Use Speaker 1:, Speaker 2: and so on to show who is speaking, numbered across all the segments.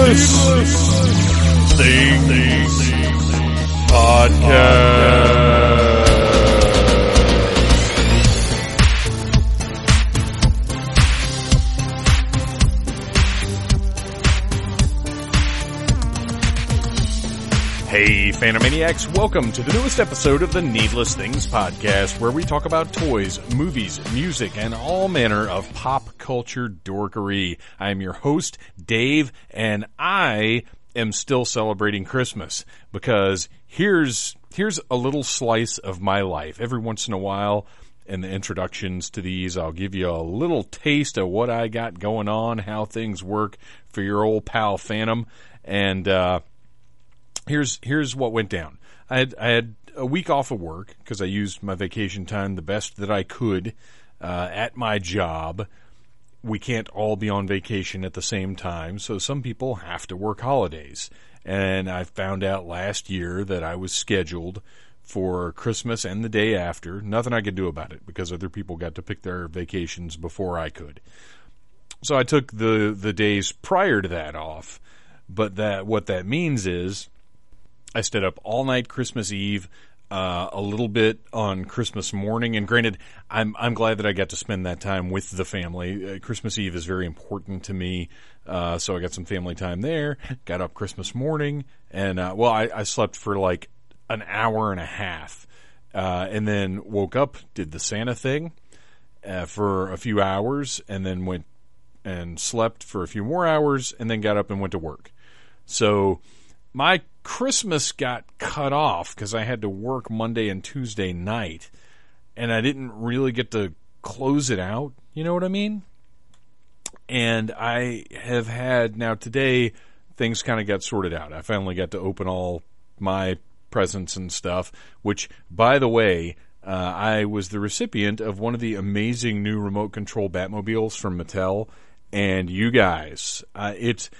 Speaker 1: Needless Things Podcast. Hey, Phantomaniacs, welcome to the newest episode of the Needless Things Podcast, where we talk about toys, movies, music, and all manner of pop culture dorkery. I am your host, Dave, and I am still celebrating Christmas because here's, here's a little slice of my life. Every once in a while, in the introductions to these, I'll give you a little taste of what I got going on, how things work for your old pal Phantom, and, uh, here's here's what went down. I had I had a week off of work because I used my vacation time the best that I could uh, at my job. We can't all be on vacation at the same time, so some people have to work holidays. And I found out last year that I was scheduled for Christmas and the day after. Nothing I could do about it because other people got to pick their vacations before I could. So I took the the days prior to that off. But that what that means is I stayed up all night Christmas Eve, uh, a little bit on Christmas morning. And granted, I'm I'm glad that I got to spend that time with the family. Uh, Christmas Eve is very important to me, uh, so I got some family time there. Got up Christmas morning, and uh, well, I, I slept for like an hour and a half, uh, and then woke up, did the Santa thing uh, for a few hours, and then went and slept for a few more hours, and then got up and went to work. So my Christmas got cut off because I had to work Monday and Tuesday night, and I didn't really get to close it out. You know what I mean? And I have had now today things kind of got sorted out. I finally got to open all my presents and stuff, which, by the way, uh, I was the recipient of one of the amazing new remote control Batmobiles from Mattel. And you guys, uh, it's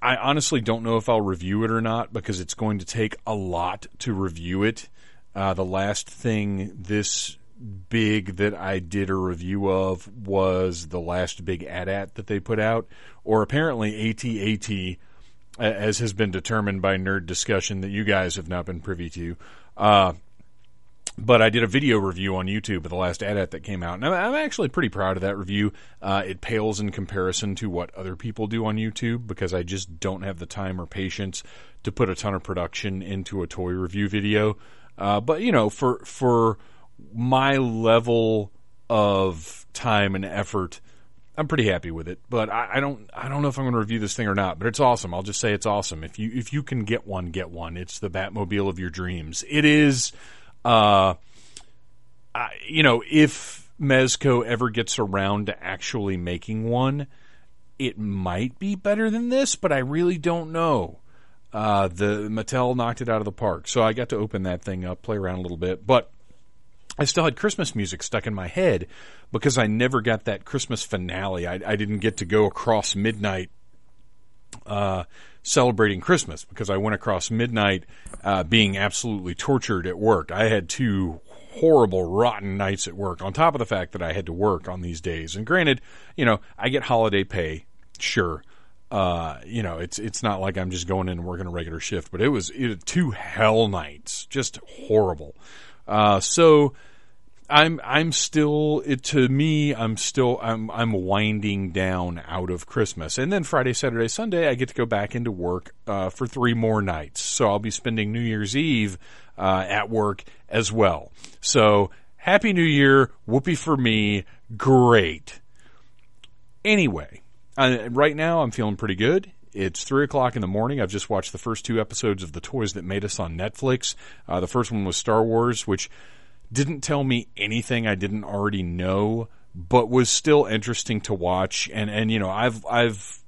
Speaker 1: I honestly don't know if I'll review it or not because it's going to take a lot to review it. Uh, the last thing this big that I did a review of was the last big AT-AT that they put out, or apparently AT-AT, a- as has been determined by nerd discussion that you guys have not been privy to. Uh, but I did a video review on YouTube of the last edit that came out, and I'm, I'm actually pretty proud of that review. Uh, it pales in comparison to what other people do on YouTube because I just don't have the time or patience to put a ton of production into a toy review video. Uh, but you know, for for my level of time and effort, I'm pretty happy with it, but I, I don't I don't know if I'm going to review this thing or not. But it's awesome. I'll just say it's awesome. If you if you can get one, get one. It's the Batmobile of your dreams. It is, uh, I, you know, if Mezco ever gets around to actually making one, it might be better than this, but I really don't know. Uh, the Mattel knocked it out of the park, so I got to open that thing up, play around a little bit, but. I still had Christmas music stuck in my head because I never got that Christmas finale. I, I didn't get to go across midnight uh, celebrating Christmas because I went across midnight uh, being absolutely tortured at work. I had two horrible, rotten nights at work, on top of the fact that I had to work on these days. And granted, you know, I get holiday pay, sure. Uh, you know, it's it's not like I'm just going in and working a regular shift, but it was it, two hell nights, just horrible. Uh, so I'm I'm still it, to me I'm still I'm I'm winding down out of Christmas and then Friday Saturday Sunday I get to go back into work uh, for three more nights so I'll be spending New Year's Eve uh, at work as well so Happy New Year whoopee for me great anyway, uh, right now I'm feeling pretty good. It's three o'clock in the morning. I've just watched the first two episodes of The Toys That Made Us on Netflix. Uh, the first one was Star Wars, which didn't tell me anything I didn't already know, but was still interesting to watch. And and you know I've I've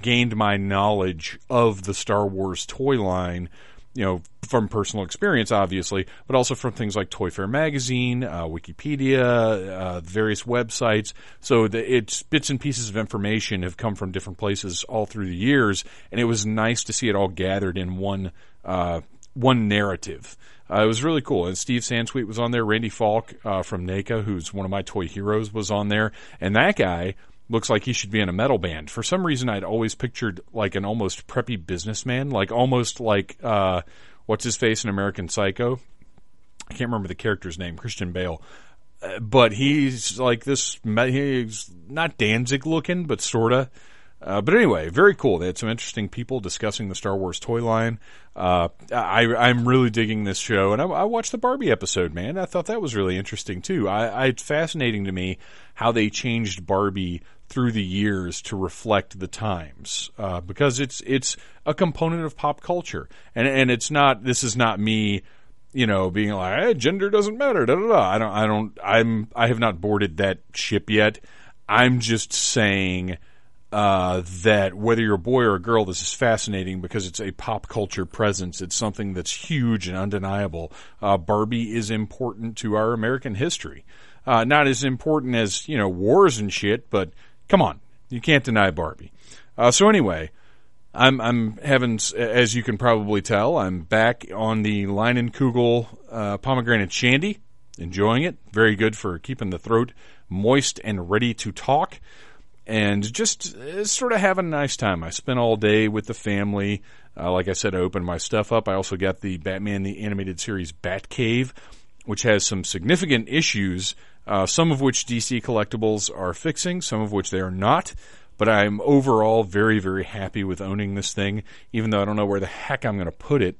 Speaker 1: gained my knowledge of the Star Wars toy line, you know, from personal experience, obviously, but also from things like Toy Fair magazine, uh, Wikipedia, uh, various websites. So the, it's bits and pieces of information have come from different places all through the years, and it was nice to see it all gathered in one uh, one narrative. Uh, it was really cool. And Steve Sansweet was on there. Randy Falk uh, from NACA, who's one of my toy heroes, was on there. And that guy looks like he should be in a metal band. For some reason, I'd always pictured like an almost preppy businessman, like almost like uh, what's his face in American Psycho. I can't remember the character's name, Christian Bale, Uh, but he's like this. me- He's not Danzig looking, but sorta. Uh, but anyway, very cool. They had some interesting people discussing the Star Wars toy line. Uh, I, I'm really digging this show, and I, I watched the Barbie episode, man. I thought that was really interesting too. I, I, it's fascinating to me how they changed Barbie through the years to reflect the times, uh, because it's it's a component of pop culture, and and it's not. This is not me you know, being like eh, gender doesn't matter. Da, da, da. I don't. I don't. I'm. I have not boarded that ship yet. I'm just saying uh, that whether you're a boy or a girl, this is fascinating because it's a pop culture presence. It's something that's huge and undeniable. Uh, Barbie is important to our American history. Uh, not as important as you know wars and shit, but come on, you can't deny Barbie. Uh, so anyway, I'm I'm having s- as you can probably tell I'm back on the Leinenkugel uh, pomegranate shandy, enjoying it. Very good for keeping the throat moist and ready to talk, and just uh, sort of having a nice time. I spent all day with the family. Uh, like I said, I opened my stuff up. I also got the Batman the animated series Batcave, which has some significant issues, uh, some of which DC collectibles are fixing, some of which they are not. But I'm overall very, very happy with owning this thing, even though I don't know where the heck I'm going to put it.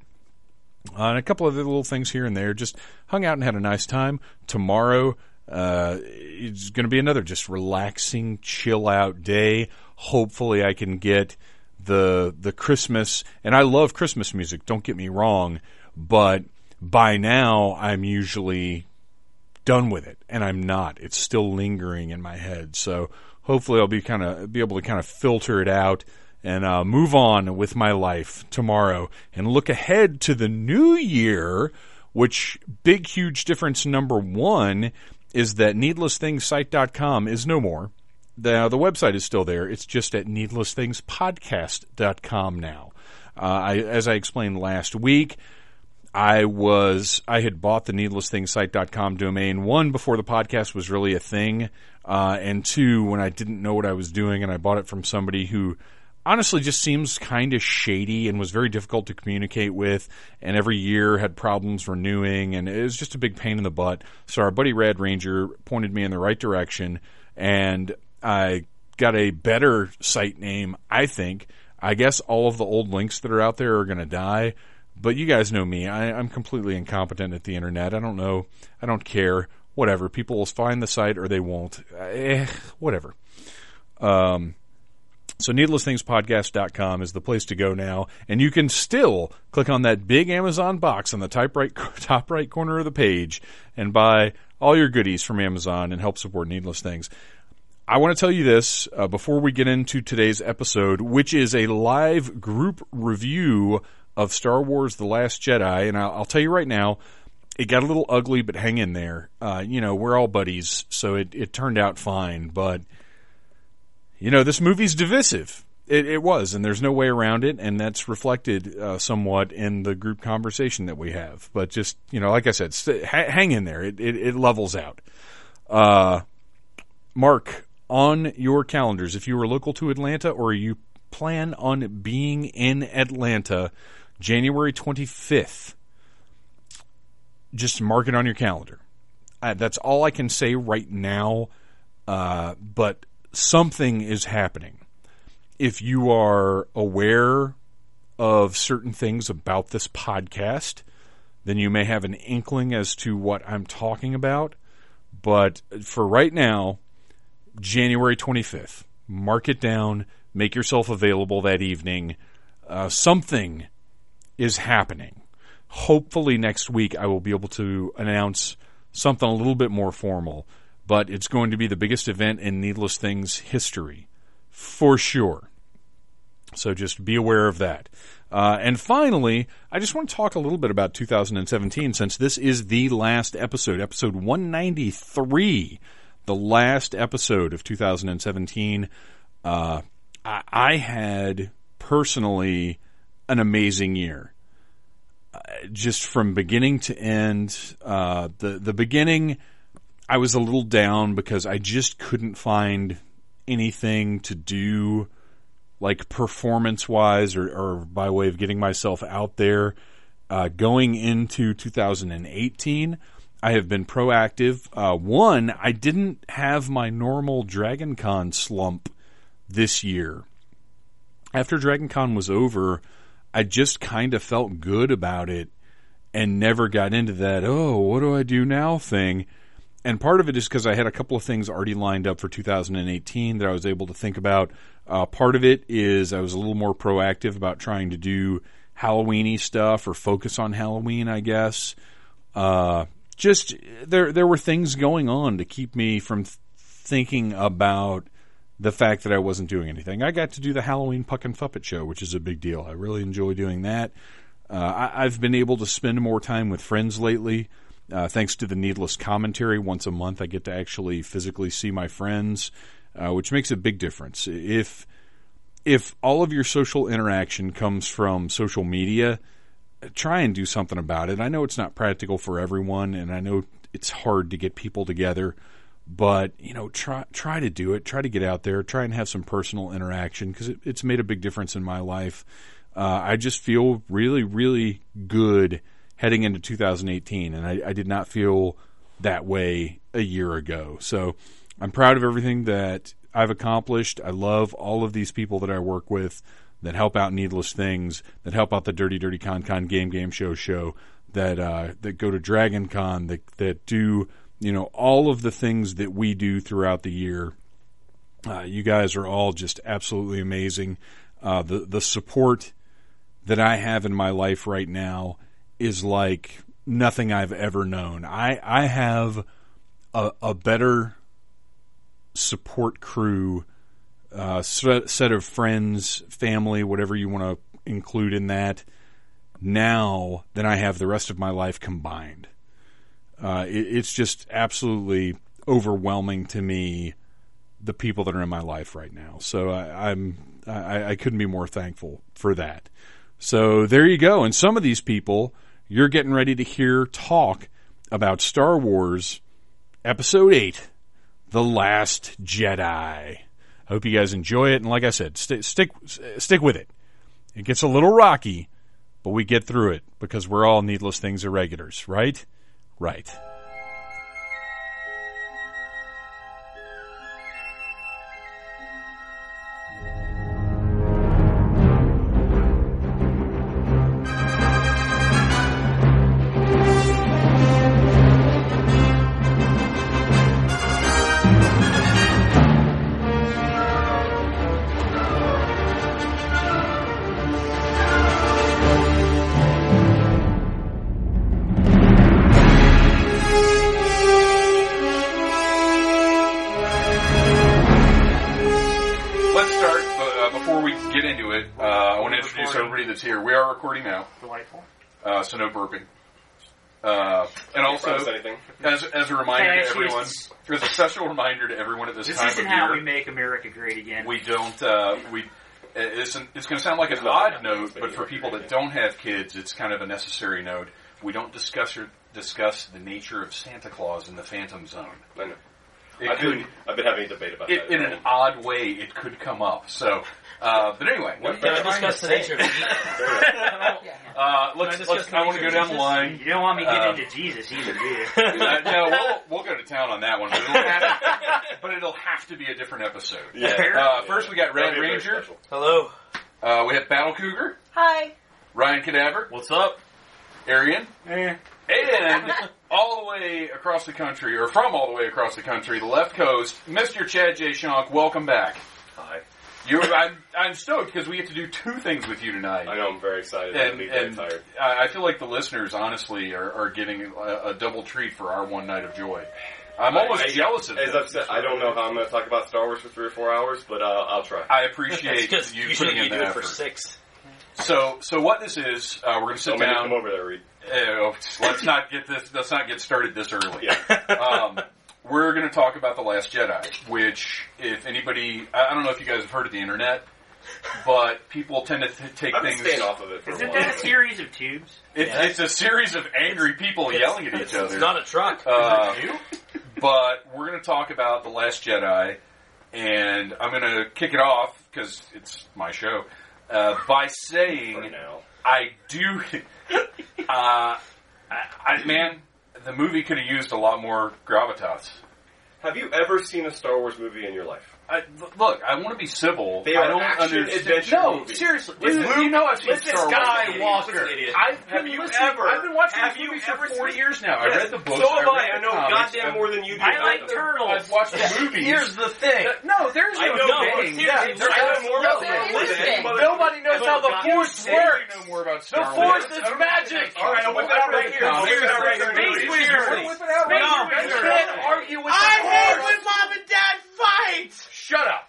Speaker 1: Uh, and a couple other little things here and there. Just hung out and had a nice time. Tomorrow uh, is going to be another just relaxing, chill out day. Hopefully, I can get the the Christmas. And I love Christmas music. Don't get me wrong, but by now I'm usually done with it and I'm not. It's still lingering in my head. So hopefully I'll be kind of be able to kind of filter it out and uh, move on with my life tomorrow and look ahead to the new year, which big huge difference number 1 is that needlessthingssite.com is no more. The, the website is still there. It's just at needlessthingspodcast.com now. Uh, I, as I explained last week, I was I had bought the needlesssthingsite.com domain one before the podcast was really a thing, uh, and two when I didn't know what I was doing and I bought it from somebody who honestly just seems kind of shady and was very difficult to communicate with, and every year had problems renewing and it was just a big pain in the butt. So our buddy Rad Ranger pointed me in the right direction, and I got a better site name. I think. I guess all of the old links that are out there are going to die but you guys know me. I, I'm completely incompetent at the internet. I don't know. I don't care. Whatever. People will find the site or they won't. Eh, whatever. Um, So needlessthingspodcast.com is the place to go now, and you can still click on that big Amazon box on the type right, top right corner of the page and buy all your goodies from Amazon and help support Needless Things. I want to tell you this uh, before we get into today's episode, which is a live group review of Star Wars The Last Jedi. And I'll, I'll tell you right now, it got a little ugly, but hang in there. Uh, you know, we're all buddies, so it, it turned out fine. But you know, this movie's divisive. It, it was, and there's no way around it, and that's reflected uh, somewhat in the group conversation that we have. But just you know, like I said, st- ha- hang in there. It, it it levels out. Uh, mark on your calendars if you are local to Atlanta or you plan on being in Atlanta, January 25th. Just mark it on your calendar. Uh, that's all I can say right now. Uh, but something is happening. If you are aware of certain things about this podcast, then you may have an inkling as to what I'm talking about. But for right now, January 25th, mark it down, make yourself available that evening. Uh, something is happening. Hopefully, next week I will be able to announce something a little bit more formal, but it's going to be the biggest event in Needless Things history for sure. So just be aware of that. Uh, and finally, I just want to talk a little bit about 2017 since this is the last episode, episode 193, the last episode of 2017. Uh, I, I had personally an amazing year. Uh, Just from beginning to end, uh, the the beginning, I was a little down because I just couldn't find anything to do like performance wise or, or by way of getting myself out there uh, going into 2018 i have been proactive uh, one i didn't have my normal dragon con slump this year after dragon con was over i just kind of felt good about it and never got into that oh what do i do now thing and part of it is because I had a couple of things already lined up for 2018 that I was able to think about. Uh, part of it is I was a little more proactive about trying to do Halloweeny stuff or focus on Halloween, I guess. Uh, just there, there were things going on to keep me from th- thinking about the fact that I wasn't doing anything. I got to do the Halloween Puck and Puppet show, which is a big deal. I really enjoy doing that. Uh, I, I've been able to spend more time with friends lately. Uh, thanks to the needless commentary once a month, I get to actually physically see my friends, uh, which makes a big difference. If if all of your social interaction comes from social media, try and do something about it. I know it's not practical for everyone, and I know it's hard to get people together, but you know, try try to do it. Try to get out there. Try and have some personal interaction because it, it's made a big difference in my life. Uh, I just feel really, really good heading into 2018, and I, I, did not feel that way a year ago. So I'm proud of everything that I've accomplished. I love all of these people that I work with that help out Needless Things, that help out the Dirty Dirty Con Con Game Game Show show, that uh, that go to Dragon Con, that that do you know all of the things that we do throughout the year. Uh, you guys are all just absolutely amazing. Uh, the the support that I have in my life right now is like nothing I've ever known. I I have a, a better support crew, uh, set of friends, family, whatever you want to include in that now than I have the rest of my life combined. Uh, it, it's just absolutely overwhelming to me the people that are in my life right now. So I, am I, I couldn't be more thankful for that. So there you go. And some of these people you're getting ready to hear talk about Star Wars Episode 8 The Last Jedi. I hope you guys enjoy it. And like I said, st- stick, stick with it. It gets a little rocky, but we get through it because we're all needless things irregulars, right? Right. uh, here. We are recording now.
Speaker 2: Delightful.
Speaker 1: Uh, so no burping. Uh, and also, as, as a reminder
Speaker 2: Hey,
Speaker 1: to everyone,
Speaker 2: she's-
Speaker 1: as a special reminder to everyone at this,
Speaker 2: This
Speaker 1: time
Speaker 2: isn't
Speaker 1: of
Speaker 2: how
Speaker 1: year,
Speaker 2: we make America great again.
Speaker 1: we don't, uh, we, it's, an, it's going to sound like an odd note, but for people that don't have kids, it's kind of a necessary note. We don't discuss or discuss the nature of Santa Claus in the Phantom Zone.
Speaker 3: I know.
Speaker 1: It
Speaker 3: I've,
Speaker 1: could,
Speaker 3: been, I've been having a debate about
Speaker 1: it,
Speaker 3: that.
Speaker 1: in an odd way, it could come up. So, uh, but anyway,
Speaker 3: What
Speaker 1: you guys
Speaker 3: about-
Speaker 1: mind?
Speaker 4: discuss the nature of the
Speaker 1: uh,
Speaker 4: I
Speaker 1: let's,
Speaker 4: discuss
Speaker 1: let's,
Speaker 4: the
Speaker 1: I want to
Speaker 4: nature
Speaker 1: go
Speaker 4: of
Speaker 1: down the
Speaker 4: Jesus?
Speaker 1: line.
Speaker 2: you don't want me getting
Speaker 1: Uh,
Speaker 2: into Jesus either, do you?
Speaker 1: Uh, no, we'll, we'll go to town on that one, but it'll have, but it'll have to be a different episode.
Speaker 3: yeah.
Speaker 1: Uh, first, we got Red
Speaker 3: That'd be very
Speaker 1: Ranger.
Speaker 3: special.
Speaker 4: Hello.
Speaker 1: Uh, we have Battle Cougar,
Speaker 5: Hi.
Speaker 1: Ryan Cadaver,
Speaker 4: What's up?
Speaker 1: Arian,
Speaker 2: Eh.
Speaker 1: and all the way across the country, or from all the way across the country, the left coast, Mr. Chad J. Shonk. Welcome back.
Speaker 3: Hi.
Speaker 1: You, I'm, I'm stoked because we get to do two things with you tonight.
Speaker 3: I know I'm very excited. I'm
Speaker 1: and,
Speaker 3: gonna be very
Speaker 1: and
Speaker 3: tired.
Speaker 1: I I feel like the listeners, honestly, are, are getting a, a double treat for our one night of joy. I'm almost
Speaker 3: I- I-
Speaker 1: jealous of
Speaker 3: As
Speaker 1: them.
Speaker 3: I've said, I don't know how I'm going to talk about Star Wars for three or four hours, but uh, I'll try.
Speaker 1: I
Speaker 4: It's
Speaker 1: appreciate
Speaker 4: because
Speaker 1: you
Speaker 4: usually
Speaker 1: putting
Speaker 4: you
Speaker 1: in
Speaker 4: do
Speaker 1: the
Speaker 4: it for
Speaker 1: effort.
Speaker 4: six.
Speaker 1: So, so what this is, uh, we're gonna sit
Speaker 3: Don't make me come
Speaker 1: down.
Speaker 3: over there, Reed.
Speaker 1: Uh, let's not get this. Let's not get started this early.
Speaker 3: Yeah.
Speaker 1: Um, we're gonna talk about the Last Jedi, which, if anybody, I, I don't know if you guys have heard of the internet, but people tend to th- take
Speaker 3: I've been
Speaker 1: things.
Speaker 3: staying off of it for a
Speaker 2: Isn't
Speaker 3: while.
Speaker 2: that a series of tubes?
Speaker 1: It, It's a series of angry people yelling at each
Speaker 4: It's
Speaker 1: other.
Speaker 4: not a truck.
Speaker 1: Uh, but we're going to talk about The Last Jedi. and I'm going to kick it off because it's my show uh, by saying
Speaker 3: For now.
Speaker 1: I do. uh, I, I, man, the movie could have used a lot more gravitas.
Speaker 3: Have you ever seen a Star Wars movie in your life?
Speaker 1: I, look, I want to be civil.
Speaker 3: They
Speaker 1: I
Speaker 3: are
Speaker 1: don't
Speaker 3: action
Speaker 1: understand.
Speaker 3: adventure
Speaker 1: No,
Speaker 3: movies.
Speaker 1: seriously,
Speaker 3: Listen,
Speaker 1: dude, you know I've seen
Speaker 6: listen,
Speaker 1: Star Wars.
Speaker 6: Skywalker.
Speaker 3: Listen, idiot.
Speaker 1: I've been
Speaker 3: Have you
Speaker 1: listening-
Speaker 3: ever-
Speaker 1: I've been watching
Speaker 3: have
Speaker 1: these
Speaker 3: you
Speaker 1: movies
Speaker 3: ever
Speaker 1: for 40
Speaker 3: seen-
Speaker 1: years now. I
Speaker 3: Yes.
Speaker 1: read the books.
Speaker 3: So have
Speaker 1: read
Speaker 3: I. I
Speaker 1: the
Speaker 3: know
Speaker 1: comics,
Speaker 3: goddamn
Speaker 1: I've-
Speaker 3: more than you do.
Speaker 2: I
Speaker 3: about
Speaker 2: like
Speaker 3: them.
Speaker 2: turtles.
Speaker 1: I've watched the movies.
Speaker 6: Here's the thing.
Speaker 1: No, there's
Speaker 3: I
Speaker 1: no
Speaker 3: know more.
Speaker 1: thing.
Speaker 3: Seriously,
Speaker 1: Yeah,
Speaker 3: I
Speaker 1: there's
Speaker 3: know
Speaker 1: no-
Speaker 3: more
Speaker 1: no
Speaker 3: than
Speaker 1: thing.
Speaker 3: more than
Speaker 1: Listen,
Speaker 3: anybody.
Speaker 1: Nobody knows
Speaker 3: But
Speaker 1: how the
Speaker 3: God
Speaker 1: force
Speaker 3: damn, you
Speaker 1: works.
Speaker 3: know more about
Speaker 1: The
Speaker 3: Star Wars.
Speaker 1: force is magic.
Speaker 3: All right, I'll whip it out right here. I'll whip it out right here.
Speaker 1: Space
Speaker 3: Space
Speaker 1: wizard.
Speaker 3: wizard.
Speaker 1: Whip it out right
Speaker 2: No,
Speaker 1: here. You
Speaker 3: wizard.
Speaker 1: can't argue with the
Speaker 6: I hate
Speaker 1: force.
Speaker 6: when mom and dad fight.
Speaker 1: Shut up.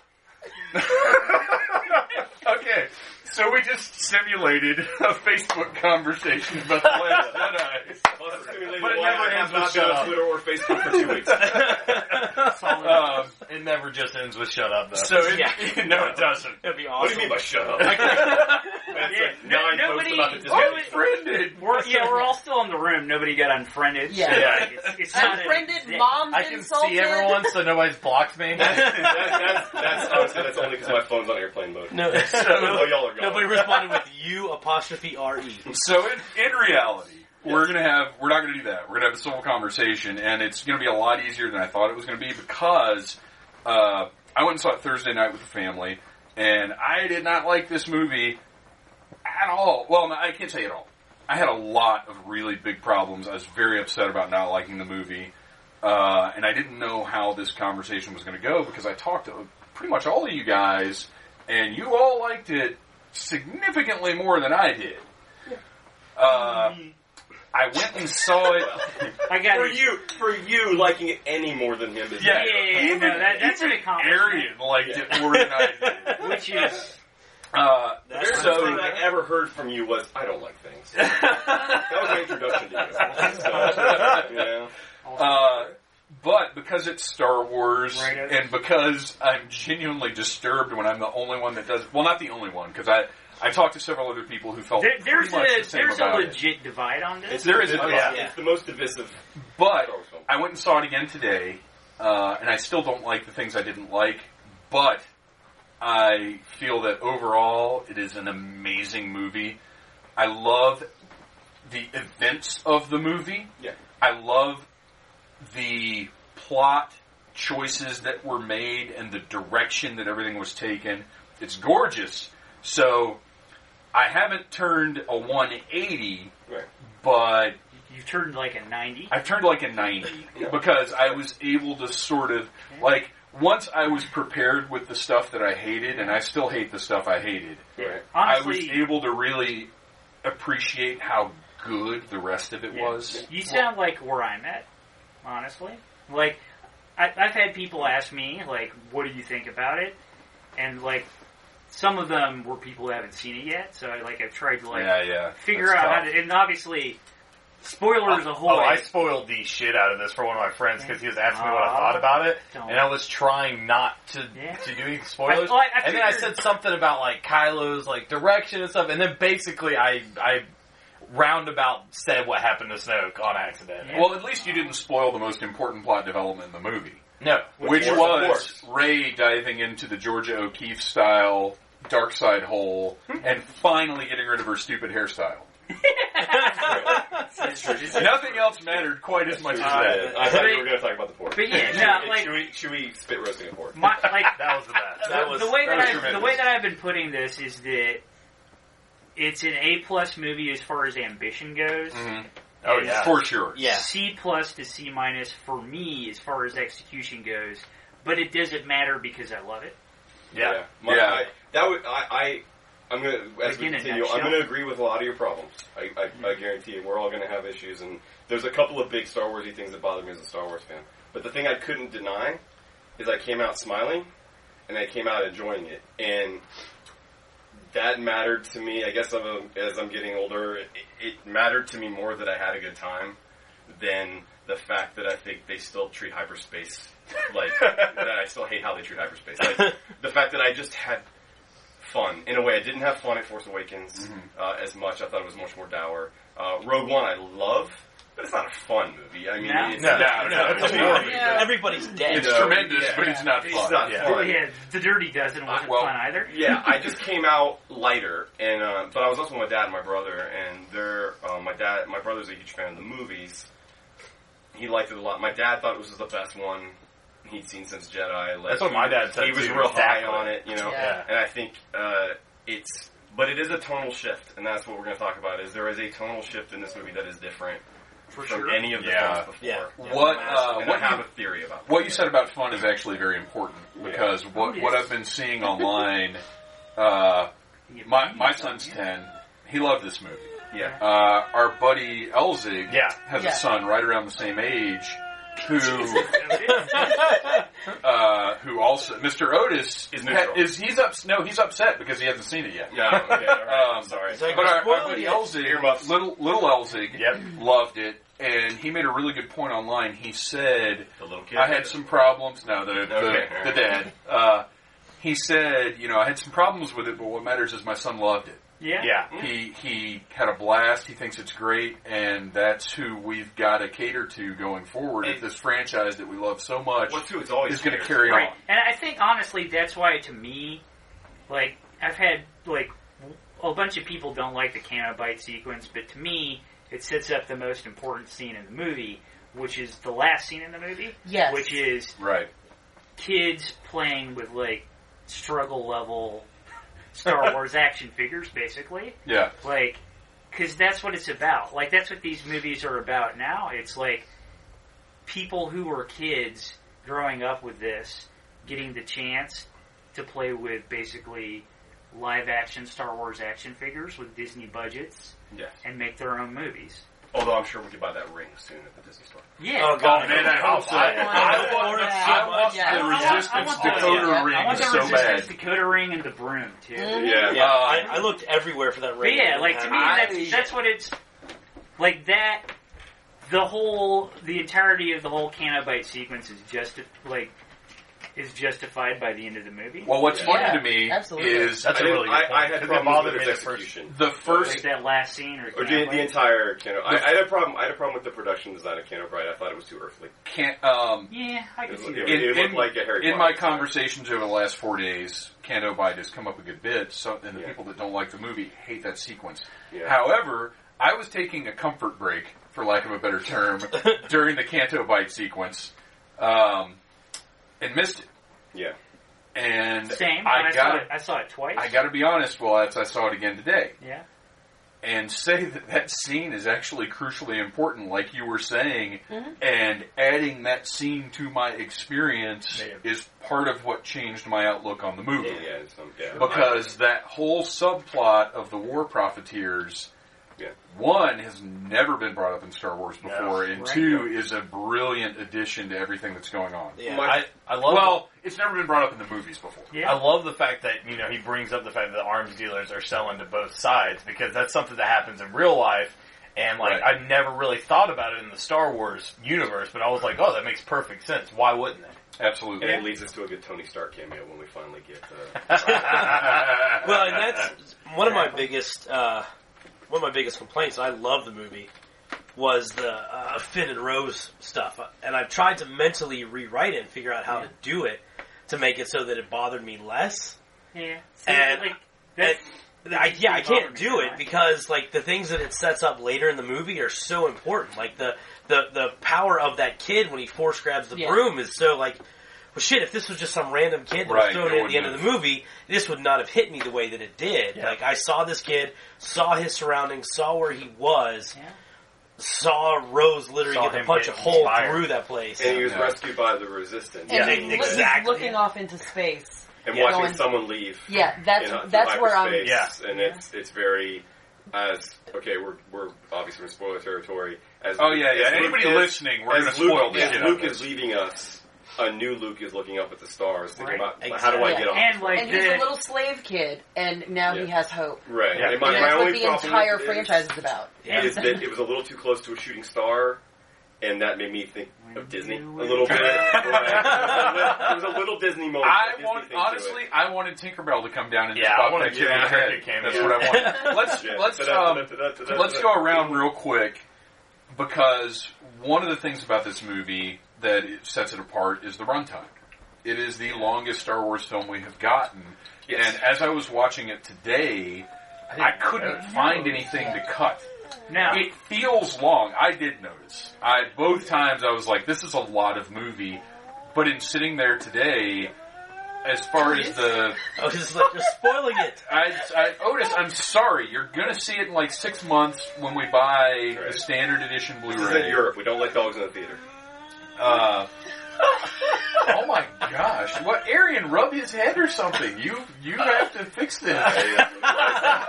Speaker 1: okay, so we just simulated a Facebook conversation about the Last Jedi.
Speaker 3: But it never ends with shut up. Twitter or Facebook for two weeks.
Speaker 1: Um,
Speaker 4: It never just ends with shut up, though.
Speaker 1: so it, no, it doesn't.
Speaker 2: That'd be
Speaker 3: What
Speaker 2: awesome.
Speaker 3: do you mean by shut up? That's
Speaker 2: Yeah,
Speaker 3: like
Speaker 2: no-
Speaker 3: nine posts
Speaker 2: nobody-
Speaker 3: about the
Speaker 2: Oh,
Speaker 3: discussion.
Speaker 2: it-
Speaker 1: Friended.
Speaker 2: We're, yeah, we're all still in the room. Nobody got unfriended. so,
Speaker 6: Yeah.
Speaker 2: like, it's, it's not a-
Speaker 5: Unfriended,
Speaker 2: yeah.
Speaker 5: mom's
Speaker 4: I can
Speaker 5: insulted.
Speaker 4: see everyone, so nobody's blocked me.
Speaker 3: That- That's honestly, that's only because my phone's on airplane mode.
Speaker 4: no,
Speaker 3: Oh, y'all are gone.
Speaker 4: nobody responded with you apostrophe R E.
Speaker 1: So in, in reality, we're gonna have we're not gonna do that. We're gonna have a civil conversation, and it's gonna be a lot easier than I thought it was gonna be because uh, I went and saw it Thursday night with the family, and I did not like this movie at all. Well, no, I can't say at all. I had a lot of really big problems. I was very upset about not liking the movie, uh, and I didn't know how this conversation was going to go because I talked to pretty much all of you guys, and you all liked it significantly more than I did. Uh, I went and saw it.
Speaker 2: I got
Speaker 3: For you, for you liking it any more than him is
Speaker 2: Yeah, yeah, yeah, no, that- that's an accomplishment.
Speaker 1: Arian liked it more than I did.
Speaker 2: Which is
Speaker 1: Uh,
Speaker 3: There's
Speaker 1: so,
Speaker 3: nothing I ever heard from you was I don't like things. that was my introduction to you. So, yeah.
Speaker 1: Uh, but because it's Star Wars,
Speaker 2: Right.
Speaker 1: and because I'm genuinely disturbed when I'm the only one that does well, not the only one because I I talked to several other people who felt
Speaker 2: there, there's
Speaker 1: pretty much the
Speaker 2: a
Speaker 1: same
Speaker 2: there's a
Speaker 1: about it.
Speaker 2: legit divide on this.
Speaker 1: There is a
Speaker 3: it's,
Speaker 1: divide.
Speaker 3: it's the most divisive.
Speaker 1: But
Speaker 3: Star Wars film.
Speaker 1: I went and saw it again today, uh, and I still don't like the things I didn't like. But I feel that overall, it is an amazing movie. I love the events of the movie.
Speaker 3: Yeah.
Speaker 1: I love the plot choices that were made and the direction that everything was taken. It's gorgeous. So I haven't turned a 180,
Speaker 3: Right.
Speaker 1: but
Speaker 2: You turned like a ninety.
Speaker 1: I turned like a 90 because I was able to sort of like once I was prepared with the stuff that I hated and I still hate the stuff I hated.
Speaker 3: Right.
Speaker 2: Honestly,
Speaker 1: I was able to really appreciate how good the rest of it
Speaker 2: Yeah.
Speaker 1: was.
Speaker 2: You sound like where I'm at, honestly. Like, I, I've had people ask me, like, what do you think about it? And, like, some of them were people who haven't seen it yet, so, I, like, I've tried to, like,
Speaker 1: yeah, yeah.
Speaker 2: figure
Speaker 1: That's
Speaker 2: out
Speaker 1: tough.
Speaker 2: how to, and obviously, spoilers ahoy.
Speaker 4: Oh, I spoiled the shit out of this for one of my friends because he was asking me what I
Speaker 2: Aw,
Speaker 4: thought about it,
Speaker 2: Ah, don't.
Speaker 4: and I was trying not to
Speaker 2: Yeah.
Speaker 4: to do any spoilers.
Speaker 2: I- well, I- I
Speaker 4: and then I
Speaker 2: figured-
Speaker 4: said something about like Kylo's like direction and stuff, and then basically I I roundabout said what happened to Snoke on accident.
Speaker 2: Yeah.
Speaker 1: Well, at least you didn't spoil the most important plot development in the movie,
Speaker 4: No,
Speaker 1: which
Speaker 3: course, of
Speaker 1: was Ray diving into the Georgia O'Keeffe style dark side hole and finally getting rid of her stupid hairstyle. Nothing else mattered quite as much as that.
Speaker 3: I thought you were going to talk about the pork.
Speaker 2: But yeah,
Speaker 3: Should
Speaker 2: no,
Speaker 3: we-
Speaker 2: like-
Speaker 3: should we, should we spit roasting a pork?
Speaker 2: My, like,
Speaker 4: that was the best. That
Speaker 2: the,
Speaker 4: was
Speaker 2: the way
Speaker 1: that
Speaker 2: that,
Speaker 1: was
Speaker 2: I, the
Speaker 1: tremendous.
Speaker 2: way that I've been putting this is that it's an A plus movie as far as ambition goes.
Speaker 1: Mm-hmm.
Speaker 4: oh yeah.
Speaker 1: For sure.
Speaker 6: Yeah.
Speaker 2: C plus to C minus for me as far as execution goes, but it doesn't matter because I love it.
Speaker 4: yeah,
Speaker 3: My,
Speaker 1: Yeah.
Speaker 3: I, that would I. I I'm gonna as
Speaker 2: Like,
Speaker 3: we
Speaker 2: in a
Speaker 3: continue. I'm
Speaker 2: nutshell.
Speaker 3: gonna agree with a lot of your problems. I, I, I guarantee you, we're all gonna have issues, and there's a couple of big Star Warsy things that bother me as a Star Wars fan. But the thing I couldn't deny is I came out smiling, and I came out enjoying it, and that mattered to me. I guess I'm a, as I'm getting older, it, it mattered to me more that I had a good time than the fact that I think they still treat hyperspace like that. I still hate how they treat hyperspace. Like, the fact that I just had fun in a way I didn't
Speaker 4: Mm-hmm.
Speaker 3: have fun at Force Awakens uh, as much. I thought it was much more dour. Uh, Rogue One I love, But it's not a fun movie. I mean,
Speaker 2: No?
Speaker 3: it's,
Speaker 4: No, no, it's a war movie.
Speaker 3: Yeah.
Speaker 7: Everybody's dead.
Speaker 4: It's
Speaker 3: You know,
Speaker 4: tremendous,
Speaker 3: yeah.
Speaker 4: but it's not
Speaker 3: It's
Speaker 4: fun.
Speaker 3: not
Speaker 4: yeah.
Speaker 3: fun.
Speaker 2: Well, yeah, The Dirty Dozen wasn't
Speaker 4: well,
Speaker 2: fun either.
Speaker 3: yeah, I just came out lighter, and uh, but I was also with my dad and my brother, and they're uh, my dad. My brother's a huge fan of the movies. He liked it a lot. My dad thought it was the best one he'd seen since Jedi. Like,
Speaker 4: That's what my dad said
Speaker 3: He was
Speaker 4: too,
Speaker 3: real high
Speaker 4: exactly.
Speaker 3: on it, you know.
Speaker 7: Yeah.
Speaker 3: And I think uh, it's, but it is a tonal shift, and that's what we're going to talk about. Is there is a tonal shift in this movie that is different
Speaker 2: For
Speaker 3: from
Speaker 2: sure.
Speaker 3: any of the
Speaker 4: Yeah.
Speaker 3: films before?
Speaker 7: Yeah.
Speaker 1: What uh,
Speaker 3: And
Speaker 1: what
Speaker 3: I have
Speaker 1: you,
Speaker 3: a theory about that.
Speaker 1: what you said about fun is actually very important because what what I've been seeing online, uh,
Speaker 2: You-
Speaker 1: my my son's ten, he loved this movie.
Speaker 3: Yeah.
Speaker 1: Uh, our buddy Elzig
Speaker 4: Yeah.
Speaker 1: has
Speaker 7: Yeah.
Speaker 1: a son right around the same age who uh, who also Mr. Otis
Speaker 3: Is neutral.
Speaker 1: is he's up no he's upset because he hasn't seen it yet.
Speaker 3: Yeah. Okay, all right,
Speaker 1: Um,
Speaker 3: I'm sorry.
Speaker 7: It's like-
Speaker 1: But our, our
Speaker 7: Spoiled
Speaker 1: buddy
Speaker 7: it.
Speaker 1: Elzig,
Speaker 3: Earmuffs.
Speaker 1: little little Elzig,
Speaker 4: Yep.
Speaker 1: loved it, and he made a really good point online. He said,
Speaker 3: The little kid.
Speaker 1: "I had some problems." No, the the,
Speaker 3: Okay.
Speaker 1: the dad. Uh, he said, "You know, I had some problems with it, but what matters is my son loved it.
Speaker 2: yeah.
Speaker 4: Yeah.
Speaker 1: He he had a blast. He thinks it's great, and that's who we've got to cater to going forward. If
Speaker 3: And-
Speaker 1: this franchise that we love so much
Speaker 3: Well, too, it's always
Speaker 1: is going to
Speaker 3: weird.
Speaker 1: carry
Speaker 2: Right.
Speaker 1: on."
Speaker 2: And I think honestly, that's why to me, like I've had like a bunch of people don't like the cannonbite sequence, but to me, it sets up the most important scene in the movie, which is the last scene in the movie,
Speaker 7: Yes.
Speaker 2: which is
Speaker 1: Right.
Speaker 2: kids playing with like struggle level Star Wars action figures, basically.
Speaker 1: Yeah.
Speaker 2: Like, because that's what it's about. Like, that's what these movies are about now. It's like people who were kids growing up with this getting the chance to play with basically live action Star Wars action figures with Disney budgets
Speaker 3: Yes.
Speaker 2: and make their own movies.
Speaker 3: Although I'm sure we could buy that ring soon at the Disney store.
Speaker 2: Yeah.
Speaker 7: Oh, God.
Speaker 4: Man, I hope so.
Speaker 7: I want-
Speaker 4: I want- I want
Speaker 7: Yeah.
Speaker 1: The
Speaker 2: I want- I
Speaker 1: resistance
Speaker 2: want
Speaker 1: decoder
Speaker 7: yeah.
Speaker 1: ring
Speaker 2: I want the
Speaker 1: is so
Speaker 2: Resistance
Speaker 1: bad.
Speaker 2: Dakota ring and the broom, too.
Speaker 5: Mm-hmm.
Speaker 3: Yeah.
Speaker 7: Yeah,
Speaker 1: Uh,
Speaker 7: I, I looked everywhere for that
Speaker 2: But
Speaker 7: ring.
Speaker 2: yeah, like to me,
Speaker 1: I-
Speaker 2: that's, that's what it's like. That the whole, the entirety of the whole Cannabite sequence is just like is justified by the end of the movie.
Speaker 1: Well, what's funny
Speaker 7: Yeah,
Speaker 1: to me
Speaker 7: absolutely.
Speaker 1: is
Speaker 4: That's
Speaker 3: I,
Speaker 4: a really good
Speaker 3: I, I
Speaker 4: point.
Speaker 3: had
Speaker 4: Did they
Speaker 3: problems
Speaker 4: bother
Speaker 3: with
Speaker 4: to
Speaker 3: its
Speaker 4: make it first?
Speaker 3: execution.
Speaker 1: the
Speaker 2: like
Speaker 1: first.
Speaker 2: that last scene, or,
Speaker 3: Or the,
Speaker 2: Cannabite.
Speaker 3: the entire Cano. I, I had a problem. I had a problem with the production design of Cano Bright. I thought it was too earthly.
Speaker 1: Can, um,
Speaker 2: yeah, I can
Speaker 3: It,
Speaker 2: see
Speaker 3: looked-
Speaker 2: that.
Speaker 3: it looked like a Harry
Speaker 1: in my
Speaker 3: Potter.
Speaker 1: conversations over the last four days, Kando Bite has come up a good bit, so, and the
Speaker 3: Yeah.
Speaker 1: people that don't like the movie hate that sequence.
Speaker 3: Yeah.
Speaker 1: However, I was taking a comfort break, for lack of a better term, during the Canto Bite sequence, um, and missed it.
Speaker 3: yeah.
Speaker 1: And
Speaker 2: Same.
Speaker 1: I
Speaker 2: I saw
Speaker 1: gotta,
Speaker 2: it. I saw it twice.
Speaker 1: I gotta be honest. Well, as I saw it again today,
Speaker 2: yeah,
Speaker 1: and say that that scene is actually crucially important, like you were saying,
Speaker 2: Mm-hmm.
Speaker 1: and adding that scene to my experience
Speaker 4: Yeah.
Speaker 1: is part of what changed my outlook on the movie.
Speaker 3: Yeah. yeah, it's some, yeah.
Speaker 1: Because that whole subplot of the war profiteers,
Speaker 3: Yeah.
Speaker 1: one, has never been brought up in Star Wars before, and
Speaker 2: right.
Speaker 1: two, is a brilliant addition to everything that's going on.
Speaker 7: Yeah.
Speaker 4: I, I love
Speaker 1: Well, it's never been brought up in the movies before.
Speaker 4: I
Speaker 2: yeah.
Speaker 4: love the fact that, you know, he brings up the fact that the arms dealers are selling to both sides because that's something that happens in real life. And like,
Speaker 1: Right.
Speaker 4: I never really thought about it in the Star Wars universe, but I was like, oh, that makes perfect sense. Why wouldn't it?
Speaker 1: Absolutely.
Speaker 3: and it leads us to a good Tony Stark cameo when we finally get the.
Speaker 7: well, and that's one of my biggest uh, one of my biggest complaints. I love the movie. Was the uh, Finn and Rose stuff, and I've tried to mentally rewrite it and figure out how to do it to make it so that it bothered me less.
Speaker 2: yeah.
Speaker 7: and-
Speaker 2: like that,
Speaker 7: And I, yeah, I can't do
Speaker 2: Right.
Speaker 7: it because like the things that it sets up later in the movie are so important. Like the the the power of that kid when he force grabs the
Speaker 5: Yeah.
Speaker 7: broom is so like. Well, shit! If this was just some random kid that
Speaker 1: Right,
Speaker 7: was thrown
Speaker 1: it
Speaker 7: in at the end of
Speaker 1: wouldn't
Speaker 7: the movie, this would not have hit me the way that it did. Like I saw this kid, saw his surroundings, saw where he was,
Speaker 2: yeah.
Speaker 7: saw Rose literally
Speaker 4: Saw
Speaker 7: get
Speaker 4: him
Speaker 7: to punch a
Speaker 4: get
Speaker 7: hole
Speaker 4: inspired.
Speaker 7: through that place.
Speaker 3: and he was
Speaker 1: Yeah.
Speaker 3: rescued by the Resistance.
Speaker 5: And
Speaker 7: Yeah.
Speaker 5: he's, loo- he's
Speaker 7: Exactly.
Speaker 5: looking off into space.
Speaker 3: And
Speaker 5: Yeah.
Speaker 3: watching
Speaker 5: Going-
Speaker 3: someone leave.
Speaker 5: Yeah, that's
Speaker 3: you know, through
Speaker 5: that's where I'm.
Speaker 3: hyperspace,
Speaker 4: Yeah.
Speaker 3: And it's it's very. As okay, we're we're obviously in spoiler territory. As
Speaker 1: Oh yeah, yeah.
Speaker 3: as Luke
Speaker 1: Anybody
Speaker 3: is-
Speaker 1: listening, we're
Speaker 3: as
Speaker 1: going to
Speaker 3: Luke,
Speaker 1: spoil the
Speaker 3: as
Speaker 1: shit out of
Speaker 3: Luke
Speaker 1: this.
Speaker 3: is leading us, a new Luke is looking up at the stars, thinking
Speaker 2: Right.
Speaker 3: about how do I
Speaker 5: Exactly.
Speaker 3: get off?
Speaker 2: And like
Speaker 5: And he's
Speaker 2: the
Speaker 5: a little slave kid, and now he
Speaker 3: Yeah.
Speaker 5: has hope.
Speaker 3: right.
Speaker 4: Yeah.
Speaker 3: And
Speaker 5: And
Speaker 3: my, my
Speaker 5: that's what
Speaker 3: only
Speaker 5: the
Speaker 3: problem
Speaker 5: entire
Speaker 3: with it is-
Speaker 5: franchise is about.
Speaker 3: is that it was a little too close to a shooting star, and that made me think of Disney a
Speaker 2: you
Speaker 3: little bit. There was a little Disney moment. a
Speaker 1: I
Speaker 3: Disney
Speaker 1: want
Speaker 3: thing to
Speaker 1: honestly,
Speaker 3: it.
Speaker 1: I wanted Tinkerbell to come down and
Speaker 4: Yeah,
Speaker 1: just
Speaker 4: I
Speaker 1: pop
Speaker 4: wanna
Speaker 1: that
Speaker 4: give
Speaker 1: kid in
Speaker 4: her
Speaker 1: the
Speaker 4: a
Speaker 1: head.
Speaker 4: cameo.
Speaker 1: That's what I want. Let's
Speaker 3: Yeah. uh,
Speaker 1: let's
Speaker 3: Da-da,
Speaker 1: um,
Speaker 3: da-da, da-da, da-da,
Speaker 1: let's
Speaker 3: da-da.
Speaker 1: go around real quick. because one of the things about this movie that it sets it apart is the runtime. It is the longest Star Wars film we have gotten,
Speaker 3: Yes.
Speaker 1: and as I was watching it today, I, couldn't find anything to cut.
Speaker 2: Now,
Speaker 1: It feels long. I did notice. I both times I was like, "This is a lot of movie," but in sitting there today, as far as the
Speaker 7: I was just like, you're spoiling it.
Speaker 1: I, I, Otis, I'm sorry. You're gonna see it in like six months when we buy
Speaker 3: Right.
Speaker 1: the standard edition
Speaker 3: This is in
Speaker 1: Blu-ray.
Speaker 3: Europe. We don't like dogs in the theater.
Speaker 1: Uh, oh my gosh! What Arian rub his head or something? You you have to fix this.
Speaker 3: he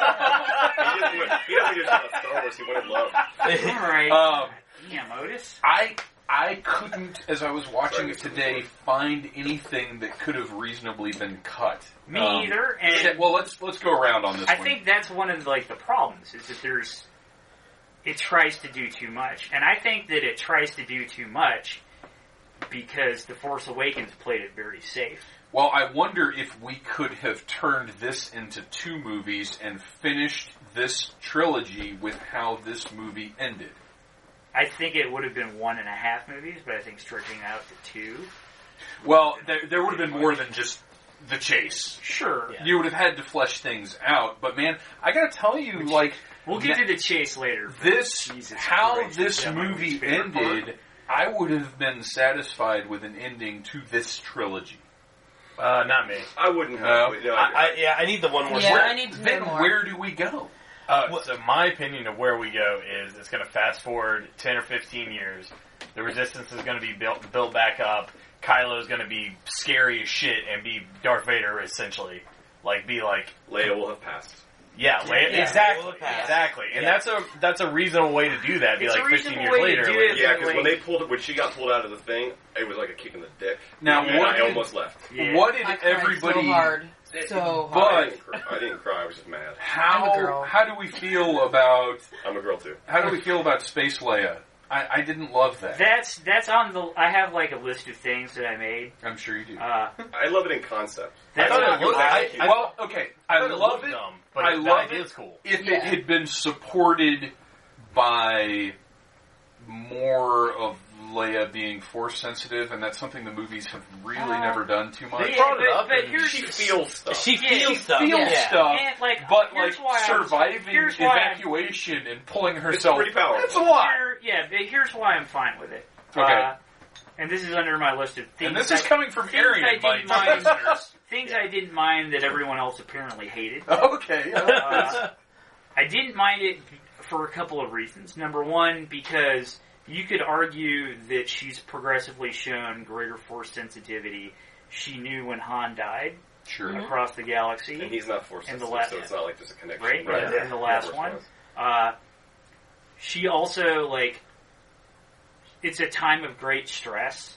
Speaker 3: doesn't even- he doesn't even know about Star Wars. He wanted love.
Speaker 2: all right,
Speaker 1: Um,
Speaker 2: damn Otis.
Speaker 1: I I couldn't, as I was watching it today, find anything that could have reasonably been cut.
Speaker 2: Me
Speaker 1: Um,
Speaker 2: either,
Speaker 1: yeah,
Speaker 2: and
Speaker 1: well, let's let's go around on this.
Speaker 2: I
Speaker 1: one.
Speaker 2: think that's one of like the problems is that there's it tries to do too much, and I think that it tries to do too much because the Force Awakens played it very safe.
Speaker 1: Well, I wonder if we could have turned this into two movies and finished this trilogy with how this movie ended.
Speaker 2: I think it would have been one and a half movies, but I think stretching out to two.
Speaker 1: Well, there, there would have been more than just the chase.
Speaker 2: Sure,
Speaker 7: Yeah.
Speaker 1: You would have had to flesh things out, but man, I gotta tell you, like,
Speaker 2: we'll get to the chase later.
Speaker 1: this
Speaker 2: Jesus
Speaker 1: how
Speaker 2: Christ,
Speaker 1: this
Speaker 2: yeah, my
Speaker 1: movie
Speaker 2: least favorite part.
Speaker 1: ended, I would have been satisfied with an ending to this trilogy.
Speaker 4: Uh, not me.
Speaker 3: I wouldn't
Speaker 1: No.
Speaker 3: have. but no,
Speaker 7: I, I, yeah, I need the one more.
Speaker 5: Yeah,
Speaker 7: spoiler.
Speaker 5: I need to know
Speaker 1: Then
Speaker 5: more.
Speaker 1: where do we go?
Speaker 4: Uh, so my opinion of where we go is it's going to fast forward 10 or 15 years. The resistance is going to be built, built back up. Kylo's going to be scary as shit and be Darth Vader essentially. Like be like,
Speaker 3: Leia will have passed.
Speaker 4: yeah, la-
Speaker 7: Yeah.
Speaker 4: exactly,
Speaker 7: Yeah.
Speaker 4: exactly. And
Speaker 7: Yeah.
Speaker 4: that's a, that's a reasonable way to do that. Be
Speaker 2: It's
Speaker 4: like
Speaker 2: a
Speaker 4: 15 years
Speaker 2: reasonable way to
Speaker 4: later.
Speaker 2: do
Speaker 4: like,
Speaker 2: it.
Speaker 3: Yeah, because
Speaker 2: like-
Speaker 3: when they pulled, when she got pulled out of the thing, it was like a kick in the dick.
Speaker 1: Now,
Speaker 3: and
Speaker 1: what
Speaker 3: I
Speaker 1: did-
Speaker 3: almost left.
Speaker 2: Yeah.
Speaker 1: What did
Speaker 5: I cried
Speaker 1: everybody?
Speaker 5: so hard, so
Speaker 1: But-
Speaker 5: hard.
Speaker 3: I didn't, cry. I didn't cry. I was just mad.
Speaker 1: How
Speaker 5: I'm a girl.
Speaker 1: how do we feel about
Speaker 3: I'm a girl too.
Speaker 1: how do we feel about Space Leia? I, I didn't love that.
Speaker 2: That's that's on the. I have like a list of things that I made.
Speaker 1: I'm sure you do.
Speaker 2: Uh,
Speaker 3: I love it in concept.
Speaker 2: that's
Speaker 4: thought it
Speaker 2: on the
Speaker 4: looked-
Speaker 2: list.
Speaker 4: I- I-
Speaker 1: well, okay, I,
Speaker 4: thought
Speaker 1: love
Speaker 4: looked
Speaker 1: it
Speaker 4: dumb, but
Speaker 1: I
Speaker 4: the
Speaker 1: love
Speaker 4: idea
Speaker 1: it.
Speaker 4: is cool.
Speaker 1: if
Speaker 5: Yeah.
Speaker 1: it had been supported by more of Leia being force sensitive, and that's something the movies have really never done too much.
Speaker 2: Yeah,
Speaker 4: brought it
Speaker 2: but,
Speaker 4: up
Speaker 2: but
Speaker 4: and
Speaker 2: here's
Speaker 3: She feels stuff.
Speaker 7: She
Speaker 2: Yeah,
Speaker 7: feels
Speaker 2: she
Speaker 7: stuff.
Speaker 1: Feel
Speaker 7: yeah.
Speaker 1: stuff,
Speaker 2: And, like,
Speaker 1: but like
Speaker 2: here's why I was-
Speaker 1: surviving
Speaker 2: here's why I-
Speaker 1: evacuation and pulling
Speaker 3: It's
Speaker 1: herself.
Speaker 3: pretty powerful.
Speaker 1: That's a lot.
Speaker 2: Here- yeah, but here's why I'm fine with it.
Speaker 1: Okay.
Speaker 2: Uh, and this is under my list of things.
Speaker 1: And this is
Speaker 2: I-
Speaker 1: coming from
Speaker 2: things I
Speaker 1: Arian,
Speaker 2: didn't
Speaker 1: my
Speaker 2: mind.
Speaker 1: listeners.
Speaker 2: things I didn't mind that everyone else apparently hated.
Speaker 1: okay. yeah.
Speaker 2: Uh, I didn't mind it for a couple of reasons. Number one, because you could argue that she's progressively shown greater force sensitivity. She knew when Han died
Speaker 1: Sure.
Speaker 2: across the galaxy.
Speaker 3: And he's not forced
Speaker 2: And the
Speaker 3: sensitive,
Speaker 2: last-
Speaker 3: so it's not like there's a connection.
Speaker 2: right?
Speaker 1: Right.
Speaker 2: And the last
Speaker 3: Force
Speaker 2: one.
Speaker 3: was.
Speaker 2: Uh, she also like it's a time of great stress,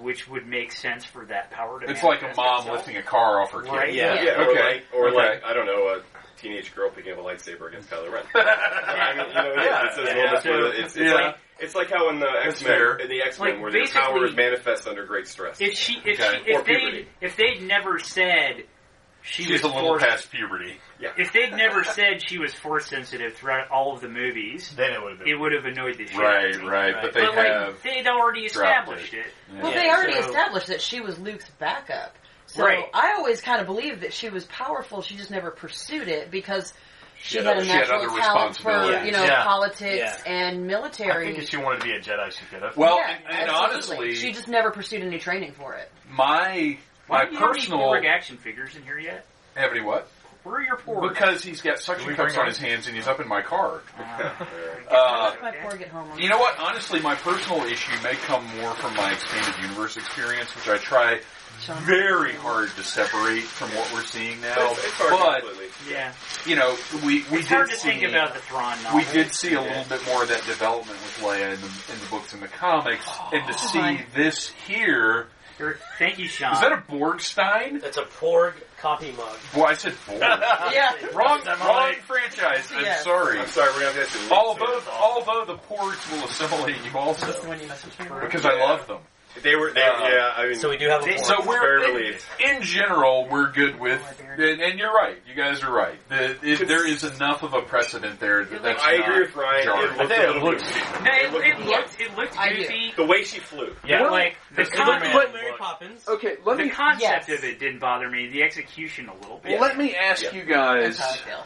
Speaker 2: which would make sense for that power to.
Speaker 1: It's like a
Speaker 2: manifest
Speaker 1: mom
Speaker 2: itself.
Speaker 1: lifting a car off her kid.
Speaker 2: Right?
Speaker 7: Yeah.
Speaker 3: Yeah, or
Speaker 1: Okay.
Speaker 3: like, or
Speaker 1: Okay.
Speaker 3: like, I don't know, a teenage girl picking up a lightsaber against Kylo Ren. I mean, you know,
Speaker 1: Yeah.
Speaker 3: it's, it's,
Speaker 2: Yeah.
Speaker 3: it's,
Speaker 2: So-
Speaker 3: it's, it's
Speaker 1: Yeah.
Speaker 3: like it's like how in the
Speaker 1: That's
Speaker 3: X Men,
Speaker 1: fair.
Speaker 3: in the X Men,
Speaker 2: Like,
Speaker 3: where their power is
Speaker 2: basically-
Speaker 3: manifest under great stress.
Speaker 2: If she, if
Speaker 1: Okay.
Speaker 2: she,
Speaker 3: Or
Speaker 2: if they,
Speaker 3: puberty.
Speaker 2: if they'd never said she
Speaker 1: She's
Speaker 2: was
Speaker 1: a little
Speaker 2: force-
Speaker 1: past puberty.
Speaker 3: yeah,
Speaker 2: if they'd never said she was force sensitive throughout all of the movies,
Speaker 4: Then it would have been.
Speaker 2: it would have annoyed the shit. out
Speaker 1: Right,
Speaker 2: of me.
Speaker 1: right. But
Speaker 7: Right.
Speaker 1: they
Speaker 2: but
Speaker 1: have.
Speaker 2: like they'd already
Speaker 1: dropped
Speaker 2: established it.
Speaker 5: Well,
Speaker 7: Yeah,
Speaker 5: they already
Speaker 2: so-
Speaker 5: established that she was Luke's backup. So
Speaker 2: Right.
Speaker 5: I always kind of believed that she was powerful. She just never pursued it because she,
Speaker 1: had
Speaker 5: had,
Speaker 1: other-
Speaker 5: a
Speaker 1: she had
Speaker 5: natural
Speaker 1: other
Speaker 5: talent for
Speaker 1: responsibilities.
Speaker 5: you know
Speaker 4: Yeah.
Speaker 5: politics
Speaker 7: Yeah.
Speaker 5: and
Speaker 4: I
Speaker 5: military.
Speaker 4: think if she wanted to be a Jedi, she could have.
Speaker 1: well,
Speaker 5: Yeah,
Speaker 1: and, and
Speaker 5: absolutely.
Speaker 1: honestly,
Speaker 5: she just never pursued any training for it.
Speaker 1: my
Speaker 2: Why
Speaker 1: my
Speaker 2: do you have any
Speaker 1: personal
Speaker 2: Borg action figures in here yet?
Speaker 1: have any what?
Speaker 2: Where are your Borg?
Speaker 1: Because he's got
Speaker 4: Can
Speaker 1: suction
Speaker 4: we
Speaker 1: cups
Speaker 4: bring
Speaker 1: on
Speaker 4: it?
Speaker 1: his hands and he's up in my car.
Speaker 2: Ah,
Speaker 1: Uh,
Speaker 5: My poor get home.
Speaker 1: you know what? Honestly, my personal issue may come more from my expanded universe experience, which I try
Speaker 5: Sean.
Speaker 1: very hard to separate from what we're seeing now.
Speaker 3: It's- it's hard
Speaker 1: But
Speaker 3: completely.
Speaker 2: yeah,
Speaker 1: you know, we we did
Speaker 2: it's hard to
Speaker 1: see
Speaker 2: think about the Thrawn novel.
Speaker 1: we did see a little bit more of that development with Leia in the, in the books and the comics, and
Speaker 2: Oh,
Speaker 1: to see
Speaker 5: my.
Speaker 1: this here
Speaker 2: Here- Thank you, Sean.
Speaker 1: is that a Borgstein?
Speaker 7: That's a Porg coffee mug.
Speaker 1: Well, I said Borg.
Speaker 5: Yeah.
Speaker 1: wrong, wrong
Speaker 7: Emily.
Speaker 1: franchise. I'm
Speaker 5: Yes.
Speaker 1: sorry.
Speaker 3: I'm sorry, we're gonna have to leave soon.
Speaker 1: Although, although the Porgs will assimilate you
Speaker 5: That's the
Speaker 1: also
Speaker 5: one you messaged me about.
Speaker 1: because I love them.
Speaker 3: They were, they,
Speaker 1: Uh,
Speaker 3: yeah. I mean,
Speaker 7: So we do have a point.
Speaker 1: So we're
Speaker 3: Fair
Speaker 1: in,
Speaker 3: relief.
Speaker 1: in general we're good with, and, and you're right. You guys are right. The, it, there is enough of a precedent there that that's.
Speaker 3: I
Speaker 1: not
Speaker 3: agree with Ryan.
Speaker 1: jarring.
Speaker 8: I
Speaker 3: It looked
Speaker 8: think
Speaker 3: a
Speaker 8: it
Speaker 3: little
Speaker 8: looks-
Speaker 3: goofy.
Speaker 2: No, it,
Speaker 3: looked-
Speaker 2: it looked it looked
Speaker 5: I do.
Speaker 2: goofy.
Speaker 3: The way she flew.
Speaker 4: Yeah,
Speaker 8: Well,
Speaker 4: like the
Speaker 2: the con-
Speaker 4: Superman
Speaker 8: but-
Speaker 7: Mary
Speaker 4: look.
Speaker 7: Poppins.
Speaker 1: Okay, let
Speaker 2: The
Speaker 1: me
Speaker 2: concept
Speaker 5: Yes.
Speaker 2: of it didn't bother me. The execution a little bit.
Speaker 1: let me ask
Speaker 3: Yeah.
Speaker 1: you guys.
Speaker 5: That's how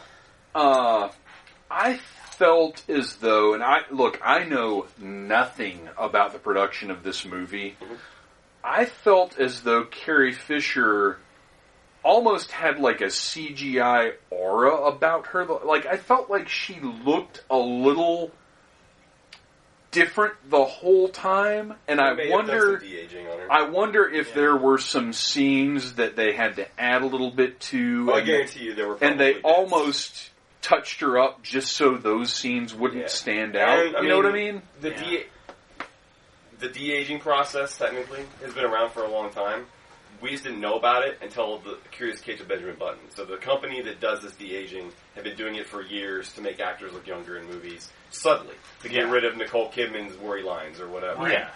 Speaker 5: I feel.
Speaker 1: Uh, I felt as though, and I look, I know nothing about the production of this movie.
Speaker 3: Mhm.
Speaker 1: I felt as though Carrie Fisher almost had like a CGI aura about her. Like I felt like she looked a little different the whole time, and
Speaker 3: They may
Speaker 1: I
Speaker 3: have done
Speaker 1: wonder.
Speaker 3: some de-aging on her.
Speaker 1: I wonder if there were some scenes that they had to add a little bit to.
Speaker 3: Well, Oh, I
Speaker 1: and-
Speaker 3: guarantee you there were.
Speaker 1: and they
Speaker 3: probably bits.
Speaker 1: almost touched her up just so those scenes wouldn't
Speaker 3: Yeah.
Speaker 1: stand
Speaker 3: And,
Speaker 1: out.
Speaker 3: I
Speaker 1: you
Speaker 3: mean,
Speaker 1: know what I mean?
Speaker 3: The de the de aging process technically has been around for a long time. We just didn't know about it until the Curious Case of Benjamin Button. So the company that does this de aging have been doing it for years to make actors look younger in movies. Suddenly, to get
Speaker 4: Yeah.
Speaker 3: rid of Nicole Kidman's worry lines or whatever.
Speaker 4: Yeah,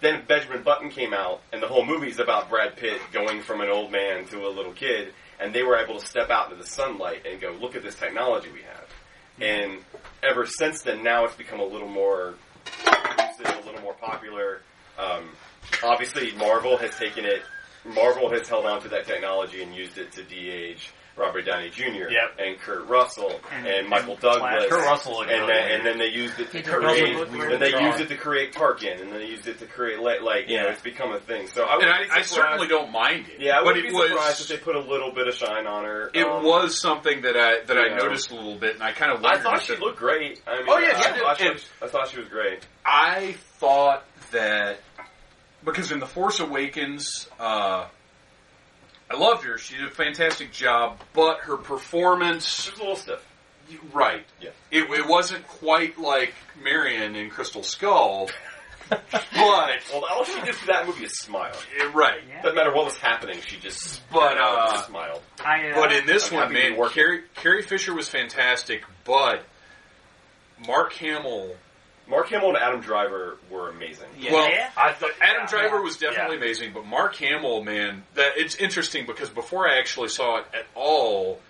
Speaker 3: Then Benjamin Button came out, and the whole movie's about Brad Pitt going from an old man to a little kid, and they were able to step out into the sunlight and go, look at this technology we have. And ever since then, now it's become a little more, inclusive, a little more popular. Um, obviously, Marvel has taken it. Marvel has held on to that technology and used it to de-age Robert Downey Jr.
Speaker 4: Yep.
Speaker 3: and Kurt Russell and,
Speaker 2: And-
Speaker 3: Michael
Speaker 2: and
Speaker 3: Douglas.
Speaker 4: Kurt Russell looked
Speaker 3: and,
Speaker 4: really
Speaker 3: then,
Speaker 4: good.
Speaker 3: and then they used it to
Speaker 5: Kurt Russell
Speaker 3: create.
Speaker 5: looked
Speaker 3: Then they
Speaker 4: really
Speaker 3: used it to create Tarkin, and then they used it to create like, like you know,
Speaker 4: Yeah.
Speaker 3: it's become a thing. So I would
Speaker 1: And I, I certainly don't mind it.
Speaker 3: yeah, I
Speaker 1: but
Speaker 3: would be
Speaker 1: it
Speaker 3: surprised if
Speaker 1: was
Speaker 3: they put a little bit of shine on her.
Speaker 1: it
Speaker 3: Um,
Speaker 1: was something that I that
Speaker 3: Yeah.
Speaker 1: I noticed a little bit, and I kind of
Speaker 3: I
Speaker 1: wondered.
Speaker 3: thought
Speaker 1: if
Speaker 3: she
Speaker 1: it-
Speaker 3: looked great. I mean,
Speaker 1: Oh, yeah,
Speaker 3: I,
Speaker 1: she did.
Speaker 3: thought she
Speaker 1: And-
Speaker 3: was, I thought she was great.
Speaker 1: I thought that because in the Force Awakens, uh, I loved her. She did a fantastic job, but her performance
Speaker 3: She was a little stiff.
Speaker 1: Right.
Speaker 3: Yeah.
Speaker 1: It, it wasn't quite like Marion in Crystal Skull, but
Speaker 3: Well, all she did for that movie is smile.
Speaker 1: eh, right.
Speaker 2: Yeah.
Speaker 3: Doesn't matter what was happening, she just
Speaker 1: But, uh,
Speaker 3: just smiled.
Speaker 2: I, uh,
Speaker 1: But in this
Speaker 3: I'm
Speaker 1: one,
Speaker 3: happy to be
Speaker 1: man,
Speaker 3: working.
Speaker 1: Carrie, Carrie Fisher was fantastic, but Mark Hamill.
Speaker 3: Mark Hamill and Adam Driver were amazing.
Speaker 7: Yeah.
Speaker 1: Well,
Speaker 2: Yeah.
Speaker 1: I thought Adam Driver
Speaker 2: Yeah.
Speaker 1: was definitely amazing, but Mark Hamill, man, that it's interesting because before I actually saw it at all,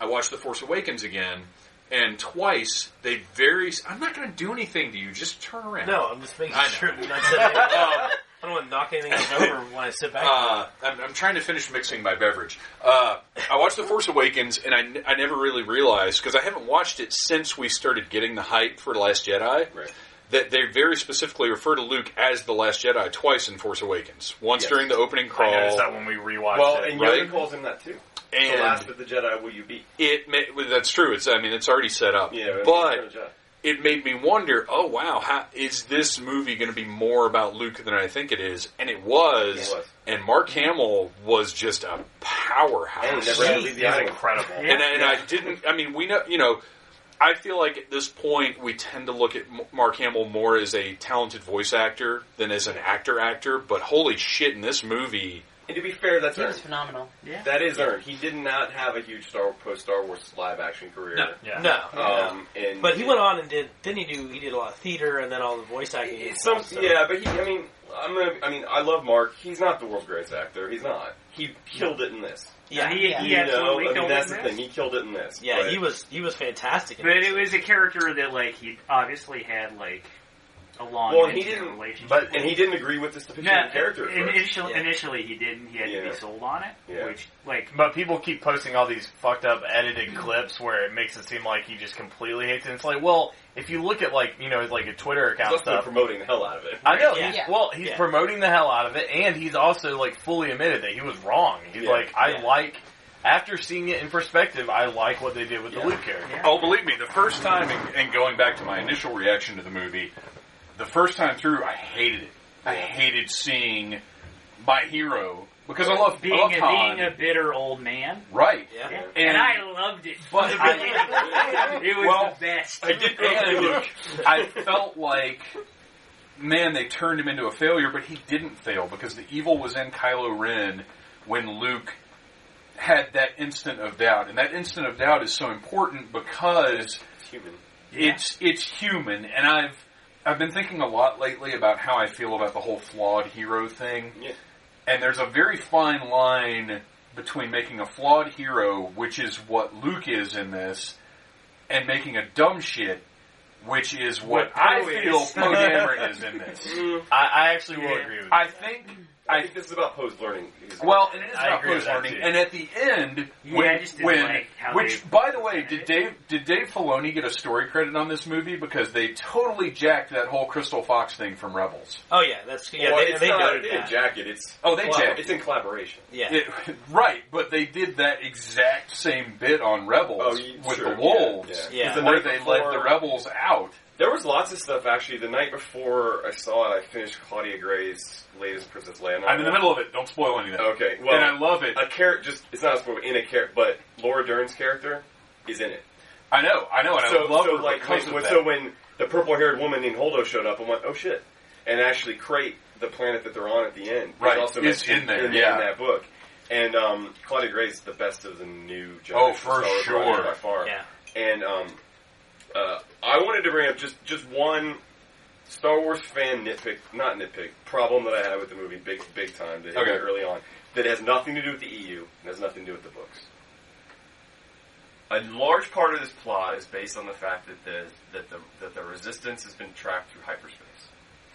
Speaker 1: I watched The Force Awakens again, and twice they very. I'm not going to do anything to you. Just turn around.
Speaker 7: No, I'm just making
Speaker 1: I know. Um,
Speaker 7: sure that I said anything. I don't want to knock anything else over when I sit back.
Speaker 1: Uh, I'm, I'm trying to finish mixing my beverage. Uh, I watched The Force Awakens, and I, n- I never really realized because I haven't watched it since we started getting the hype for Last Jedi.
Speaker 3: Right.
Speaker 1: That they very specifically refer to Luke as the Last Jedi twice in Force Awakens. Once
Speaker 3: Yes.
Speaker 1: during the opening
Speaker 4: I
Speaker 1: crawl,
Speaker 4: noticed that when we rewatched
Speaker 3: Well,
Speaker 4: it.
Speaker 3: and
Speaker 1: right?
Speaker 3: Yoda calls him that too. the
Speaker 1: and
Speaker 3: last of the Jedi will you be?
Speaker 1: it ma- well, that's true. It's I mean it's already set up,
Speaker 3: Yeah,
Speaker 1: but it made me wonder. Oh wow, how, is this movie going to be more about Luke than I think it is? And it was.
Speaker 3: It was.
Speaker 1: And Mark Hamill was just a powerhouse.
Speaker 3: and never had to leave
Speaker 4: He's
Speaker 3: the island.
Speaker 4: incredible.
Speaker 2: Yeah.
Speaker 1: and, and I didn't. I mean, we know. You know, I feel like at this point we tend to look at M- Mark Hamill more as a talented voice actor than as an actor actor. But holy shit, in this movie,
Speaker 3: And to be fair, that's
Speaker 5: He was
Speaker 3: earned.
Speaker 5: phenomenal.
Speaker 2: yeah.
Speaker 3: That is earned. He did not have a huge Star post Star Wars live action career.
Speaker 7: no,
Speaker 4: Yeah.
Speaker 7: no.
Speaker 3: Um, and
Speaker 7: But he went on and did. Didn't he do? He did a lot of theater and then all the voice acting. and
Speaker 3: Some,
Speaker 7: stuff, so-
Speaker 3: yeah, but he, I mean, I'm gonna, I mean, I love Mark. He's not the world's greatest actor. He's not. He killed it in this.
Speaker 7: yeah,
Speaker 2: he,
Speaker 5: yeah.
Speaker 2: he
Speaker 3: You know,
Speaker 2: absolutely
Speaker 3: I mean,
Speaker 2: killed
Speaker 3: that's
Speaker 2: it
Speaker 3: the
Speaker 2: in
Speaker 3: thing.
Speaker 2: this.
Speaker 3: He killed it in this.
Speaker 7: yeah.
Speaker 3: but-
Speaker 7: he was he was fantastic. In
Speaker 2: But
Speaker 7: this.
Speaker 2: it was a character that like he obviously had like a long
Speaker 3: Well, and he
Speaker 2: intimate
Speaker 3: didn't.
Speaker 2: relationship.
Speaker 3: But and he didn't agree with this depiction
Speaker 2: no,
Speaker 3: of the character. at
Speaker 2: in-
Speaker 3: first.
Speaker 2: initially,
Speaker 7: Yeah.
Speaker 2: initially he didn't. He had to
Speaker 3: Yeah.
Speaker 2: be sold on it,
Speaker 3: Yeah.
Speaker 2: which like
Speaker 4: But people keep posting all these fucked up edited clips where it makes it seem like he just completely hates it. It's like, well, if you look at like you know, like a Twitter account
Speaker 3: He's
Speaker 4: and
Speaker 3: also
Speaker 4: stuff.
Speaker 3: promoting the hell out of it.
Speaker 4: I know.
Speaker 7: Yeah.
Speaker 4: He's,
Speaker 5: Yeah.
Speaker 4: Well, he's
Speaker 7: Yeah.
Speaker 4: promoting the hell out of it, and he's also like fully admitted that he was wrong. He's
Speaker 3: Yeah.
Speaker 4: like, I
Speaker 7: Yeah.
Speaker 4: like after seeing it in perspective, I like what they did with
Speaker 3: Yeah.
Speaker 4: the Luke character.
Speaker 2: Yeah.
Speaker 1: Oh, believe me, the first time, and, and going back to my initial reaction to the movie, the first time through, I hated it. I hated seeing my hero because I love
Speaker 2: being
Speaker 1: I love
Speaker 2: a,
Speaker 1: Han.
Speaker 2: being a bitter old man.
Speaker 1: right.
Speaker 7: yeah.
Speaker 2: And,
Speaker 1: And-
Speaker 2: I loved it.
Speaker 1: But
Speaker 4: I-
Speaker 2: it was
Speaker 1: Well,
Speaker 2: the best.
Speaker 3: I did grow
Speaker 1: And
Speaker 3: Luke.
Speaker 1: I felt like, man, they turned him into a failure, but he didn't fail because the evil was in Kylo Ren when Luke had that instant of doubt, and that instant of doubt is so important because
Speaker 3: It's human.
Speaker 1: it's it's human, and I've. I've been thinking a lot lately about how I feel about the whole flawed hero thing.
Speaker 3: Yeah.
Speaker 1: And there's a very fine line between making a flawed hero, which is what Luke is in this, and making a dumb shit, which is what,
Speaker 4: What
Speaker 1: I
Speaker 4: Poe
Speaker 1: feel
Speaker 4: is.
Speaker 1: Poe Dameron is in this.
Speaker 4: I, I actually will
Speaker 2: Yeah.
Speaker 4: agree with you.
Speaker 1: I think.
Speaker 3: I
Speaker 1: I
Speaker 3: think this is about Poe's learning. He's-
Speaker 1: well, and it is
Speaker 4: I
Speaker 1: about
Speaker 4: agree with
Speaker 1: post
Speaker 4: that,
Speaker 1: learning.
Speaker 4: too.
Speaker 1: And at the end,
Speaker 2: Yeah,
Speaker 1: when,
Speaker 2: I just didn't
Speaker 1: when-
Speaker 2: like how
Speaker 1: which,
Speaker 2: they-
Speaker 1: by the way, did Dave did Dave Filoni get a story credit on this movie because they totally jacked that whole Crystal Fox thing from Rebels?
Speaker 7: Oh yeah, that's yeah.
Speaker 3: Well,
Speaker 7: they
Speaker 3: it's
Speaker 7: they
Speaker 3: not,
Speaker 7: noted
Speaker 3: they
Speaker 7: that.
Speaker 3: didn't jack it. It's
Speaker 1: Oh, they
Speaker 3: collab-
Speaker 1: jacked it.
Speaker 3: It's in collaboration.
Speaker 7: yeah.
Speaker 1: It, right, but they did that exact same bit on Rebels
Speaker 3: Oh, you-
Speaker 1: with
Speaker 3: sure,
Speaker 1: the wolves,
Speaker 3: yeah,
Speaker 7: yeah.
Speaker 3: 'Cause the
Speaker 1: where
Speaker 3: night
Speaker 1: they
Speaker 3: before-
Speaker 1: let the rebels out.
Speaker 3: There was lots of stuff actually. The night before I saw it, I finished Claudia Gray's latest Princess Leia. novel.
Speaker 1: I'm in the middle of it. Don't spoil anything.
Speaker 3: Okay, well,
Speaker 1: and I love it.
Speaker 3: a character just it's not a spoiler in a character, but Laura Dern's character is in it.
Speaker 1: I know, I know, and
Speaker 3: so,
Speaker 1: I love
Speaker 3: so
Speaker 1: her
Speaker 3: like
Speaker 1: because
Speaker 3: when,
Speaker 1: of
Speaker 3: when-
Speaker 1: that.
Speaker 3: so when the purple haired woman in Holdo showed up, I went, oh shit, and actually Crate, the planet that they're on at the end, was
Speaker 1: Right,
Speaker 3: also
Speaker 1: is
Speaker 3: mentioned
Speaker 1: in there,
Speaker 3: in,
Speaker 1: yeah.
Speaker 3: in that book. And um, Claudia Gray's the best of the new generation.
Speaker 1: Oh, for
Speaker 3: Star Wars
Speaker 1: sure.
Speaker 3: writers by far.
Speaker 7: Yeah.
Speaker 3: And um, uh, I wanted to bring up just just one Star Wars fan nitpick, not nitpick, problem that I had with the movie, big big time, that hit me
Speaker 1: Okay.
Speaker 3: early on, that has nothing to do with the EU and has nothing to do with the books.
Speaker 9: a large part of this plot is based on the fact that the that the that the resistance has been tracked through hyperspace.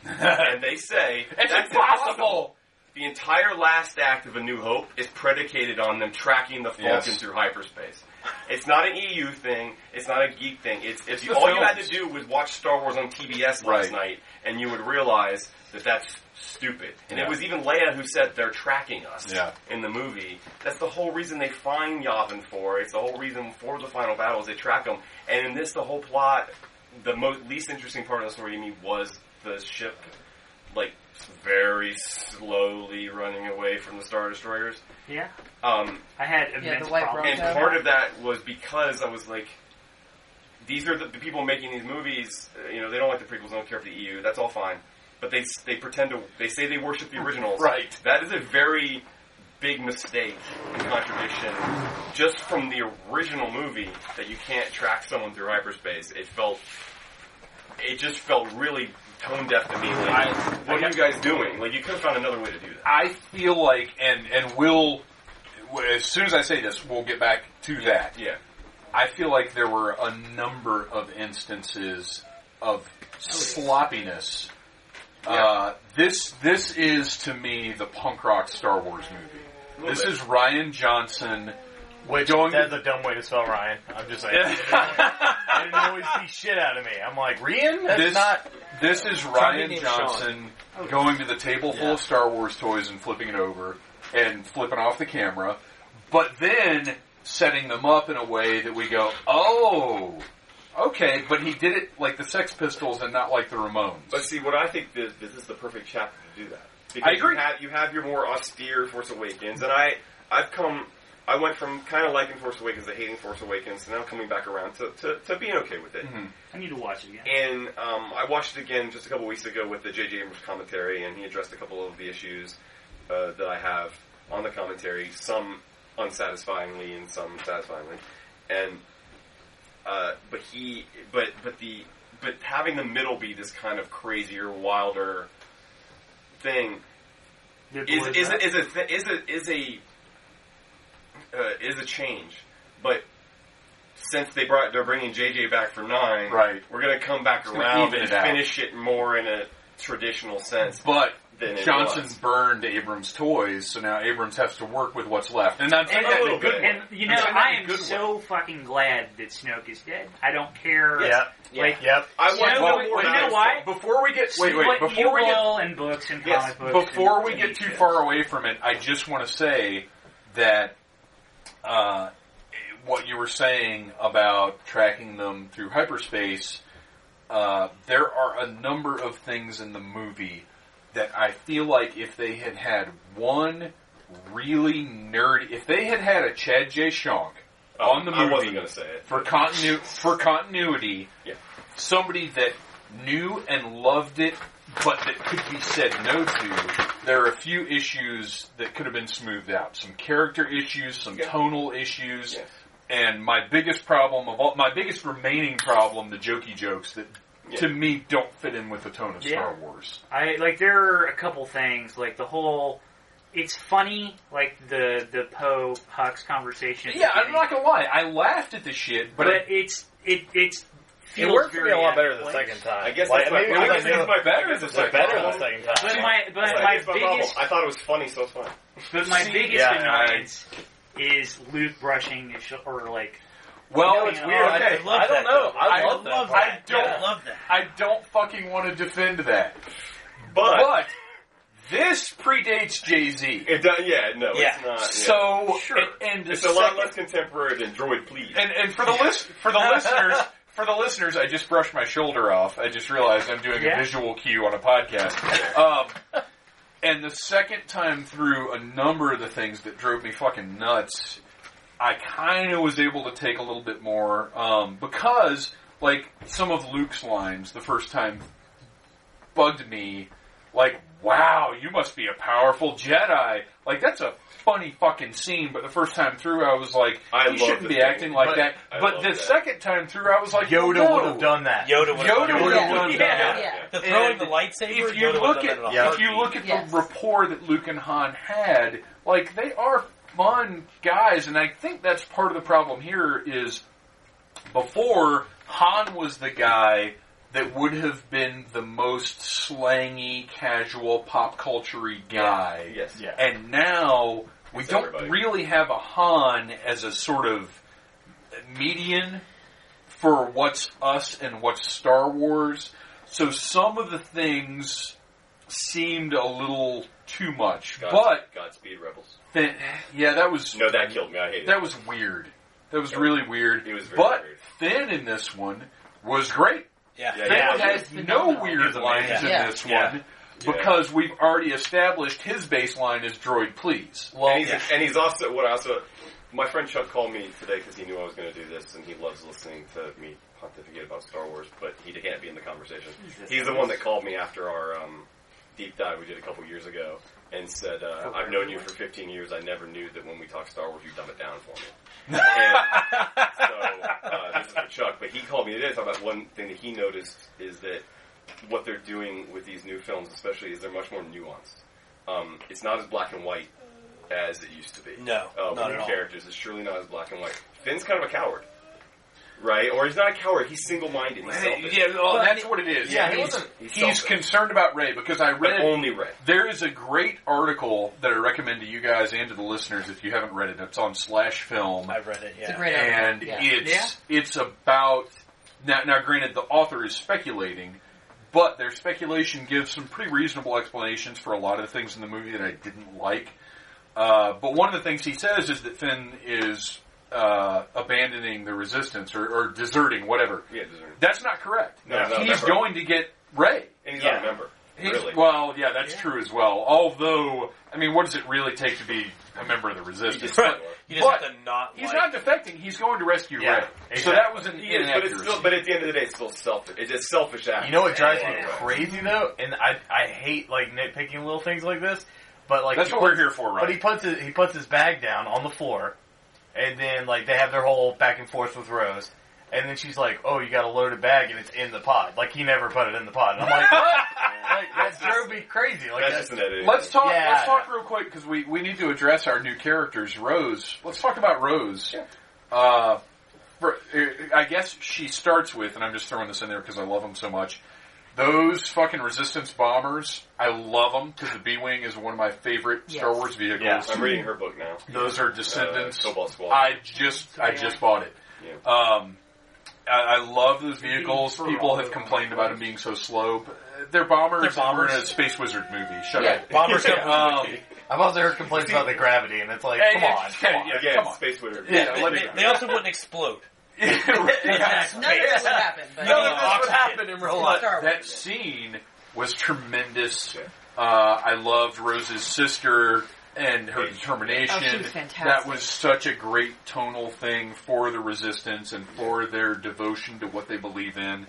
Speaker 9: and they say "That's The entire last act of A New Hope is predicated on them tracking the Falcon
Speaker 1: Yes.
Speaker 9: through hyperspace. It's not an EU thing. It's not a geek thing. It's if you,
Speaker 1: the
Speaker 9: all you had
Speaker 1: films.
Speaker 9: to do was watch Star Wars on TBS last
Speaker 1: Right.
Speaker 9: night, and you would realize that that's stupid. And
Speaker 1: Yeah.
Speaker 9: it was even Leia who said they're tracking us
Speaker 1: Yeah.
Speaker 9: in the movie. That's the whole reason they find Yavin for. It's the whole reason for the final battle is they track them. And in this, the whole plot, the most least interesting part of the story to me was the ship, like very slowly running away from the Star Destroyers.
Speaker 2: Yeah,
Speaker 9: Um,
Speaker 2: I had immense
Speaker 5: the white
Speaker 2: problems.
Speaker 9: and
Speaker 5: Okay.
Speaker 9: part of that was because I was like, these are the, the people making these movies. uh, You know, they don't like the prequels. They don't care for the EU. That's all fine. But they s- they pretend to they say they worship the originals.
Speaker 1: Right.
Speaker 9: That is a very big mistake and contradiction just from the original movie that you can't track someone through hyperspace. It felt it just felt really tone deaf to me. Like, what are you guys doing? Like you could have found another way to do that.
Speaker 1: I feel like, and and we'll as soon as I say this, we'll get back to that.
Speaker 9: Yeah.
Speaker 1: I feel like there were a number of instances
Speaker 4: Oh,
Speaker 1: of sloppiness. Uh, this this is to me the punk rock Star Wars movie. This is Ryan Johnson.
Speaker 4: Which
Speaker 1: Going-
Speaker 4: that's a dumb way to spell Ryan. I'm just saying. it annoys the shit out of me. I'm like Rian. That's
Speaker 1: This
Speaker 4: not.
Speaker 1: this is
Speaker 7: Somebody
Speaker 1: Ryan
Speaker 7: named
Speaker 1: Johnson
Speaker 4: Oh,
Speaker 1: going to the table full of Star Wars toys and flipping it over and flipping off the camera, but then setting them up in a way that we go, oh, okay, but he did it like the Sex Pistols and not like the Ramones.
Speaker 3: But see, what I think that this is the perfect chapter to do that. Because
Speaker 1: I agree.
Speaker 3: You have, you have your more austere Force Awakens, and I, I've come, I went from kind of liking Force Awakens to hating Force Awakens, and now coming back around to, to, to being okay with it.
Speaker 1: Mm-hmm.
Speaker 2: I need to watch it again.
Speaker 3: And um, I watched it again just a couple weeks ago with the J.J. Abrams commentary, and he addressed a couple of the issues uh, that I have on the commentary, some unsatisfyingly and some satisfyingly. And uh, but he, but but the but having the middle be this kind of crazier, wilder thing
Speaker 2: Did
Speaker 3: is
Speaker 2: Blizzard-
Speaker 3: is a, is a th- is a is a uh, is a change, but since they brought they're bringing JJ back for nine,
Speaker 1: Right.
Speaker 3: We're gonna come back
Speaker 1: gonna
Speaker 3: around
Speaker 1: even
Speaker 3: and
Speaker 1: it out.
Speaker 3: finish it more in a traditional sense.
Speaker 1: But
Speaker 3: Than it
Speaker 1: Johnson's
Speaker 3: was.
Speaker 1: burned Abrams' toys, so now Abrams has to work with what's left. And I'm saying
Speaker 3: And
Speaker 1: that
Speaker 3: a
Speaker 1: in
Speaker 3: little
Speaker 1: a good
Speaker 3: bit.
Speaker 1: way.
Speaker 2: And you know,
Speaker 1: I'm saying that
Speaker 2: I
Speaker 1: in a
Speaker 2: am
Speaker 1: good way.
Speaker 2: so fucking glad that Snoke is dead. I don't care.
Speaker 4: Yeah.
Speaker 2: Like,
Speaker 4: Yep.
Speaker 3: I
Speaker 2: You
Speaker 3: want
Speaker 2: know
Speaker 3: more
Speaker 2: what-
Speaker 3: more
Speaker 2: you
Speaker 3: about
Speaker 2: know
Speaker 3: it.
Speaker 2: why?
Speaker 1: Before we get wait, wait,
Speaker 2: what you
Speaker 1: before we get
Speaker 2: will in books and comic
Speaker 1: Yes,
Speaker 2: books.
Speaker 1: before
Speaker 2: and
Speaker 1: we get
Speaker 2: TV
Speaker 1: too
Speaker 2: shows.
Speaker 1: far away from it, I just want to say that uh, what you were saying about tracking them through hyperspace, uh, there are a number of things in the movie that I feel like if they had had one really nerdy, if they had had a Chad J. Shank on the
Speaker 3: Oh, I
Speaker 1: movie
Speaker 3: wasn't gonna say it.
Speaker 1: for continu- for continuity,
Speaker 3: Yeah.
Speaker 1: somebody that knew and loved it, but that could be said no to. There are a few issues that could have been smoothed out. Some character issues, some
Speaker 3: Yeah.
Speaker 1: tonal issues,
Speaker 3: Yes.
Speaker 1: and my biggest problem of all, my biggest remaining problem, the jokey jokes that to me don't fit in with the tone of Star
Speaker 2: Yeah.
Speaker 1: Wars.
Speaker 2: I like there are a couple things like the whole. It's funny, like the the Poe Hux conversation. at the
Speaker 1: Yeah, I'm
Speaker 2: beginning,
Speaker 1: not gonna lie. I laughed at the shit,
Speaker 2: but
Speaker 1: but it,
Speaker 2: it's it it's
Speaker 4: It
Speaker 2: feels
Speaker 4: worked for
Speaker 2: very
Speaker 4: me a lot
Speaker 2: out
Speaker 4: better
Speaker 2: of
Speaker 4: the
Speaker 2: place.
Speaker 4: second time.
Speaker 3: I guess
Speaker 4: like,
Speaker 3: that's my
Speaker 4: maybe
Speaker 3: problem.
Speaker 4: it was
Speaker 3: I guess
Speaker 4: like,
Speaker 3: that's my-
Speaker 1: better
Speaker 3: I guess
Speaker 1: the
Speaker 3: that's
Speaker 4: it was
Speaker 1: my
Speaker 4: better the
Speaker 1: problem.
Speaker 4: second time.
Speaker 2: But my but
Speaker 3: That's
Speaker 2: my
Speaker 3: my problem.
Speaker 2: biggest
Speaker 3: oh. I thought it was funny, so it's fine.
Speaker 2: but my
Speaker 1: See,
Speaker 2: biggest
Speaker 4: yeah, I-
Speaker 2: annoyance is Luke brushing his shou- or like
Speaker 1: well,
Speaker 2: No,
Speaker 1: it's
Speaker 2: yeah,
Speaker 1: weird.
Speaker 4: okay.
Speaker 1: I,
Speaker 7: love
Speaker 4: I don't
Speaker 7: that,
Speaker 4: know.
Speaker 7: though.
Speaker 4: I
Speaker 7: I
Speaker 4: love that
Speaker 7: love
Speaker 4: part.
Speaker 1: I don't
Speaker 7: I love that.
Speaker 1: I don't fucking want to defend that.
Speaker 3: But,
Speaker 1: But this predates Jay Z,
Speaker 3: it does. Yeah, no,
Speaker 7: Yeah.
Speaker 3: it's not. yeah.
Speaker 1: so
Speaker 3: Sure.
Speaker 1: and, and the
Speaker 3: it's a lot
Speaker 1: second-
Speaker 3: less contemporary than Droid Please.
Speaker 1: And, and for the list for the listeners for the listeners, I just brushed my shoulder off. I just realized I'm doing
Speaker 2: Yeah.
Speaker 1: a visual cue on a podcast. Um, and the second time through, a number of the things that drove me fucking nuts, I kind of was able to take a little bit more um, because like some of Luke's lines the first time bugged me. Like, wow, you must be a powerful Jedi. Like, that's a funny fucking scene. But the first time through, I was like,
Speaker 3: I
Speaker 1: he
Speaker 3: love
Speaker 1: shouldn't
Speaker 3: the
Speaker 1: be
Speaker 3: thing.
Speaker 1: acting like
Speaker 4: But-
Speaker 1: that.
Speaker 3: I
Speaker 1: but
Speaker 3: love
Speaker 1: the
Speaker 3: that.
Speaker 1: second time through, I was like,
Speaker 4: Yoda
Speaker 1: no.
Speaker 4: would have done that.
Speaker 7: Yoda would have
Speaker 1: Yoda would have
Speaker 5: Yeah.
Speaker 1: done
Speaker 2: Yeah.
Speaker 1: that.
Speaker 5: Yeah.
Speaker 7: The throwing
Speaker 1: And
Speaker 7: the lightsaber.
Speaker 1: If you
Speaker 7: Yoda
Speaker 1: look at
Speaker 7: would've done that in a
Speaker 4: Yeah.
Speaker 1: if you
Speaker 7: heartbeat.
Speaker 1: look at
Speaker 5: Yes.
Speaker 1: the rapport that Luke and Han had, like they are fun guys, and I think that's part of the problem here is before Han was the guy that would have been the most slangy, casual, pop culture guy.
Speaker 3: Yes.
Speaker 4: Yeah.
Speaker 1: And now we
Speaker 3: It's
Speaker 1: don't
Speaker 3: everybody.
Speaker 1: really have a Han as a sort of median for what's us and what's Star Wars. So some of the things seemed a little too much.
Speaker 3: God,
Speaker 1: But
Speaker 3: Godspeed Rebels.
Speaker 1: then, yeah, that was
Speaker 3: No, that killed me. I hated it.
Speaker 1: that was weird. That was really weird.
Speaker 3: It was very
Speaker 1: but
Speaker 3: weird.
Speaker 1: Finn in this one was great.
Speaker 7: yeah.
Speaker 3: Yeah,
Speaker 1: Finn
Speaker 4: yeah.
Speaker 5: He was
Speaker 1: had no
Speaker 5: phenomenal.
Speaker 4: He
Speaker 1: weird
Speaker 4: was
Speaker 1: lines
Speaker 4: amazing.
Speaker 1: in
Speaker 5: Yeah.
Speaker 1: this
Speaker 4: Yeah.
Speaker 1: one
Speaker 3: Yeah.
Speaker 1: because we've already established his baseline is droid please.
Speaker 4: Well,
Speaker 3: and, he's, and he's also what I also. My friend Chuck called me today because he knew I was going to do this, and he loves listening to me pontificate about Star Wars, but he can't be in the conversation. He's the one that called me after our um, deep dive we did a couple years ago and said, uh,
Speaker 1: Oh,
Speaker 3: "I've known you for 15 years. I never knew that when we talk Star Wars, you dumb it down for me." and so uh, this is for Chuck, but he called me today to talk about one thing that he noticed is that what they're doing with these new films, especially, is they're much more nuanced. Um, it's not as black and white as it used to be.
Speaker 7: No,
Speaker 3: uh, with
Speaker 7: not
Speaker 3: new
Speaker 7: at all.
Speaker 3: characters is surely not as black and white. Finn's kind of a coward, right? Or he's not a coward. He's single-minded. He's selfish.
Speaker 1: Yeah,
Speaker 7: oh,
Speaker 1: well, Oh, that's what it is.
Speaker 3: yeah, he
Speaker 1: he's,
Speaker 3: wasn't- he's
Speaker 1: he's
Speaker 3: selfish.
Speaker 1: concerned about Ray because I
Speaker 3: but
Speaker 1: read
Speaker 3: um, only red.
Speaker 1: There is a great article that I recommend to you guys and to the listeners if you haven't read it. It's on Slash Film,
Speaker 7: I've read it. Yeah.
Speaker 5: It's a great idea.
Speaker 1: and
Speaker 5: yeah.
Speaker 1: it's it's about now. Now, granted, the author is speculating, but their speculation gives some pretty reasonable explanations for a lot of the things in the movie that I didn't like. Uh, but one of the things he says is that Finn is uh, abandoning the resistance or, or deserting, whatever.
Speaker 3: Yeah, deserting.
Speaker 1: That's not correct.
Speaker 3: No, no,
Speaker 1: he's
Speaker 3: never.
Speaker 1: going to get Ray.
Speaker 3: And he's not a member.
Speaker 1: He's-
Speaker 3: really.
Speaker 1: Well, yeah, that's true as well. Although, I mean, what does it really take to be a member of the resistance?
Speaker 3: just- Right.
Speaker 7: You just
Speaker 1: But
Speaker 7: have to not.
Speaker 1: He's not
Speaker 7: like,
Speaker 1: defecting. He's going to rescue
Speaker 4: Yeah,
Speaker 1: Ray. So
Speaker 4: exactly.
Speaker 1: that was an
Speaker 3: He is, but, it's
Speaker 1: inaccuracy.
Speaker 3: still, but at the end of the day, it's still selfish. It's a selfish act.
Speaker 4: You know what drives me
Speaker 3: Yeah.
Speaker 4: crazy though, and I I hate like nitpicking little things like this, but like
Speaker 1: That's
Speaker 4: he
Speaker 1: what we're
Speaker 4: puts-
Speaker 1: here for, right?
Speaker 4: But he puts his, he puts his bag down on the floor, and then like they have their whole back and forth with Rose, and then she's like, "Oh, you got a loaded bag, and it's in the pod." Like he never put it in the pod. And I'm like, what? like that drove me crazy. Like
Speaker 3: That's
Speaker 4: that's,
Speaker 3: just an editing.
Speaker 1: Let's talk.
Speaker 4: Yeah.
Speaker 1: Let's talk real quick because we we need to address our new characters. Rose. Let's talk about Rose. Uh, for, I guess she starts with, and I'm just throwing this in there because I love them so much. Those fucking resistance bombers. I love them because the B-wing is one of my favorite Star
Speaker 5: Yes.
Speaker 1: Wars vehicles.
Speaker 4: Yeah.
Speaker 3: I'm reading her book now.
Speaker 1: Those are
Speaker 3: Uh,
Speaker 1: descendants.
Speaker 3: Cobalt Squad.
Speaker 1: I just I just bought it.
Speaker 3: Yeah.
Speaker 1: Um, I, I love those vehicles. People have complained about them being so slow. But uh, they're bombers.
Speaker 7: They're bombers.
Speaker 1: We're in a space wizard movie. Shut
Speaker 5: Yeah.
Speaker 1: up.
Speaker 7: Bombers come.
Speaker 1: Um,
Speaker 4: I've also heard complaints about the gravity, and it's like,
Speaker 1: Hey,
Speaker 4: come
Speaker 1: yeah,
Speaker 4: on,
Speaker 1: okay,
Speaker 4: come on.
Speaker 1: yeah.
Speaker 3: Again,
Speaker 1: come on.
Speaker 3: Space Twitter.
Speaker 1: Yeah, let me-
Speaker 7: They also wouldn't explode.
Speaker 1: Yeah.
Speaker 5: None of this would happen. But
Speaker 7: None
Speaker 1: of this would
Speaker 7: happen in real
Speaker 5: life. Star Wars.
Speaker 1: that scene was tremendous.
Speaker 3: Yeah.
Speaker 1: Uh, I loved Rose's sister and her determination.
Speaker 5: Oh, she was fantastic.
Speaker 1: That was such a great tonal thing for the resistance and for their devotion to what they believe in.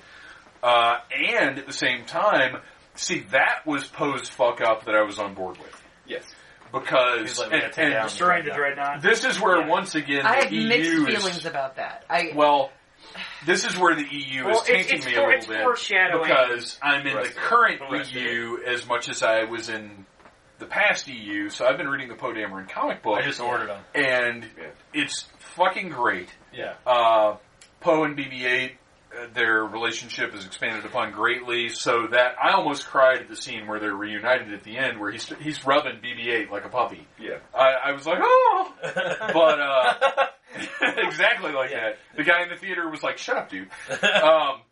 Speaker 1: Uh, and at the same time, see that was Poe's fuck up that I was on board with
Speaker 3: Yes.
Speaker 1: because
Speaker 4: He's like, we gotta
Speaker 1: and-
Speaker 4: take
Speaker 1: and
Speaker 4: down-
Speaker 2: destroying the dreadnought.
Speaker 1: this is where
Speaker 2: Yeah.
Speaker 1: once again
Speaker 5: I
Speaker 1: the
Speaker 5: had mixed
Speaker 1: EU is-
Speaker 5: feelings about that. I
Speaker 1: well, this is where the EU
Speaker 2: Well,
Speaker 1: is
Speaker 2: it's-
Speaker 1: tainting
Speaker 2: it's
Speaker 1: me
Speaker 2: for-
Speaker 1: a
Speaker 2: it's
Speaker 1: little bit
Speaker 2: foreshadowing
Speaker 1: because I'm in
Speaker 10: the
Speaker 1: the
Speaker 10: rest of it.
Speaker 1: current
Speaker 10: The rest of
Speaker 1: EU as much as I was in the past EU. So I've been reading the Poe Dameron comic book.
Speaker 4: I just ordered them.
Speaker 1: and
Speaker 10: Yeah.
Speaker 1: it's fucking great.
Speaker 4: Yeah.
Speaker 1: Uh, Poe and BB-8, uh, their relationship is expanded upon greatly, so that I almost cried at the scene where they're reunited at the end, where he's he's rubbing BB-8 like a puppy.
Speaker 10: Yeah.
Speaker 1: I, I was like, oh, but uh, exactly like
Speaker 7: Yeah.
Speaker 1: that. The guy in the theater was like, "Shut up, dude." Um,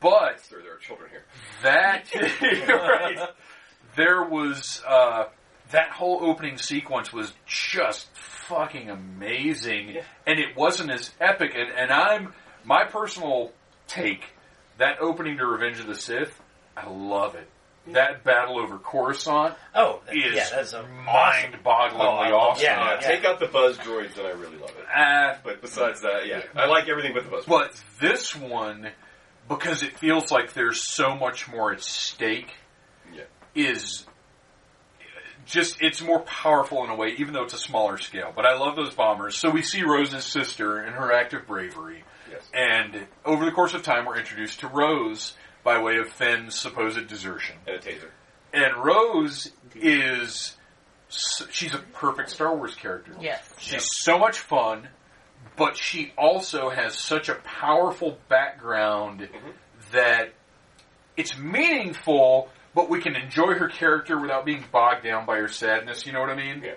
Speaker 1: but
Speaker 10: Sir, there are children here.
Speaker 1: that right. there was uh, that whole opening sequence was just fucking amazing and it wasn't as epic and, and i'm my personal take that opening to revenge of the sith i love it that battle over coruscant
Speaker 7: Oh, that-
Speaker 1: is
Speaker 7: yeah, that's a
Speaker 1: mind bogglingly
Speaker 4: Oh, I-
Speaker 1: awesome
Speaker 7: yeah.
Speaker 10: Uh, Take out the buzz droids, and I really love it.
Speaker 1: Uh,
Speaker 10: But besides that, yeah, I like everything but the buzz. droids.
Speaker 1: But this one, because it feels like there's so much more at stake,
Speaker 10: Yeah.
Speaker 1: is just it's more powerful in a way, even though it's a smaller scale. But I love those bombers. So we see Rose's sister and her act of bravery,
Speaker 10: Yes.
Speaker 1: and over the course of time, we're introduced to Rose by way of Finn's supposed desertion.
Speaker 10: and a taser.
Speaker 1: And Rose is s- she's a perfect Star Wars character.
Speaker 5: Yes.
Speaker 1: She's so much fun, but she also has such a powerful background that it's meaningful, but we can enjoy her character without being bogged down by her sadness. You know what I mean?
Speaker 10: Yeah.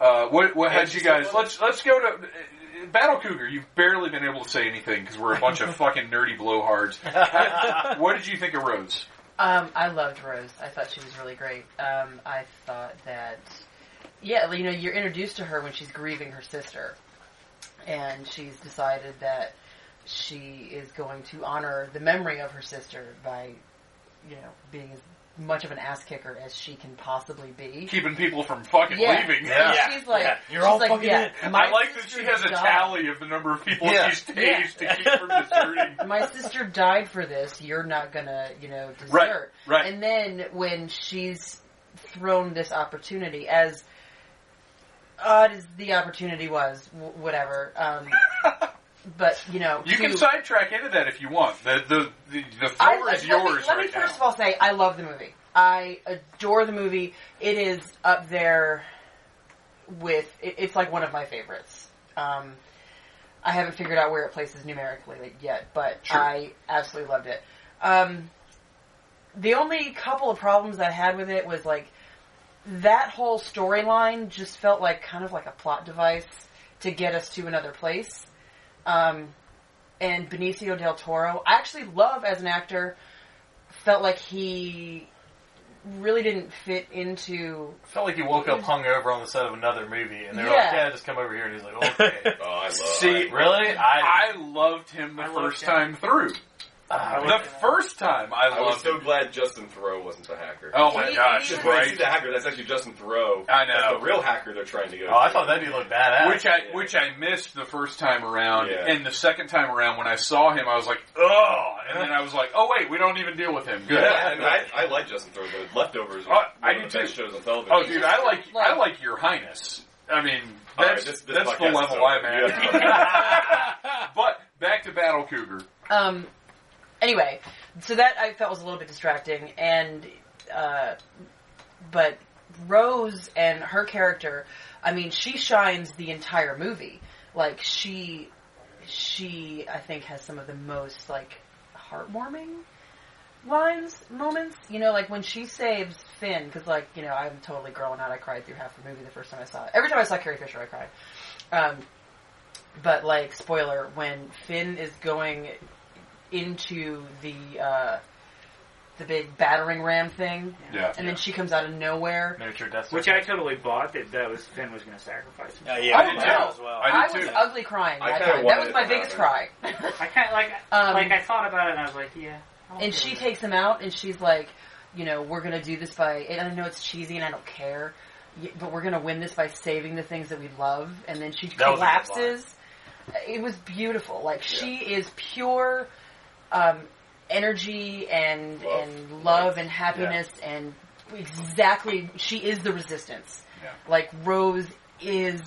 Speaker 1: Uh, what what
Speaker 10: Yeah,
Speaker 1: had you
Speaker 10: she's
Speaker 1: guys?
Speaker 10: so-
Speaker 1: Let's let's go to uh, Battle Cougar. You've barely been able to say anything because we're a bunch of fucking nerdy blowhards. what did you think of Rose?
Speaker 5: Um, I loved Rose. I thought she was really great. Um, I thought that, yeah, you know, you're introduced to her when she's grieving her sister, and she's decided that she is going to honor the memory of her sister by, you know, being as much of an ass kicker as she can possibly be.
Speaker 1: Keeping people from fucking
Speaker 5: Yeah.
Speaker 1: leaving.
Speaker 5: Yeah. She's like,
Speaker 7: Yeah. You're
Speaker 5: she's
Speaker 7: all
Speaker 5: like,
Speaker 7: fucking
Speaker 5: yeah, my
Speaker 1: I like that she
Speaker 5: sister
Speaker 1: has a
Speaker 5: died.
Speaker 1: tally of the number of people
Speaker 11: Yeah.
Speaker 1: she's tased to keep from deserting.
Speaker 5: My sister died for this. You're not gonna, you know, desert.
Speaker 1: Right, right.
Speaker 5: And then when she's thrown this opportunity, as odd as the opportunity was, w- whatever. Um, but you know,
Speaker 1: You can
Speaker 5: to-
Speaker 1: sidetrack into that if you want. The the the, the floor
Speaker 5: I,
Speaker 1: is
Speaker 5: let
Speaker 1: yours
Speaker 5: Me, let
Speaker 1: right
Speaker 5: me first
Speaker 1: now.
Speaker 5: of all say I love the movie. I adore the movie. It is up there with. It, it's like one of my favorites. Um, I haven't figured out where it places numerically yet, but
Speaker 1: Sure.
Speaker 5: I absolutely loved it. Um, the only couple of problems I had with it was like that whole storyline just felt like kind of like a plot device to get us to another place. Um, and Benicio del Toro, I actually love as an actor. Felt like he really didn't fit into.
Speaker 4: Felt like he woke up hungover on the set of another movie, and they're
Speaker 5: Yeah.
Speaker 4: like, "Yeah, just come over here." And he's like, "Okay,
Speaker 10: Oh, I love
Speaker 1: See,
Speaker 4: really?" I,
Speaker 1: I loved him the
Speaker 2: I loved
Speaker 1: first
Speaker 2: him.
Speaker 1: time through.
Speaker 4: I
Speaker 1: the first time I
Speaker 10: I was
Speaker 1: loved
Speaker 10: so
Speaker 1: him.
Speaker 10: glad Justin Thoreau wasn't the hacker.
Speaker 1: Oh my
Speaker 5: He-
Speaker 1: gosh,
Speaker 5: he
Speaker 10: Just
Speaker 5: was-
Speaker 10: when I see
Speaker 1: right.
Speaker 10: the hacker, that's actually Justin Thoreau.
Speaker 1: I know.
Speaker 10: That's the real hacker they're trying to go.
Speaker 4: oh, I thought that dude looked badass.
Speaker 1: Which I which I missed the first time around,
Speaker 10: Yeah.
Speaker 1: and the second time around when I saw him, I was like, oh, and then I was like, oh wait, we don't even deal with him. Good.
Speaker 10: Yeah, and I, I like Justin Thoreau, but Leftovers was
Speaker 1: Oh, I
Speaker 10: one of
Speaker 1: do
Speaker 10: the best
Speaker 1: too.
Speaker 10: shows on television.
Speaker 1: Oh, dude, I like
Speaker 5: Like-
Speaker 1: I like your highness. I mean,
Speaker 10: All right,
Speaker 1: that's
Speaker 10: this- this
Speaker 1: that's the
Speaker 10: podcast is
Speaker 1: level
Speaker 10: over.
Speaker 1: I'm at. but back to Battle Cougar.
Speaker 5: Um, anyway, so that I felt was a little bit distracting, and uh, but Rose and her character, I mean, she shines the entire movie. Like she, she, I think has some of the most like heartwarming lines, moments. You know, like when she saves Finn, because like you know, I'm totally growing out. I cried through half the movie the first time I saw it. Every time I saw Carrie Fisher, I cried. Um, but like spoiler, when Finn is going into the uh, the big battering ram thing,
Speaker 1: Yeah.
Speaker 5: and then she comes out of nowhere.
Speaker 4: miniature Death
Speaker 2: Which I totally bought that that was Finn was going to sacrifice him.
Speaker 7: Uh, yeah,
Speaker 1: I
Speaker 7: I
Speaker 1: did
Speaker 7: did
Speaker 5: too.
Speaker 7: as well.
Speaker 1: I
Speaker 5: I,
Speaker 1: did
Speaker 5: was
Speaker 1: too.
Speaker 5: ugly crying.
Speaker 10: I
Speaker 5: that
Speaker 10: kinda
Speaker 5: time.
Speaker 10: wanted
Speaker 5: that was
Speaker 10: it
Speaker 5: my
Speaker 10: to
Speaker 5: biggest
Speaker 10: happen.
Speaker 5: cry.
Speaker 2: I kind of like
Speaker 5: Um,
Speaker 2: like I thought about it and I was like, Oh, yeah. I'll
Speaker 5: and
Speaker 2: do
Speaker 5: she
Speaker 2: it.
Speaker 5: takes him out, and she's like, you know, we're gonna do this by. And I know it's cheesy, and I don't care, y- but we're gonna win this by saving the things that we love. And then she
Speaker 4: That was a good
Speaker 5: collapses. It was beautiful. Like she is pure um, energy and
Speaker 10: Love.
Speaker 5: and love and happiness and exactly she is the resistance.
Speaker 1: Yeah.
Speaker 5: Like Rose is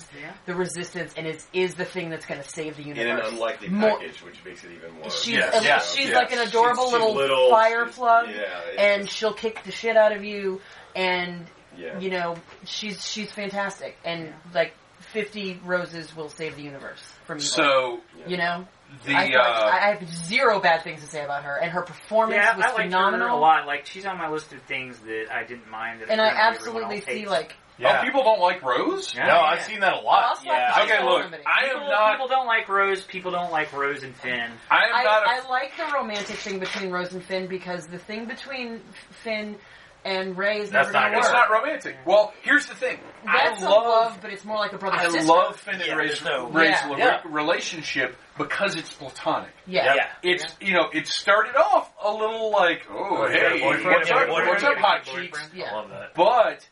Speaker 5: the resistance and is is the thing that's going to save the
Speaker 3: in
Speaker 5: universe.
Speaker 3: an unlikely
Speaker 5: More-
Speaker 3: package, which makes it even more.
Speaker 5: She's
Speaker 1: Yes,
Speaker 5: a-
Speaker 1: yes,
Speaker 5: she's
Speaker 1: yes.
Speaker 5: like an adorable
Speaker 3: She's- she's
Speaker 5: little,
Speaker 3: little,
Speaker 5: fire
Speaker 3: she's-
Speaker 5: plug,
Speaker 3: yeah, it's
Speaker 5: and
Speaker 3: just-
Speaker 5: she'll kick the shit out of you. And
Speaker 3: Yeah.
Speaker 5: you know she's she's fantastic, and like fifty roses will save the universe from evil.
Speaker 1: So
Speaker 5: you know,
Speaker 1: the
Speaker 5: I, feel like-
Speaker 1: uh,
Speaker 5: I have zero bad things to say about her, and her performance
Speaker 2: Yeah,
Speaker 5: was
Speaker 2: I like her
Speaker 5: phenomenal.
Speaker 2: a lot. Like she's on my list of things that I didn't mind. That
Speaker 5: And I
Speaker 2: apparently everyone
Speaker 5: absolutely
Speaker 2: else
Speaker 5: see
Speaker 2: hates.
Speaker 5: like
Speaker 4: Yeah.
Speaker 1: oh, people don't like Rose.
Speaker 4: No, I've seen that a lot.
Speaker 5: I'll slap
Speaker 4: Yeah.
Speaker 5: the
Speaker 1: Okay,
Speaker 5: shit out of
Speaker 1: look,
Speaker 5: somebody.
Speaker 1: I
Speaker 2: people,
Speaker 1: am not.
Speaker 2: people don't like Rose. People don't like Rose and Finn.
Speaker 1: I am not. A,
Speaker 5: I, I like the romantic thing between Rose and Finn because the thing between Finn and Ray is
Speaker 4: That's
Speaker 5: never going
Speaker 4: not
Speaker 5: to work.
Speaker 4: gonna
Speaker 1: it's not romantic. Well, here's the thing.
Speaker 5: That's
Speaker 1: I
Speaker 5: a
Speaker 1: love.
Speaker 5: love, but it's more like a brother
Speaker 1: I
Speaker 5: sister.
Speaker 1: love Finn and
Speaker 7: Yeah,
Speaker 1: Ray's,
Speaker 7: there's no-
Speaker 1: Ray's
Speaker 5: Yeah.
Speaker 1: re-
Speaker 7: Yeah.
Speaker 1: relationship because it's platonic.
Speaker 5: Yeah.
Speaker 7: Yeah.
Speaker 1: It's you know it started off a little like oh
Speaker 4: Is there a
Speaker 1: hey
Speaker 4: boyfriend?
Speaker 1: what's
Speaker 4: Yeah,
Speaker 1: up
Speaker 4: boyfriend?
Speaker 1: what's up hot
Speaker 2: Boyfriend?
Speaker 1: cheeks
Speaker 5: Yeah.
Speaker 4: I love that.
Speaker 1: but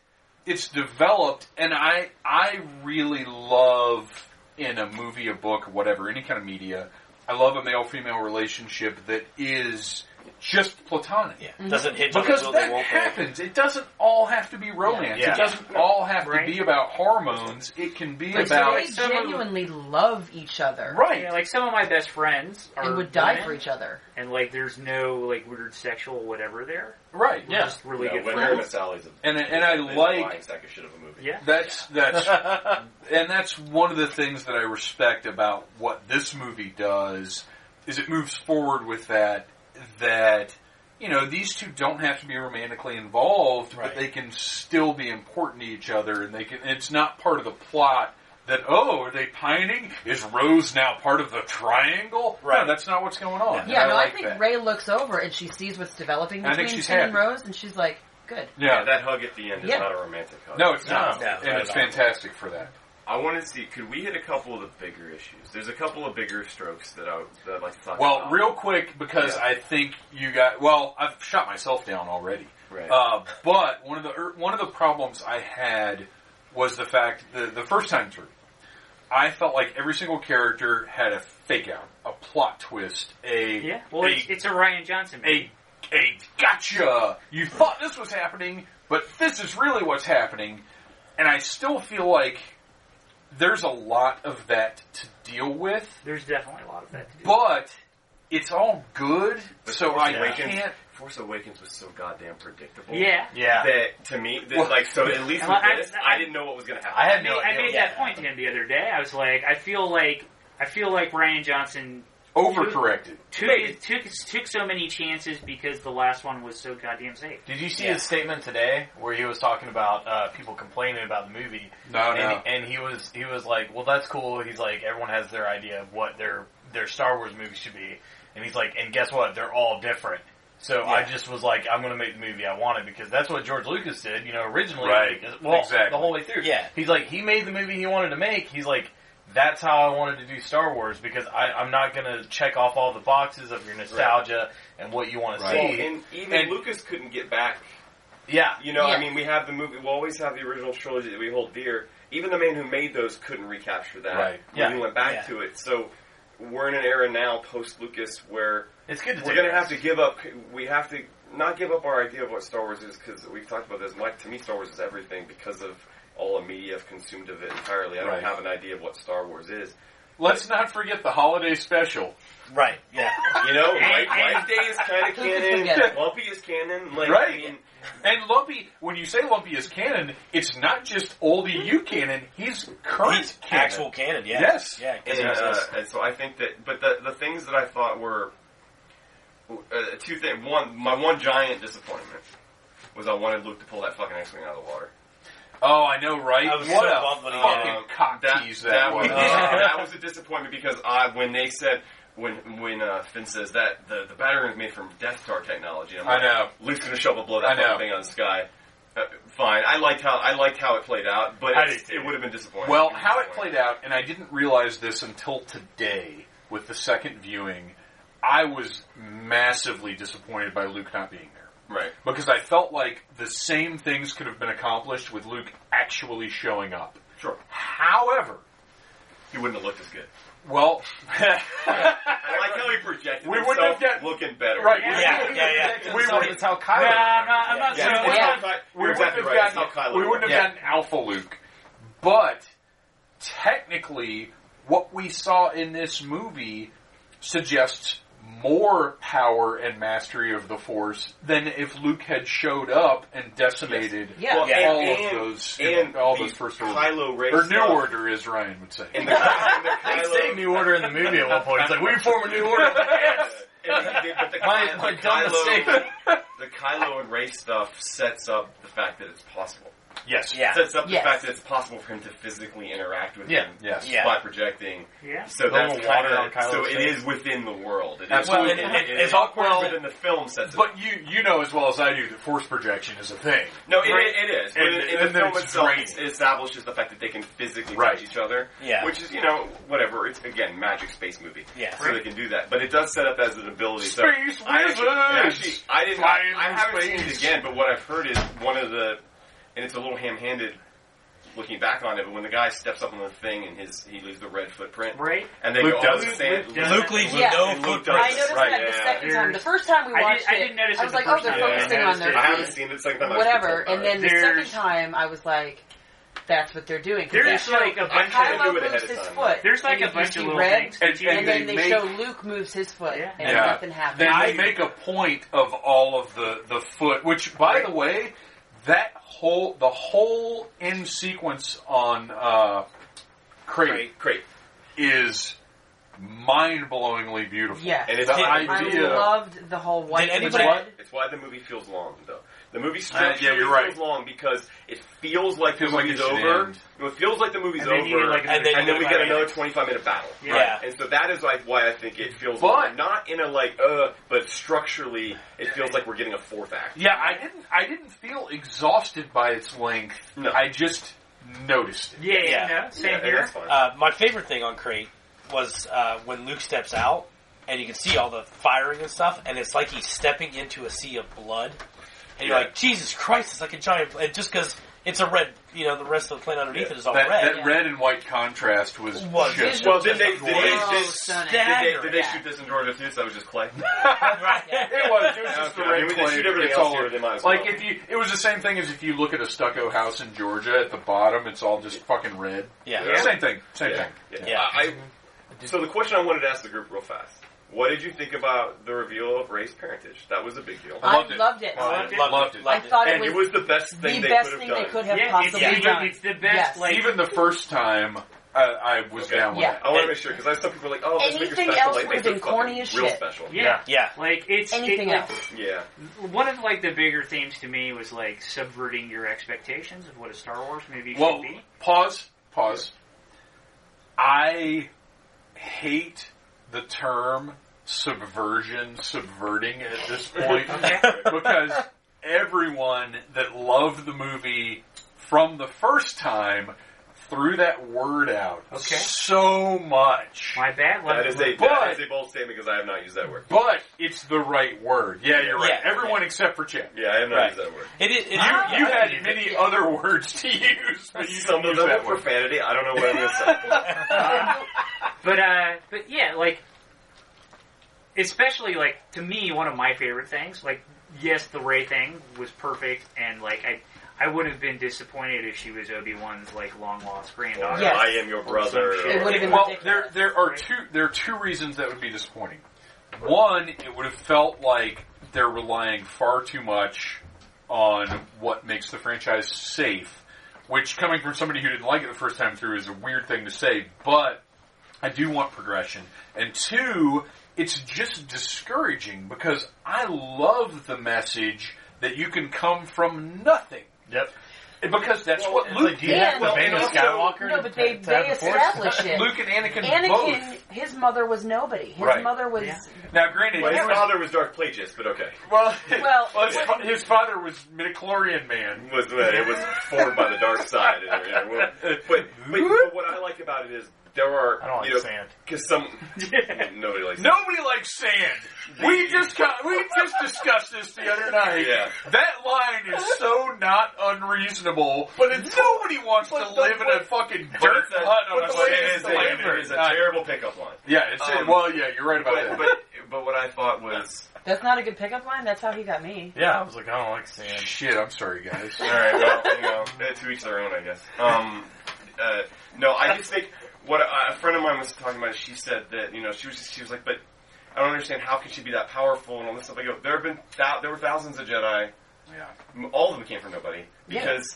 Speaker 1: it's developed and I I really love in a movie, a book, whatever, any kind of media, I love a male female relationship that is just platonic.
Speaker 7: Yeah. Doesn't hit
Speaker 1: Because
Speaker 7: will
Speaker 1: that
Speaker 7: they won't they.
Speaker 1: happens. It doesn't all have to be romance.
Speaker 4: Yeah.
Speaker 1: It doesn't all have
Speaker 2: Right.
Speaker 1: to be about hormones. It can be
Speaker 5: Like,
Speaker 1: about
Speaker 5: they genuinely love each other
Speaker 1: right.
Speaker 2: Yeah, like some of my best friends are
Speaker 5: and would die
Speaker 2: women,
Speaker 5: for each other.
Speaker 2: And like, there's no like weird sexual whatever there.
Speaker 1: Right.
Speaker 2: We're Just really
Speaker 3: Yeah,
Speaker 2: good
Speaker 3: when
Speaker 2: friends.
Speaker 3: Mary Sally's a
Speaker 1: And I- and I
Speaker 3: is a
Speaker 1: like-
Speaker 3: lying sack of shit of a movie.
Speaker 2: Yeah.
Speaker 1: That's that's and that's one of the things that I respect about what this movie does is it moves forward with that that you know these two don't have to be romantically involved
Speaker 7: Right.
Speaker 1: but they can still be important to each other and they can it's not part of the plot that oh are they pining is Rose now part of the triangle
Speaker 4: Right.
Speaker 1: no that's not what's going on And
Speaker 5: Yeah, no,
Speaker 1: like
Speaker 5: I think
Speaker 1: that.
Speaker 5: Ray looks over and she sees what's developing
Speaker 1: I think
Speaker 5: between
Speaker 1: she's
Speaker 5: Finn and
Speaker 1: happy.
Speaker 5: Rose, and she's like, "Good."
Speaker 1: yeah
Speaker 3: Yeah, that hug at the end is
Speaker 5: Yeah.
Speaker 3: not a romantic hug.
Speaker 1: no it's not
Speaker 4: No, no,
Speaker 1: and it's fantastic for that
Speaker 3: I want to see. Could we hit a couple of the bigger issues? There's a couple of bigger strokes that I that I'd like to talk
Speaker 1: Well,
Speaker 3: about.
Speaker 1: real quick because
Speaker 3: Yeah.
Speaker 1: I think you got. Well, I've shot myself down already.
Speaker 3: Right.
Speaker 1: Uh, but one of the er, one of the problems I had was the fact the the first time through, I felt like every single character had a fake out, a plot twist, a
Speaker 2: Yeah. Well,
Speaker 1: a,
Speaker 2: it's, it's a Ryan Johnson. movie.
Speaker 1: a a gotcha. You thought this was happening, but this is really what's happening. And I still feel like there's a lot of that to deal with
Speaker 2: There's definitely a lot of that to do.
Speaker 1: but it's all good, so
Speaker 3: Force
Speaker 1: I
Speaker 3: Awakens,
Speaker 1: can't.
Speaker 3: Force Awakens was so goddamn predictable.
Speaker 2: yeah.
Speaker 4: Yeah.
Speaker 3: That to me, that,
Speaker 1: Well-
Speaker 3: like so. At least
Speaker 2: Well,
Speaker 3: with
Speaker 2: I-
Speaker 3: this,
Speaker 2: I-
Speaker 3: I, didn't know what was going to happen.
Speaker 4: I
Speaker 2: I
Speaker 4: had
Speaker 2: made,
Speaker 4: no
Speaker 2: I
Speaker 4: idea.
Speaker 2: made that point to him the other day. I was like, I feel like I feel like Ryan Johnson
Speaker 1: Overcorrected.
Speaker 2: took took took so many chances because the last one was so goddamn safe.
Speaker 4: Did you see
Speaker 2: Yeah.
Speaker 4: his statement today where he was talking about uh, people complaining about the movie?
Speaker 1: Oh, No,
Speaker 4: and,
Speaker 1: no.
Speaker 4: and he was he was like, "Well, that's cool." He's like, "Everyone has their idea of what their their Star Wars movie should be," and he's like, "And guess what? They're all different." So I just was like, "I'm going to make the movie I wanted because that's what George Lucas did, you know, originally.
Speaker 1: Right.
Speaker 4: Well,
Speaker 1: Exactly.
Speaker 4: the whole way through.
Speaker 7: Yeah.
Speaker 4: He's like, he made the movie he wanted to make. He's like. That's how I wanted to do Star Wars because I, I'm not going to check off all the boxes of your nostalgia and what you want
Speaker 1: Right.
Speaker 4: to
Speaker 3: Well,
Speaker 4: see.
Speaker 3: and even
Speaker 4: And-
Speaker 3: Lucas couldn't get back.
Speaker 4: Yeah,
Speaker 3: You know,
Speaker 5: Yeah.
Speaker 3: I mean, we have the movie. We will always have the original trilogy that we hold dear. Even the man who made those couldn't recapture that.
Speaker 1: Right.
Speaker 3: When
Speaker 4: Yeah.
Speaker 3: he went back
Speaker 7: Yeah.
Speaker 3: to it, so we're in an era now post Lucas where
Speaker 4: it's good to
Speaker 3: we're
Speaker 4: take
Speaker 3: going to
Speaker 4: risks.
Speaker 3: have to give up. We have to not give up our idea of what Star Wars is because we've talked about this. Like to me, Star Wars is everything because of all the media I've consumed of it entirely. I don't
Speaker 1: Right.
Speaker 3: have an idea of what Star Wars is.
Speaker 1: Let's not forget the holiday special.
Speaker 7: Right. Yeah.
Speaker 3: You know,
Speaker 2: And-
Speaker 3: White,
Speaker 2: and-
Speaker 3: White Day is kind of
Speaker 5: forget
Speaker 3: canon. Lumpy is canon. Like,
Speaker 1: Right.
Speaker 3: I mean,
Speaker 1: And Lumpy, when you say Lumpy is canon, it's not just old EU canon, he's current
Speaker 7: He's
Speaker 1: canon.
Speaker 7: actual canon. Yeah.
Speaker 1: Oh, Yes.
Speaker 7: Yeah. 'cause
Speaker 3: And,
Speaker 7: he
Speaker 3: uh,
Speaker 7: exists.
Speaker 3: and so I think that, but the the things that I thought were uh, two things. One, my one giant disappointment was I wanted Luke to pull that fucking X-wing out of the water.
Speaker 1: Oh, I know, right?
Speaker 7: I was
Speaker 1: what
Speaker 7: so
Speaker 1: a
Speaker 7: bummed when he uh,
Speaker 1: fucking
Speaker 3: Um,
Speaker 1: cock tease that,
Speaker 3: that
Speaker 1: was.
Speaker 3: was, that was a disappointment because I when they said. When when uh, Finn says that the the battery is made from Death Star technology, I'm
Speaker 1: I
Speaker 3: like,
Speaker 1: know.
Speaker 3: Luke's gonna shovel blow
Speaker 1: I
Speaker 3: that
Speaker 1: know.
Speaker 3: fucking thing out of the sky. Uh, fine, I liked how I liked how it played out, but
Speaker 4: I
Speaker 3: it's-
Speaker 4: did too.
Speaker 3: it would have been disappointing.
Speaker 1: Well, how it played out, and I didn't realize this until today with the second viewing, I was massively disappointed by Luke not being there.
Speaker 3: right?
Speaker 1: because I felt like the same things could have been accomplished with Luke actually showing up.
Speaker 3: Sure,
Speaker 1: However,
Speaker 3: he wouldn't have looked as good.
Speaker 1: well,
Speaker 3: I like how he projected
Speaker 1: We wouldn't have
Speaker 3: himself
Speaker 1: gotten-
Speaker 3: looking better.
Speaker 1: right,
Speaker 2: Yeah,
Speaker 7: yeah, yeah.
Speaker 1: we would
Speaker 4: So that's how Kylo.
Speaker 2: Nah, I'm not, I'm not
Speaker 4: remembers it.
Speaker 3: Yeah,
Speaker 2: so
Speaker 3: that's
Speaker 5: yeah.
Speaker 3: how Ky-
Speaker 1: we
Speaker 3: you're
Speaker 1: wouldn't
Speaker 3: exactly
Speaker 1: have
Speaker 3: right. That's
Speaker 1: gotten
Speaker 3: how Kylo
Speaker 1: we wouldn't have
Speaker 3: remembers.
Speaker 1: gotten Alpha Luke, but technically, what we saw in this movie suggests more power and mastery of the Force than if Luke had showed up and decimated
Speaker 5: Yeah.
Speaker 3: Well,
Speaker 1: all
Speaker 3: and-
Speaker 1: of
Speaker 3: and-
Speaker 1: those,
Speaker 3: and
Speaker 1: all
Speaker 3: the
Speaker 1: those first order
Speaker 3: Kylo Ren
Speaker 1: or New
Speaker 3: stuff.
Speaker 1: Order, as Ryan would say.
Speaker 3: And the, and the Kylo,
Speaker 4: New Order in the movie at one point. It's like, we form a New Order.
Speaker 3: and the, but the,
Speaker 4: My-
Speaker 3: Ky-
Speaker 4: my
Speaker 3: the
Speaker 4: dumb
Speaker 3: Kylo, the Kylo and Ray stuff sets up the fact that it's possible.
Speaker 1: Yes.
Speaker 4: Yeah.
Speaker 3: Sets up the
Speaker 5: Yes.
Speaker 3: fact that it's possible for him to physically interact with
Speaker 4: Yeah.
Speaker 3: him
Speaker 1: Yes.
Speaker 4: Yeah.
Speaker 3: by projecting.
Speaker 2: Yeah.
Speaker 3: So
Speaker 4: The
Speaker 3: that's
Speaker 4: little water
Speaker 3: kinda,
Speaker 4: on Kylo's
Speaker 3: so it
Speaker 4: face.
Speaker 3: is within the world. It is
Speaker 1: Absolutely.
Speaker 3: within-
Speaker 1: And- and-
Speaker 3: it is
Speaker 1: and-
Speaker 3: awkward
Speaker 1: well-
Speaker 3: within the film sets it
Speaker 1: But you you know as well as I do that force projection is a thing.
Speaker 3: No, it,
Speaker 4: Right.
Speaker 3: it is. But
Speaker 1: And-
Speaker 3: in, in
Speaker 1: and
Speaker 3: the
Speaker 1: then
Speaker 3: film
Speaker 1: it's
Speaker 3: itself,
Speaker 1: draining.
Speaker 3: it establishes the fact that they can physically
Speaker 1: Right.
Speaker 3: touch each other.
Speaker 4: Yeah.
Speaker 3: Which is, you know, whatever. It's, again, magic space movie.
Speaker 4: Yeah.
Speaker 3: So they can do that. But it does set up as an ability. so
Speaker 1: Space
Speaker 3: I
Speaker 1: wizards!
Speaker 3: actually, actually, I didn't,
Speaker 1: Flying
Speaker 3: I
Speaker 1: through
Speaker 3: haven't
Speaker 1: space.
Speaker 3: seen it again, but what I've heard is one of the, and it's a little ham-handed looking back on it, but when the guy steps up on the thing and his, he leaves the red footprint.
Speaker 2: Right.
Speaker 3: And they
Speaker 1: Luke
Speaker 3: go, oh,
Speaker 1: does
Speaker 3: the
Speaker 1: it.
Speaker 3: sand.
Speaker 2: Luke
Speaker 3: Luke-
Speaker 2: does
Speaker 7: Luke leaves
Speaker 5: Yeah.
Speaker 7: no
Speaker 3: Luke
Speaker 7: footprint.
Speaker 3: does
Speaker 5: I noticed
Speaker 3: Right,
Speaker 5: that the
Speaker 3: yeah.
Speaker 5: second time. The
Speaker 2: There's-
Speaker 5: first time we
Speaker 2: I did-
Speaker 5: watched
Speaker 2: I
Speaker 5: it,
Speaker 2: didn't notice
Speaker 5: I
Speaker 2: it
Speaker 5: was
Speaker 2: the
Speaker 5: like, oh,
Speaker 2: first
Speaker 5: they're
Speaker 2: time.
Speaker 5: focusing
Speaker 2: Yeah, I
Speaker 5: on their
Speaker 2: noticed
Speaker 3: I haven't
Speaker 5: feet,
Speaker 3: seen it. It's like that.
Speaker 5: whatever. And then the second
Speaker 2: There's-
Speaker 5: time, I was like, that's what they're doing. 'Cause
Speaker 2: There's
Speaker 5: they show
Speaker 2: like a
Speaker 3: I
Speaker 2: bunch
Speaker 3: tried
Speaker 2: of
Speaker 3: to do
Speaker 5: Kylo
Speaker 3: it ahead
Speaker 5: moves
Speaker 3: of
Speaker 5: his
Speaker 3: time.
Speaker 5: foot.
Speaker 2: there's like
Speaker 5: Uh, and
Speaker 2: a
Speaker 5: you
Speaker 2: bunch
Speaker 5: see
Speaker 2: of little
Speaker 5: red,
Speaker 2: things.
Speaker 1: And-
Speaker 2: that you-
Speaker 5: And, then
Speaker 1: they
Speaker 5: they,
Speaker 1: make-
Speaker 5: show Luke moves his foot,
Speaker 2: Yeah.
Speaker 5: and
Speaker 1: Yeah.
Speaker 5: nothing happens.
Speaker 1: They
Speaker 4: I-
Speaker 1: make a point of all of the the foot, which by the way, that whole the whole end sequence on uh crate
Speaker 3: Great.
Speaker 1: is mind blowingly beautiful.
Speaker 5: Yes.
Speaker 3: And it's
Speaker 1: The
Speaker 3: I
Speaker 5: I
Speaker 1: idea
Speaker 5: loved the whole white.
Speaker 7: Did
Speaker 5: and
Speaker 7: anybody-
Speaker 5: red.
Speaker 3: It's why the movie feels long, though. The movie
Speaker 1: Uh,
Speaker 3: structurally
Speaker 1: yeah, you're right.
Speaker 3: feels long because it feels like
Speaker 1: Feels
Speaker 3: the
Speaker 1: like it
Speaker 3: movie's
Speaker 1: should
Speaker 3: over.
Speaker 1: end.
Speaker 3: It feels like the movie's
Speaker 2: And
Speaker 3: over,
Speaker 2: they needed, like,
Speaker 3: and,
Speaker 2: another
Speaker 7: And then
Speaker 3: then we get
Speaker 2: 25
Speaker 3: another
Speaker 2: minutes.
Speaker 3: 25 minute battle.
Speaker 2: Yeah.
Speaker 7: Yeah.
Speaker 3: And so that is like why I think it feels
Speaker 1: But-
Speaker 3: long. not in a like uh, but structurally it feels like we're getting a fourth act.
Speaker 1: Yeah, I didn't I didn't feel exhausted by its length.
Speaker 3: No.
Speaker 1: I just noticed it.
Speaker 2: Yeah, yeah,
Speaker 7: Yeah.
Speaker 2: no, same
Speaker 3: and
Speaker 2: here.
Speaker 3: that's fine.
Speaker 7: Uh, my favorite thing on Crate was uh, when Luke steps out, and you can see all the firing and stuff, and it's like he's stepping into a sea of blood, and you're
Speaker 3: Yeah.
Speaker 7: like, Jesus Christ, it's like a giant. And just because it's a red, you know, the rest of the planet underneath it is all
Speaker 1: that
Speaker 7: red.
Speaker 1: that red and white contrast was
Speaker 7: Was
Speaker 1: just
Speaker 3: well, did they, did they,
Speaker 1: gorgeous.
Speaker 5: Oh,
Speaker 3: did,
Speaker 5: stunning.
Speaker 3: did they,
Speaker 7: Dagger,
Speaker 3: did they
Speaker 5: yeah.
Speaker 3: shoot this in Georgia too? So it was just clay.
Speaker 7: right?
Speaker 1: It was. It was just
Speaker 3: Okay,
Speaker 1: the red
Speaker 3: I mean, they
Speaker 1: clay.
Speaker 3: shoot everything
Speaker 1: It's
Speaker 3: else
Speaker 1: all-
Speaker 3: here, they might as
Speaker 1: like
Speaker 3: well.
Speaker 1: if you, it was the same thing as if you look at a stucco house in Georgia. At the bottom, it's all just fucking red.
Speaker 7: Yeah.
Speaker 3: Yeah.
Speaker 1: Same thing. Same
Speaker 3: Yeah.
Speaker 1: thing.
Speaker 7: Yeah.
Speaker 3: I, I- so the question I wanted to ask the group real fast: What did you think about the reveal of Ray's parentage? That was a big deal.
Speaker 5: I
Speaker 1: Loved it.
Speaker 5: loved it.
Speaker 2: Loved it.
Speaker 1: Loved it.
Speaker 5: I thought
Speaker 3: and
Speaker 5: it was
Speaker 3: the best
Speaker 5: the
Speaker 3: thing they
Speaker 5: best
Speaker 3: could have
Speaker 5: thing
Speaker 3: done.
Speaker 5: they could have
Speaker 2: Yeah, it's,
Speaker 5: possibly
Speaker 2: it's,
Speaker 5: done.
Speaker 2: it's the best.
Speaker 5: Yes.
Speaker 2: Like
Speaker 1: Even the first time, I, I was
Speaker 3: Okay.
Speaker 1: down with
Speaker 5: Yeah.
Speaker 1: it.
Speaker 3: I want to make sure because I have some people are like, oh, this make
Speaker 5: Anything
Speaker 3: her special.
Speaker 5: else
Speaker 3: like,
Speaker 5: would've
Speaker 3: make her
Speaker 5: been corny
Speaker 3: fucking
Speaker 5: as
Speaker 3: real
Speaker 5: shit.
Speaker 3: Special.
Speaker 2: yeah,
Speaker 7: Yeah.
Speaker 2: Like it's
Speaker 5: Anything
Speaker 2: it, like,
Speaker 5: else?
Speaker 3: Yeah.
Speaker 2: One of like the bigger themes to me was like subverting your expectations of what a Star Wars movie should
Speaker 1: Well,
Speaker 2: be.
Speaker 1: pause. Pause. I hate the term subversion, subverting at this point because everyone that loved the movie from the first time threw that word out
Speaker 2: Okay.
Speaker 1: so much.
Speaker 2: My bad.
Speaker 3: That
Speaker 2: Like,
Speaker 3: is a
Speaker 1: But-
Speaker 3: that is a bold statement because I have not used that word.
Speaker 1: But it's the right word. Yeah, you're right.
Speaker 7: Yeah.
Speaker 1: Everyone except for Chip.
Speaker 3: Yeah, I have not
Speaker 7: Right.
Speaker 3: used that word.
Speaker 7: It is. It,
Speaker 1: You, you
Speaker 7: yeah.
Speaker 1: had many other words to use, but you
Speaker 3: Some
Speaker 1: didn't
Speaker 3: of
Speaker 1: use
Speaker 3: them
Speaker 1: that
Speaker 3: were
Speaker 1: one.
Speaker 3: profanity. I don't know what I'm going to say.
Speaker 2: But uh, but yeah, like especially like to me, one of my favorite things. Like yes, the Ray thing was perfect, and like I I would have been disappointed if she was Obi Wan's like long lost granddaughter.
Speaker 5: Yes.
Speaker 3: I am your brother.
Speaker 2: It
Speaker 3: or-
Speaker 5: would've been
Speaker 1: Well, there
Speaker 5: ridiculous.
Speaker 1: there are two there are two reasons that would be disappointing. One, it would have felt like they're relying far too much on what makes the franchise safe, which coming from somebody who didn't like it the first time through is a weird thing to say, but I do want progression. And two, it's just discouraging because I love the message that you can come from nothing.
Speaker 4: Yep.
Speaker 1: Because that's
Speaker 3: Well,
Speaker 1: what
Speaker 3: it's
Speaker 1: Luke
Speaker 3: like,
Speaker 1: did.
Speaker 5: And-
Speaker 4: the vein of
Speaker 5: also-
Speaker 4: Skywalker
Speaker 5: No, but they,
Speaker 4: to- to have
Speaker 5: they
Speaker 4: the Force?
Speaker 5: establish it.
Speaker 1: Luke and Anakin, both.
Speaker 5: Anakin, his mother was nobody. His
Speaker 1: Right.
Speaker 5: mother was.
Speaker 1: Now, granted,
Speaker 3: Well,
Speaker 1: he
Speaker 3: his
Speaker 1: was-
Speaker 3: father was Dark Plagueis, but okay.
Speaker 1: well,
Speaker 5: Well-
Speaker 1: his, fa- his father was midichlorian man.
Speaker 3: was uh, it was formed by the dark side. And, everything. Well, but, but, but what I like about it is there are
Speaker 4: I don't like
Speaker 3: you know,
Speaker 4: sand.
Speaker 3: because some nobody likes
Speaker 1: Nobody likes sand. We just got, we just discussed this the other night.
Speaker 3: Yeah.
Speaker 1: That line is so not unreasonable. But nobody wants
Speaker 3: but
Speaker 1: to
Speaker 3: the
Speaker 1: live in
Speaker 3: way-
Speaker 1: a fucking
Speaker 3: But
Speaker 1: dirt
Speaker 3: it's a-
Speaker 1: hut on
Speaker 3: but
Speaker 1: a
Speaker 3: the way it is,
Speaker 1: sand
Speaker 3: a-
Speaker 1: lander.
Speaker 3: it is a terrible pickup line.
Speaker 1: Yeah, it's
Speaker 3: Um,
Speaker 1: well, yeah, you're right about
Speaker 3: But,
Speaker 1: that.
Speaker 3: but but what I thought was
Speaker 5: That's not a good pickup line. That's how he got me.
Speaker 4: Yeah, I was like, I don't like sand.
Speaker 1: Shit, I'm sorry, guys.
Speaker 3: all right. Well, you know, eh, to each their own, I guess. Um, uh, no, I just think what a, a friend of mine was talking about. She said that you know she was just, she was like, but I don't understand how could she be that powerful and all this stuff. I go, there have been thou- there were thousands of Jedi. M- All of them came from nobody
Speaker 5: Yeah.
Speaker 3: because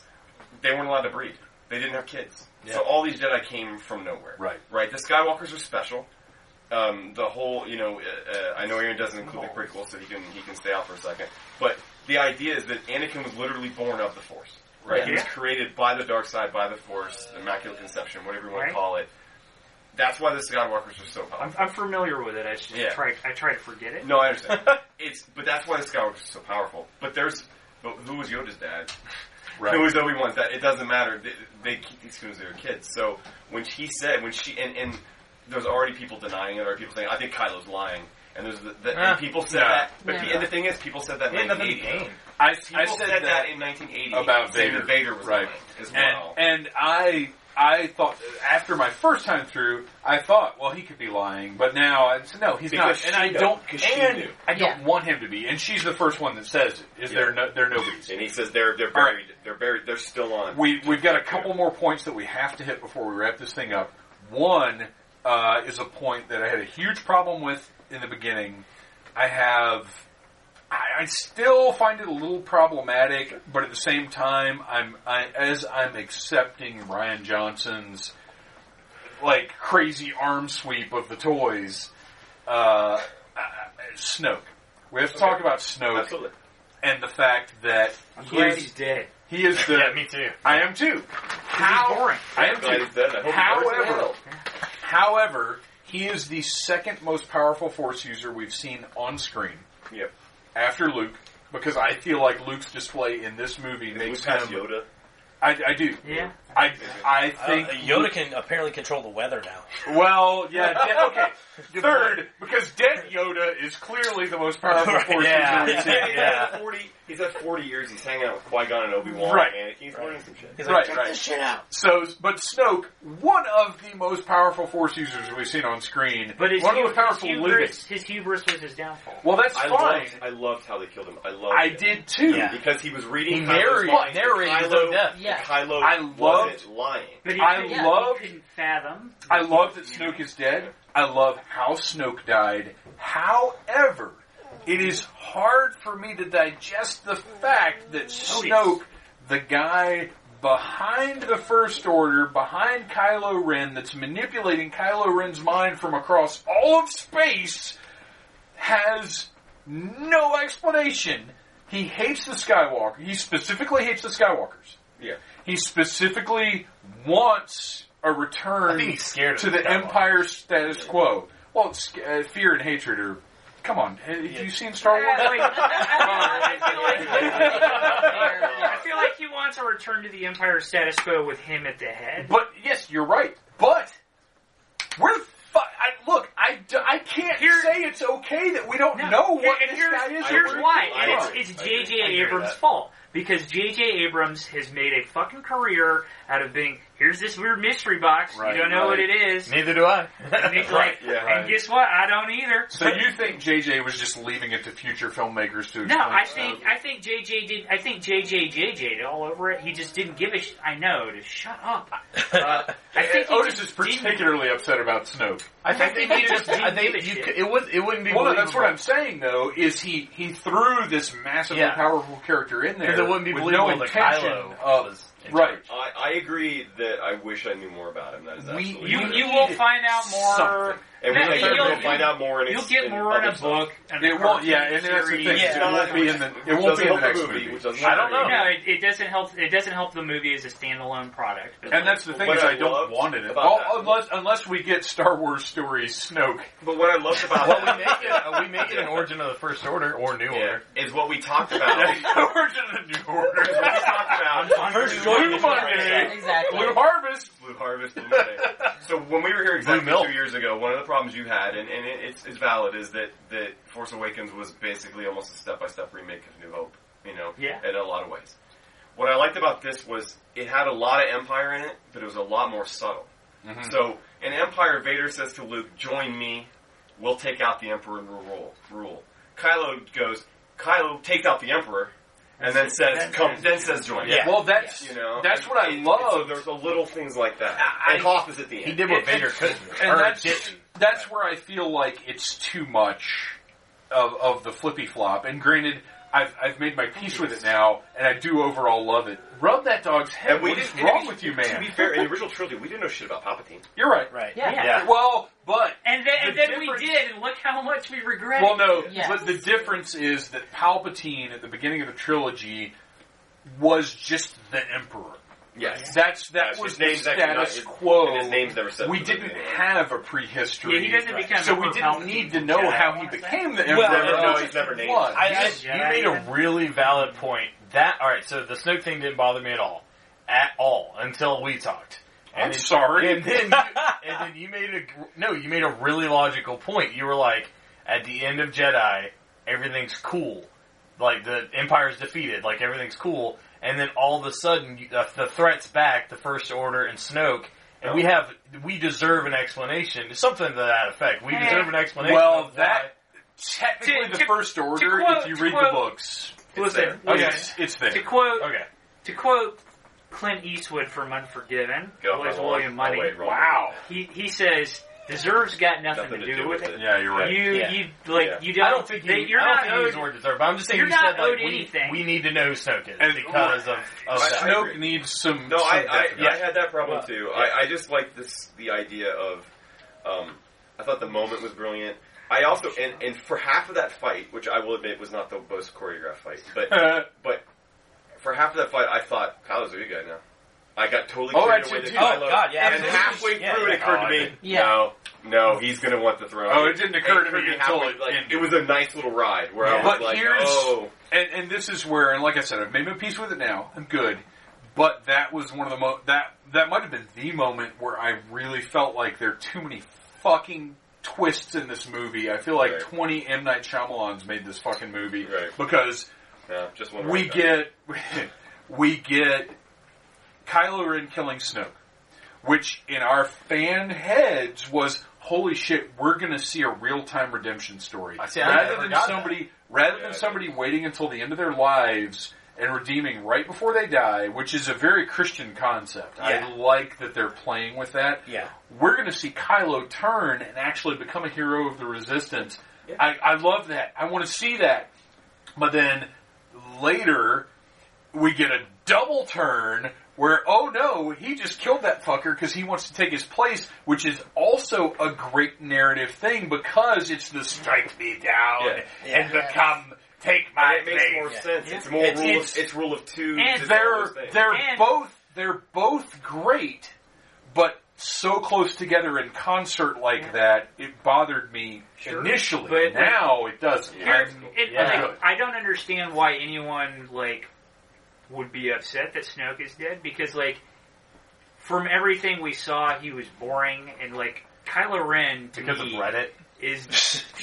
Speaker 3: they weren't allowed to breed. They didn't have kids. So all these Jedi came from nowhere.
Speaker 1: Right.
Speaker 3: Right. The Skywalkers are special. Um, the whole, you know, uh, uh, I know Aaron doesn't include the prequel, so he can he can stay out for a second. But the idea is that Anakin was literally born of the Force. Right. He was
Speaker 2: Yeah.
Speaker 3: created by the dark side, by the Force, Immaculate Conception, whatever you want
Speaker 2: Right.
Speaker 3: to call it. That's why the Skywalkers are so powerful.
Speaker 2: I'm, I'm familiar with it. I just
Speaker 3: Yeah.
Speaker 2: try. I try to forget it.
Speaker 3: No, I understand. it's but that's why the Skywalkers are so powerful. But there's but who was Yoda's dad?
Speaker 1: Right.
Speaker 3: Who was Obi Wan's dad? It doesn't matter. They, they keep these as they were kids. So when she said when she and, and there's already people denying it. Or people saying I think Kylo's lying. And there's the, the, and people said
Speaker 4: no.
Speaker 3: that. But
Speaker 5: No.
Speaker 3: pe- and the thing is, people said that in
Speaker 4: It had nothing to
Speaker 3: 1980.
Speaker 4: gain.
Speaker 1: I, I
Speaker 3: People said, that, in 1980
Speaker 1: about
Speaker 3: saying
Speaker 1: Vader,
Speaker 3: that Vader was
Speaker 1: right?
Speaker 3: lying as
Speaker 1: and,
Speaker 3: well.
Speaker 1: and I, I thought after my first time through, I thought, well, he could be lying, but now I said, no, he's
Speaker 3: Because
Speaker 1: not, and
Speaker 3: she
Speaker 1: I
Speaker 3: knew.
Speaker 1: don't,
Speaker 3: Because she
Speaker 1: and
Speaker 3: knew.
Speaker 1: I don't
Speaker 5: Yeah.
Speaker 1: want him to be. And she's the first one that says it. Is
Speaker 3: Yeah.
Speaker 1: there no, there are nobody's.
Speaker 3: and he says they're they're
Speaker 1: All right.
Speaker 3: buried. They're buried. They're still on.
Speaker 1: We, we've got a couple more points that we have to hit before we wrap this thing up. One uh, is a point that I had a huge problem with in the beginning. I have, I, I still find it a little problematic, but at the same time, I'm I, as I'm accepting Ryan Johnson's like crazy arm sweep of the toys. Uh, I- I- Snoke. We have to talk about Snoke
Speaker 3: Absolutely.
Speaker 1: and the fact that
Speaker 2: I'm
Speaker 1: he
Speaker 2: glad
Speaker 1: is,
Speaker 2: he's dead.
Speaker 1: he is the
Speaker 4: Yeah, me too.
Speaker 1: I am too. How?
Speaker 2: boring.
Speaker 1: I am
Speaker 3: Glad
Speaker 1: too.
Speaker 3: he said that. I hope he burns in
Speaker 1: However,
Speaker 3: hell.
Speaker 1: however, he is the second most powerful Force user we've seen on screen
Speaker 3: Yep.
Speaker 1: after Luke, because I feel like Luke's display in this movie
Speaker 3: We
Speaker 1: makes
Speaker 3: passed
Speaker 1: him.
Speaker 3: Yoda.
Speaker 1: I, I do.
Speaker 2: Yeah.
Speaker 1: I I think
Speaker 7: Uh, Yoda can apparently control the weather now.
Speaker 1: Well, yeah. De- okay. Third, because Dead Yoda is clearly the most powerful
Speaker 7: Right,
Speaker 1: Force
Speaker 4: yeah.
Speaker 1: user we've seen.
Speaker 3: Yeah, he's
Speaker 4: Yeah.
Speaker 3: had 40, he's had 40 years, he's hanging out with Qui-Gon and Obi-Wan,
Speaker 1: Right.
Speaker 3: and he's learning some shit.
Speaker 7: He's
Speaker 1: Right,
Speaker 7: like, check
Speaker 1: right.
Speaker 7: this shit out.
Speaker 1: So, but Snoke, one of the most powerful Force users we've seen on screen,
Speaker 2: But his,
Speaker 1: one
Speaker 2: hu-
Speaker 1: of the powerful
Speaker 2: his,
Speaker 1: Lucas.
Speaker 2: hubris, his hubris was his downfall.
Speaker 1: Well, that's
Speaker 3: I
Speaker 1: fine.
Speaker 3: loved, I loved how they killed him. I loved
Speaker 1: I
Speaker 3: it.
Speaker 1: did too.
Speaker 7: Yeah.
Speaker 3: Because he was
Speaker 1: He
Speaker 3: reading Kylo's
Speaker 1: narrated-
Speaker 3: lines,
Speaker 4: narrated
Speaker 3: and
Speaker 4: his
Speaker 3: Kylo,
Speaker 4: own death.
Speaker 5: Yeah.
Speaker 3: Kylo
Speaker 1: I loved-
Speaker 3: wasn't lying.
Speaker 2: But he,
Speaker 1: I
Speaker 2: couldn't- he
Speaker 1: loved-
Speaker 2: couldn't fathom.
Speaker 1: I love that Snoke is dead. I love how Snoke died. However, it is hard for me to digest the fact that
Speaker 7: Oh,
Speaker 1: Snoke, the guy behind the First Order, behind Kylo Ren, that's manipulating Kylo Ren's mind from across all of space, has no explanation. He hates the Skywalker. He specifically hates the Skywalkers.
Speaker 3: Yeah.
Speaker 1: He specifically wants a return
Speaker 4: I think he's scared of
Speaker 1: to
Speaker 4: the
Speaker 1: the
Speaker 4: Skywalker.
Speaker 1: Empire status quo. Well, it's, uh, fear and hatred are. Come on, have you seen Star Wars?
Speaker 2: I feel like- I feel like he wants a return to the Empire status quo with him at the head.
Speaker 1: But yes, you're right. But we're fu- I, look. I, d- I can't say it's okay that we don't
Speaker 2: No.
Speaker 1: know what
Speaker 2: and
Speaker 1: this
Speaker 2: here's,
Speaker 1: guy is.
Speaker 2: here's
Speaker 3: I agree.
Speaker 2: why.
Speaker 3: I
Speaker 2: And
Speaker 3: agree.
Speaker 2: it's, it's
Speaker 3: I agree.
Speaker 2: J.J.
Speaker 4: I agree with
Speaker 2: Abrams'
Speaker 4: that.
Speaker 2: fault. Because J.J. Abrams has made a fucking career out of being, here's this weird mystery box,
Speaker 1: Right,
Speaker 2: you don't know what
Speaker 1: right.
Speaker 2: it is.
Speaker 4: Neither do I.
Speaker 2: And, it's like,
Speaker 1: yeah,
Speaker 2: and
Speaker 1: right.
Speaker 2: guess what? I don't either.
Speaker 1: So you think JJ was just leaving it to future filmmakers to?
Speaker 2: No,
Speaker 1: explain
Speaker 2: I
Speaker 1: stuff?
Speaker 2: think I think JJ did. I think JJ JJ did all over it. He just didn't give a sh- I know to shut up. Uh, I think he
Speaker 1: Otis
Speaker 2: just
Speaker 1: is
Speaker 2: didn't-
Speaker 1: particularly upset about Snoke.
Speaker 4: I think they
Speaker 2: he just didn't
Speaker 4: I think
Speaker 2: give a
Speaker 4: you
Speaker 2: shit.
Speaker 4: could, it would it wouldn't be
Speaker 1: Well, no,
Speaker 4: believable.
Speaker 1: that's what I'm saying though. Is he he threw this massively
Speaker 4: Yeah.
Speaker 1: powerful character in there?
Speaker 4: because it wouldn't be
Speaker 1: with
Speaker 4: believable
Speaker 1: no
Speaker 4: that
Speaker 1: intention
Speaker 4: Kylo
Speaker 1: of-
Speaker 4: was in
Speaker 1: right.
Speaker 3: I, I agree that I wish I knew more about him. That is
Speaker 1: We-
Speaker 3: absolutely
Speaker 2: You
Speaker 3: true.
Speaker 2: you will find out more.
Speaker 1: Something.
Speaker 3: And
Speaker 2: No,
Speaker 3: we're
Speaker 2: you'll-
Speaker 3: going to find out more in
Speaker 2: You'll
Speaker 3: ex-
Speaker 2: get more in
Speaker 3: other
Speaker 2: a
Speaker 3: stuff.
Speaker 2: book. and a
Speaker 1: It won't. Yeah,
Speaker 2: cartoon
Speaker 1: and that's the
Speaker 2: series.
Speaker 1: thing.
Speaker 4: Yeah.
Speaker 1: It won't be in the. It won't be in the next movie.
Speaker 3: Which doesn't
Speaker 4: I don't
Speaker 3: help
Speaker 4: know.
Speaker 2: No, it, it doesn't help. It doesn't help the movie as a standalone product. But
Speaker 1: And that's the thing
Speaker 3: What
Speaker 1: is,
Speaker 3: I
Speaker 1: I don't
Speaker 3: loved
Speaker 1: want it.
Speaker 3: about
Speaker 1: Oh, unless unless we get Star Wars stories Snoke.
Speaker 3: But what I loved about
Speaker 4: Well, we make it. uh, we make it an origin of the first order or
Speaker 3: yeah,
Speaker 4: new order.
Speaker 3: is what we talked about.
Speaker 1: Origin of the New Order.
Speaker 3: what we talked about
Speaker 7: First
Speaker 1: Blue
Speaker 7: Jordan.
Speaker 1: Monday.
Speaker 5: exactly.
Speaker 1: Blue Harvest.
Speaker 3: Blue Harvest Blue Monday. so when we were here exactly
Speaker 4: milk.
Speaker 3: two years ago, one of the problems you had, and, and it, it's, it's valid, is that, that Force Awakens was basically almost a step-by-step remake of New Hope, you know,
Speaker 2: Yeah.
Speaker 3: in a lot of ways. What I liked about this was it had a lot of Empire in it, but it was a lot more subtle. So in Empire, Vader says to Luke, join me, we'll take out the Emperor and rule. rule. Kylo goes, Kylo takes out the Emperor, and then says, "Come." Then says, "Join."
Speaker 4: Yeah.
Speaker 1: Well, that's
Speaker 3: You know,
Speaker 1: that's what I
Speaker 3: So
Speaker 1: love.
Speaker 3: Oh, there's a little things like that.
Speaker 1: I-
Speaker 3: and Hoff is at the end.
Speaker 4: He did what Vader couldn't,
Speaker 1: and
Speaker 4: or
Speaker 1: that's,
Speaker 4: didn't.
Speaker 1: That's where I feel like it's too much of, of the flippy flop. And granted, I've, I've made my peace with it now, and I do overall love it. Rub that dog's head.
Speaker 3: And we
Speaker 1: what is
Speaker 3: didn't-
Speaker 1: wrong with you,
Speaker 3: To be
Speaker 1: man?
Speaker 3: fair, in the original trilogy, we didn't know shit about Palpatine.
Speaker 1: You're right.
Speaker 7: Right.
Speaker 5: Yeah.
Speaker 4: Yeah.
Speaker 1: Well, but
Speaker 2: And then, and
Speaker 1: The
Speaker 2: then we
Speaker 1: difference-
Speaker 2: did, and look how much we regret.
Speaker 1: well, no.
Speaker 5: Yes.
Speaker 1: But the difference is that Palpatine at the beginning of the trilogy was just the Emperor.
Speaker 3: Yes.
Speaker 1: That's that
Speaker 3: Yes,
Speaker 1: was
Speaker 3: his
Speaker 1: the
Speaker 3: name's actually not-
Speaker 1: status
Speaker 3: his-
Speaker 1: quo.
Speaker 3: and his name's never said
Speaker 1: We
Speaker 3: in the
Speaker 1: didn't
Speaker 3: movie.
Speaker 1: have a prehistory.
Speaker 2: Yeah, he doesn't become
Speaker 1: so we
Speaker 2: Emperor
Speaker 1: didn't
Speaker 2: Palpatine.
Speaker 1: need to know
Speaker 2: Yeah,
Speaker 1: how
Speaker 2: I
Speaker 1: he
Speaker 2: wanna say.
Speaker 1: became the
Speaker 7: Well,
Speaker 1: emperor.
Speaker 7: no,
Speaker 1: No,
Speaker 3: he's never named.
Speaker 1: one.
Speaker 4: I, I,
Speaker 2: He's a
Speaker 4: you
Speaker 2: Jedi.
Speaker 4: made a really valid point. That all right. So the Snoke thing didn't bother me at all, at all, until we talked. And
Speaker 1: I'm
Speaker 4: then-
Speaker 1: sorry.
Speaker 4: And then, and then you made a gr- no. You made a really logical point. You were like, at the end of Jedi, everything's cool. Like the Empire's defeated. Like everything's cool. And then all of a sudden, you, uh, the threat's back. The First Order and Snoke. And
Speaker 1: Oh.
Speaker 4: we have, we deserve an explanation. Something to that effect. We
Speaker 2: Hey.
Speaker 4: deserve an explanation.
Speaker 1: well,
Speaker 4: of why-
Speaker 1: that technically
Speaker 2: To-
Speaker 1: the
Speaker 2: to-
Speaker 1: first order.
Speaker 2: quote-
Speaker 1: if you
Speaker 2: to
Speaker 1: read the
Speaker 2: quote-
Speaker 1: books,
Speaker 2: Listen,
Speaker 1: Oh,
Speaker 2: listen.
Speaker 1: yes, it's there.
Speaker 2: To quote,
Speaker 4: Okay.
Speaker 2: to quote Clint Eastwood from Unforgiven,
Speaker 3: Go,
Speaker 2: plays
Speaker 3: I'll-
Speaker 2: William
Speaker 3: I'll
Speaker 2: Money.
Speaker 3: wait, Roman.
Speaker 2: wow. He he says deserves got nothing, to, do, with it.
Speaker 1: Yeah, you're right.
Speaker 2: You
Speaker 4: Yeah.
Speaker 2: you like
Speaker 3: Yeah.
Speaker 2: you
Speaker 4: I
Speaker 2: don't,
Speaker 4: don't think
Speaker 2: that
Speaker 4: he,
Speaker 2: you're
Speaker 4: I don't
Speaker 2: not
Speaker 4: think he was
Speaker 2: owed-
Speaker 4: word deserved, but I'm just saying
Speaker 2: you're
Speaker 4: he
Speaker 2: not
Speaker 4: said, like,
Speaker 2: owed
Speaker 4: we,
Speaker 2: anything.
Speaker 4: we need to know who Snoke is
Speaker 1: And-
Speaker 4: because of, of
Speaker 3: I-
Speaker 4: that.
Speaker 3: I agree.
Speaker 1: Snoke needs some.
Speaker 3: No,
Speaker 1: some
Speaker 3: I, I,
Speaker 1: depth.
Speaker 3: I had that problem too. I, I just like this the idea of. Um, I thought the moment was brilliant. I also and, and for half of that fight, which I will admit was not the most choreographed fight, but but for half of that fight, I thought Kylo's a good guy now. I got totally
Speaker 1: Oh, I
Speaker 3: carried
Speaker 1: did
Speaker 3: away with
Speaker 1: too.
Speaker 3: Kylo.
Speaker 7: Oh, God, yeah,
Speaker 3: and halfway
Speaker 7: absolutely. Yeah,
Speaker 3: through,
Speaker 7: yeah.
Speaker 3: it occurred to me,
Speaker 5: Yeah.
Speaker 3: no, no, he's going to want the throne.
Speaker 1: Oh, it didn't occur to
Speaker 3: occurred
Speaker 1: me
Speaker 3: halfway,
Speaker 1: until it
Speaker 3: like,
Speaker 1: ended.
Speaker 3: it was a nice little ride where I was
Speaker 1: But
Speaker 3: like,
Speaker 1: here's
Speaker 3: oh,
Speaker 1: and, and this is where, and like I said, I've made my peace with it now. I'm good. But that was one of the mo- that that might have been the moment where I really felt like there are too many fucking twists in this movie. I feel like
Speaker 3: Right.
Speaker 1: 20 M Night Shyamalan's made this fucking movie
Speaker 3: Right.
Speaker 1: because
Speaker 3: yeah, just one.
Speaker 1: we
Speaker 3: ride down.
Speaker 1: get we get Kylo Ren killing Snoke, which in our fan heads was holy shit. We're gonna see a real time redemption story
Speaker 4: I see, I
Speaker 1: rather
Speaker 4: never
Speaker 1: than
Speaker 4: got
Speaker 1: somebody rather
Speaker 3: Yeah, I
Speaker 1: than somebody waiting until the end of their lives and redeeming right before they die, which is a very Christian concept.
Speaker 7: Yeah.
Speaker 1: I like that they're playing with that.
Speaker 7: Yeah.
Speaker 1: We're going to see Kylo turn and actually become a hero of the Resistance. I, I love that. I want to see that. But then later, we get a double turn where, oh no, he just killed that fucker because he wants to take his place, which is also a great narrative thing because it's the strike me down
Speaker 7: Yeah.
Speaker 1: and become take my
Speaker 3: And it makes more
Speaker 1: place.
Speaker 3: sense. It's more
Speaker 1: It's-
Speaker 3: rule.
Speaker 1: it's-
Speaker 3: Of, it's rule of two.
Speaker 2: And
Speaker 3: to all
Speaker 1: They're
Speaker 3: those things.
Speaker 1: they're
Speaker 2: And-
Speaker 1: both they're both great, but so close together in concert like that, it bothered me initially.
Speaker 2: But-
Speaker 1: now it doesn't.
Speaker 2: Here-
Speaker 1: I'm-
Speaker 2: it-
Speaker 1: I'm
Speaker 2: like,
Speaker 1: good.
Speaker 2: I don't understand why anyone like would be upset that Snoke is dead because like from everything we saw, he was boring and like Kylo Ren to
Speaker 4: because of
Speaker 2: me
Speaker 4: Reddit.
Speaker 2: is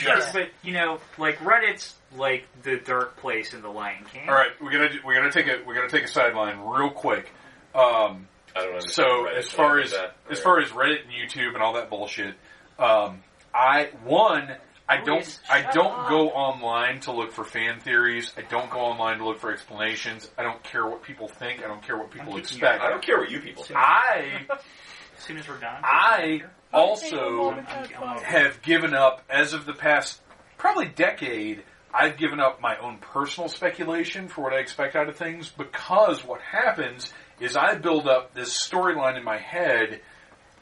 Speaker 2: yes, but you know like Reddit's like the dark place in the Lion King.
Speaker 1: All right, we're gonna do- we're gonna take a we're gonna take a sideline real quick. Um,
Speaker 3: I don't understand
Speaker 1: so
Speaker 3: Reddit,
Speaker 1: as
Speaker 3: so
Speaker 1: far
Speaker 3: I
Speaker 1: as
Speaker 3: did that.
Speaker 1: as far as Reddit and YouTube and all that bullshit, um, I one I don't
Speaker 2: Luis,
Speaker 1: I
Speaker 2: shut
Speaker 1: don't
Speaker 2: up.
Speaker 1: go online to look for fan theories. I don't go online to look for explanations. I don't care what people think. I don't care what people
Speaker 2: I'm kicking you
Speaker 1: expect.
Speaker 3: I don't care what you people think.
Speaker 1: I
Speaker 2: As soon as we're done,
Speaker 1: I
Speaker 2: I'm,
Speaker 1: also
Speaker 2: I'm-
Speaker 1: have given up as of the past probably decade. I've given up my own personal speculation for what I expect out of things because what happens is I build up this storyline in my head,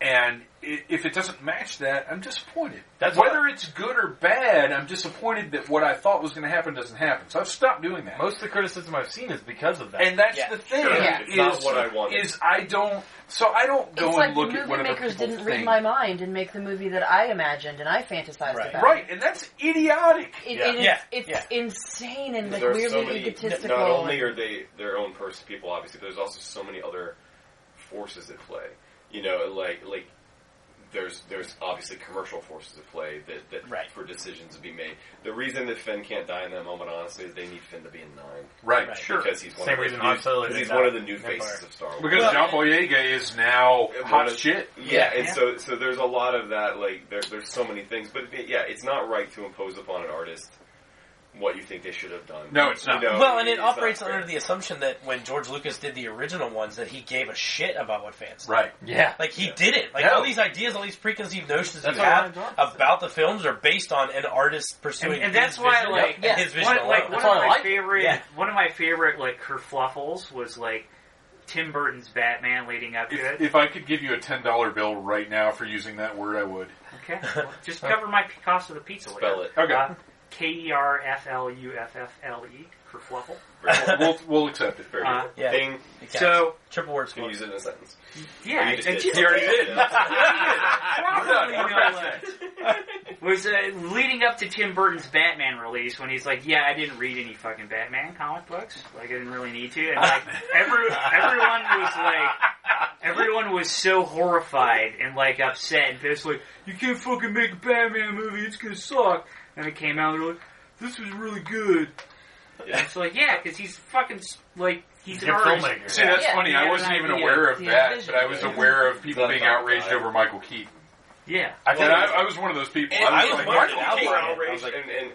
Speaker 1: and i- if it doesn't match that, I'm disappointed.
Speaker 4: That's
Speaker 1: Whether it's good or bad, I'm disappointed that what I thought was going to happen doesn't happen. So I've stopped doing that.
Speaker 4: Most of the criticism I've seen is because of that.
Speaker 1: and that's
Speaker 7: Yeah.
Speaker 1: the thing
Speaker 5: Yeah.
Speaker 1: is,
Speaker 3: It's not what I wanted.
Speaker 1: is I don't so I don't go and
Speaker 5: it's like the
Speaker 1: look at what
Speaker 5: movie
Speaker 1: other
Speaker 5: makers
Speaker 1: people
Speaker 5: didn't read
Speaker 1: think.
Speaker 5: my mind and make the movie that I imagined and I fantasized
Speaker 7: Right.
Speaker 5: about.
Speaker 1: Right, and that's idiotic.
Speaker 5: It,
Speaker 4: Yeah.
Speaker 5: it is,
Speaker 7: Yeah.
Speaker 5: It's
Speaker 7: Yeah.
Speaker 5: insane and like
Speaker 3: There are
Speaker 5: weirdly
Speaker 3: so many.
Speaker 5: egotistical.
Speaker 3: Not only
Speaker 5: and-
Speaker 3: are they their own person people, obviously, but there's also so many other forces at play. You know, like like there's there's obviously commercial forces at play that, that
Speaker 7: Right.
Speaker 3: for decisions to be made. The reason that Finn can't die in that moment, honestly, is they need Finn to be in nine
Speaker 1: Right, sure.
Speaker 3: because he's one
Speaker 4: Same
Speaker 3: of the
Speaker 4: reason
Speaker 3: new-
Speaker 4: Han Solo
Speaker 3: because
Speaker 4: didn't
Speaker 3: he's
Speaker 4: die
Speaker 3: one of the new
Speaker 4: in Empire.
Speaker 3: faces of Star Wars.
Speaker 1: Because John Boyega is now hot
Speaker 3: One of-
Speaker 1: shit.
Speaker 3: Yeah, and
Speaker 2: Yeah.
Speaker 3: so so there's a lot of that. Like there, there's so many things, but it- yeah, it's not right to impose upon an artist what you think they should have done.
Speaker 1: No, it's not.
Speaker 3: You know,
Speaker 7: well, and it
Speaker 3: it's not
Speaker 7: operates
Speaker 3: fair.
Speaker 7: under the assumption that when George Lucas did the original ones, that he gave a shit about what fans. thought.
Speaker 1: Right.
Speaker 4: Yeah.
Speaker 7: Like he did it. Like
Speaker 1: No.
Speaker 7: all these ideas, all these preconceived notions
Speaker 4: That's
Speaker 7: you
Speaker 4: what
Speaker 7: have
Speaker 4: Ryan Johnson
Speaker 7: about the films are based on an artist
Speaker 2: And,
Speaker 7: pursuing.
Speaker 2: and that's
Speaker 7: his
Speaker 2: why,
Speaker 7: vision,
Speaker 2: like,
Speaker 7: and
Speaker 5: yeah,
Speaker 7: his vision
Speaker 2: one,
Speaker 7: alone.
Speaker 2: like one of
Speaker 4: That's why I
Speaker 2: my
Speaker 4: like it.
Speaker 2: favorite,
Speaker 7: Yeah.
Speaker 2: one of my favorite like kerfluffles was like Tim Burton's Batman leading up to
Speaker 1: If,
Speaker 2: it.
Speaker 1: if I could give you a ten dollar bill right now for using that word, I would.
Speaker 2: Okay, well, just cover my p- cost of the pizza. later.
Speaker 3: Spell it.
Speaker 1: Okay.
Speaker 2: Uh, K e r f l u f f l e kerfluffle.
Speaker 1: we'll, we'll accept it.
Speaker 3: Very
Speaker 2: Uh,
Speaker 3: good.
Speaker 7: yeah.
Speaker 3: Bing,
Speaker 7: Okay.
Speaker 2: So
Speaker 7: triple word
Speaker 3: can
Speaker 7: score.
Speaker 3: you use it in a sentence?
Speaker 2: yeah,
Speaker 3: You
Speaker 2: and
Speaker 3: just did.
Speaker 2: just-
Speaker 3: You already did.
Speaker 2: probably no less. was uh, leading up to Tim Burton's Batman release when he's like, "Yeah, I didn't read any fucking Batman comic books. Like, I didn't really need to." And like, every, everyone was like, everyone was so horrified and like upset and pissed. Like, you can't fucking make a Batman movie. It's gonna suck. And it came out. and They're like, "This was really good."
Speaker 3: Yeah.
Speaker 2: It's like, yeah, because he's fucking s- like he's an
Speaker 4: You're a
Speaker 2: artist.
Speaker 4: filmmaker.
Speaker 1: See, that's
Speaker 5: Yeah.
Speaker 1: funny.
Speaker 2: Yeah,
Speaker 1: I wasn't
Speaker 2: an
Speaker 1: even
Speaker 2: idea.
Speaker 1: aware of
Speaker 5: Yeah,
Speaker 1: that,
Speaker 5: vision.
Speaker 1: but I was
Speaker 5: Yeah.
Speaker 1: aware of people being
Speaker 3: That's not
Speaker 1: outraged
Speaker 3: bad.
Speaker 1: over Michael Keaton.
Speaker 2: Yeah,
Speaker 4: I
Speaker 1: And
Speaker 4: think
Speaker 1: I, I was one of those people.
Speaker 3: And
Speaker 1: I
Speaker 7: I
Speaker 1: was
Speaker 7: was
Speaker 1: like,
Speaker 7: wondering-
Speaker 1: Michael
Speaker 7: I was
Speaker 3: Keaton
Speaker 7: like-
Speaker 3: outraged,
Speaker 7: I was like-
Speaker 3: and, and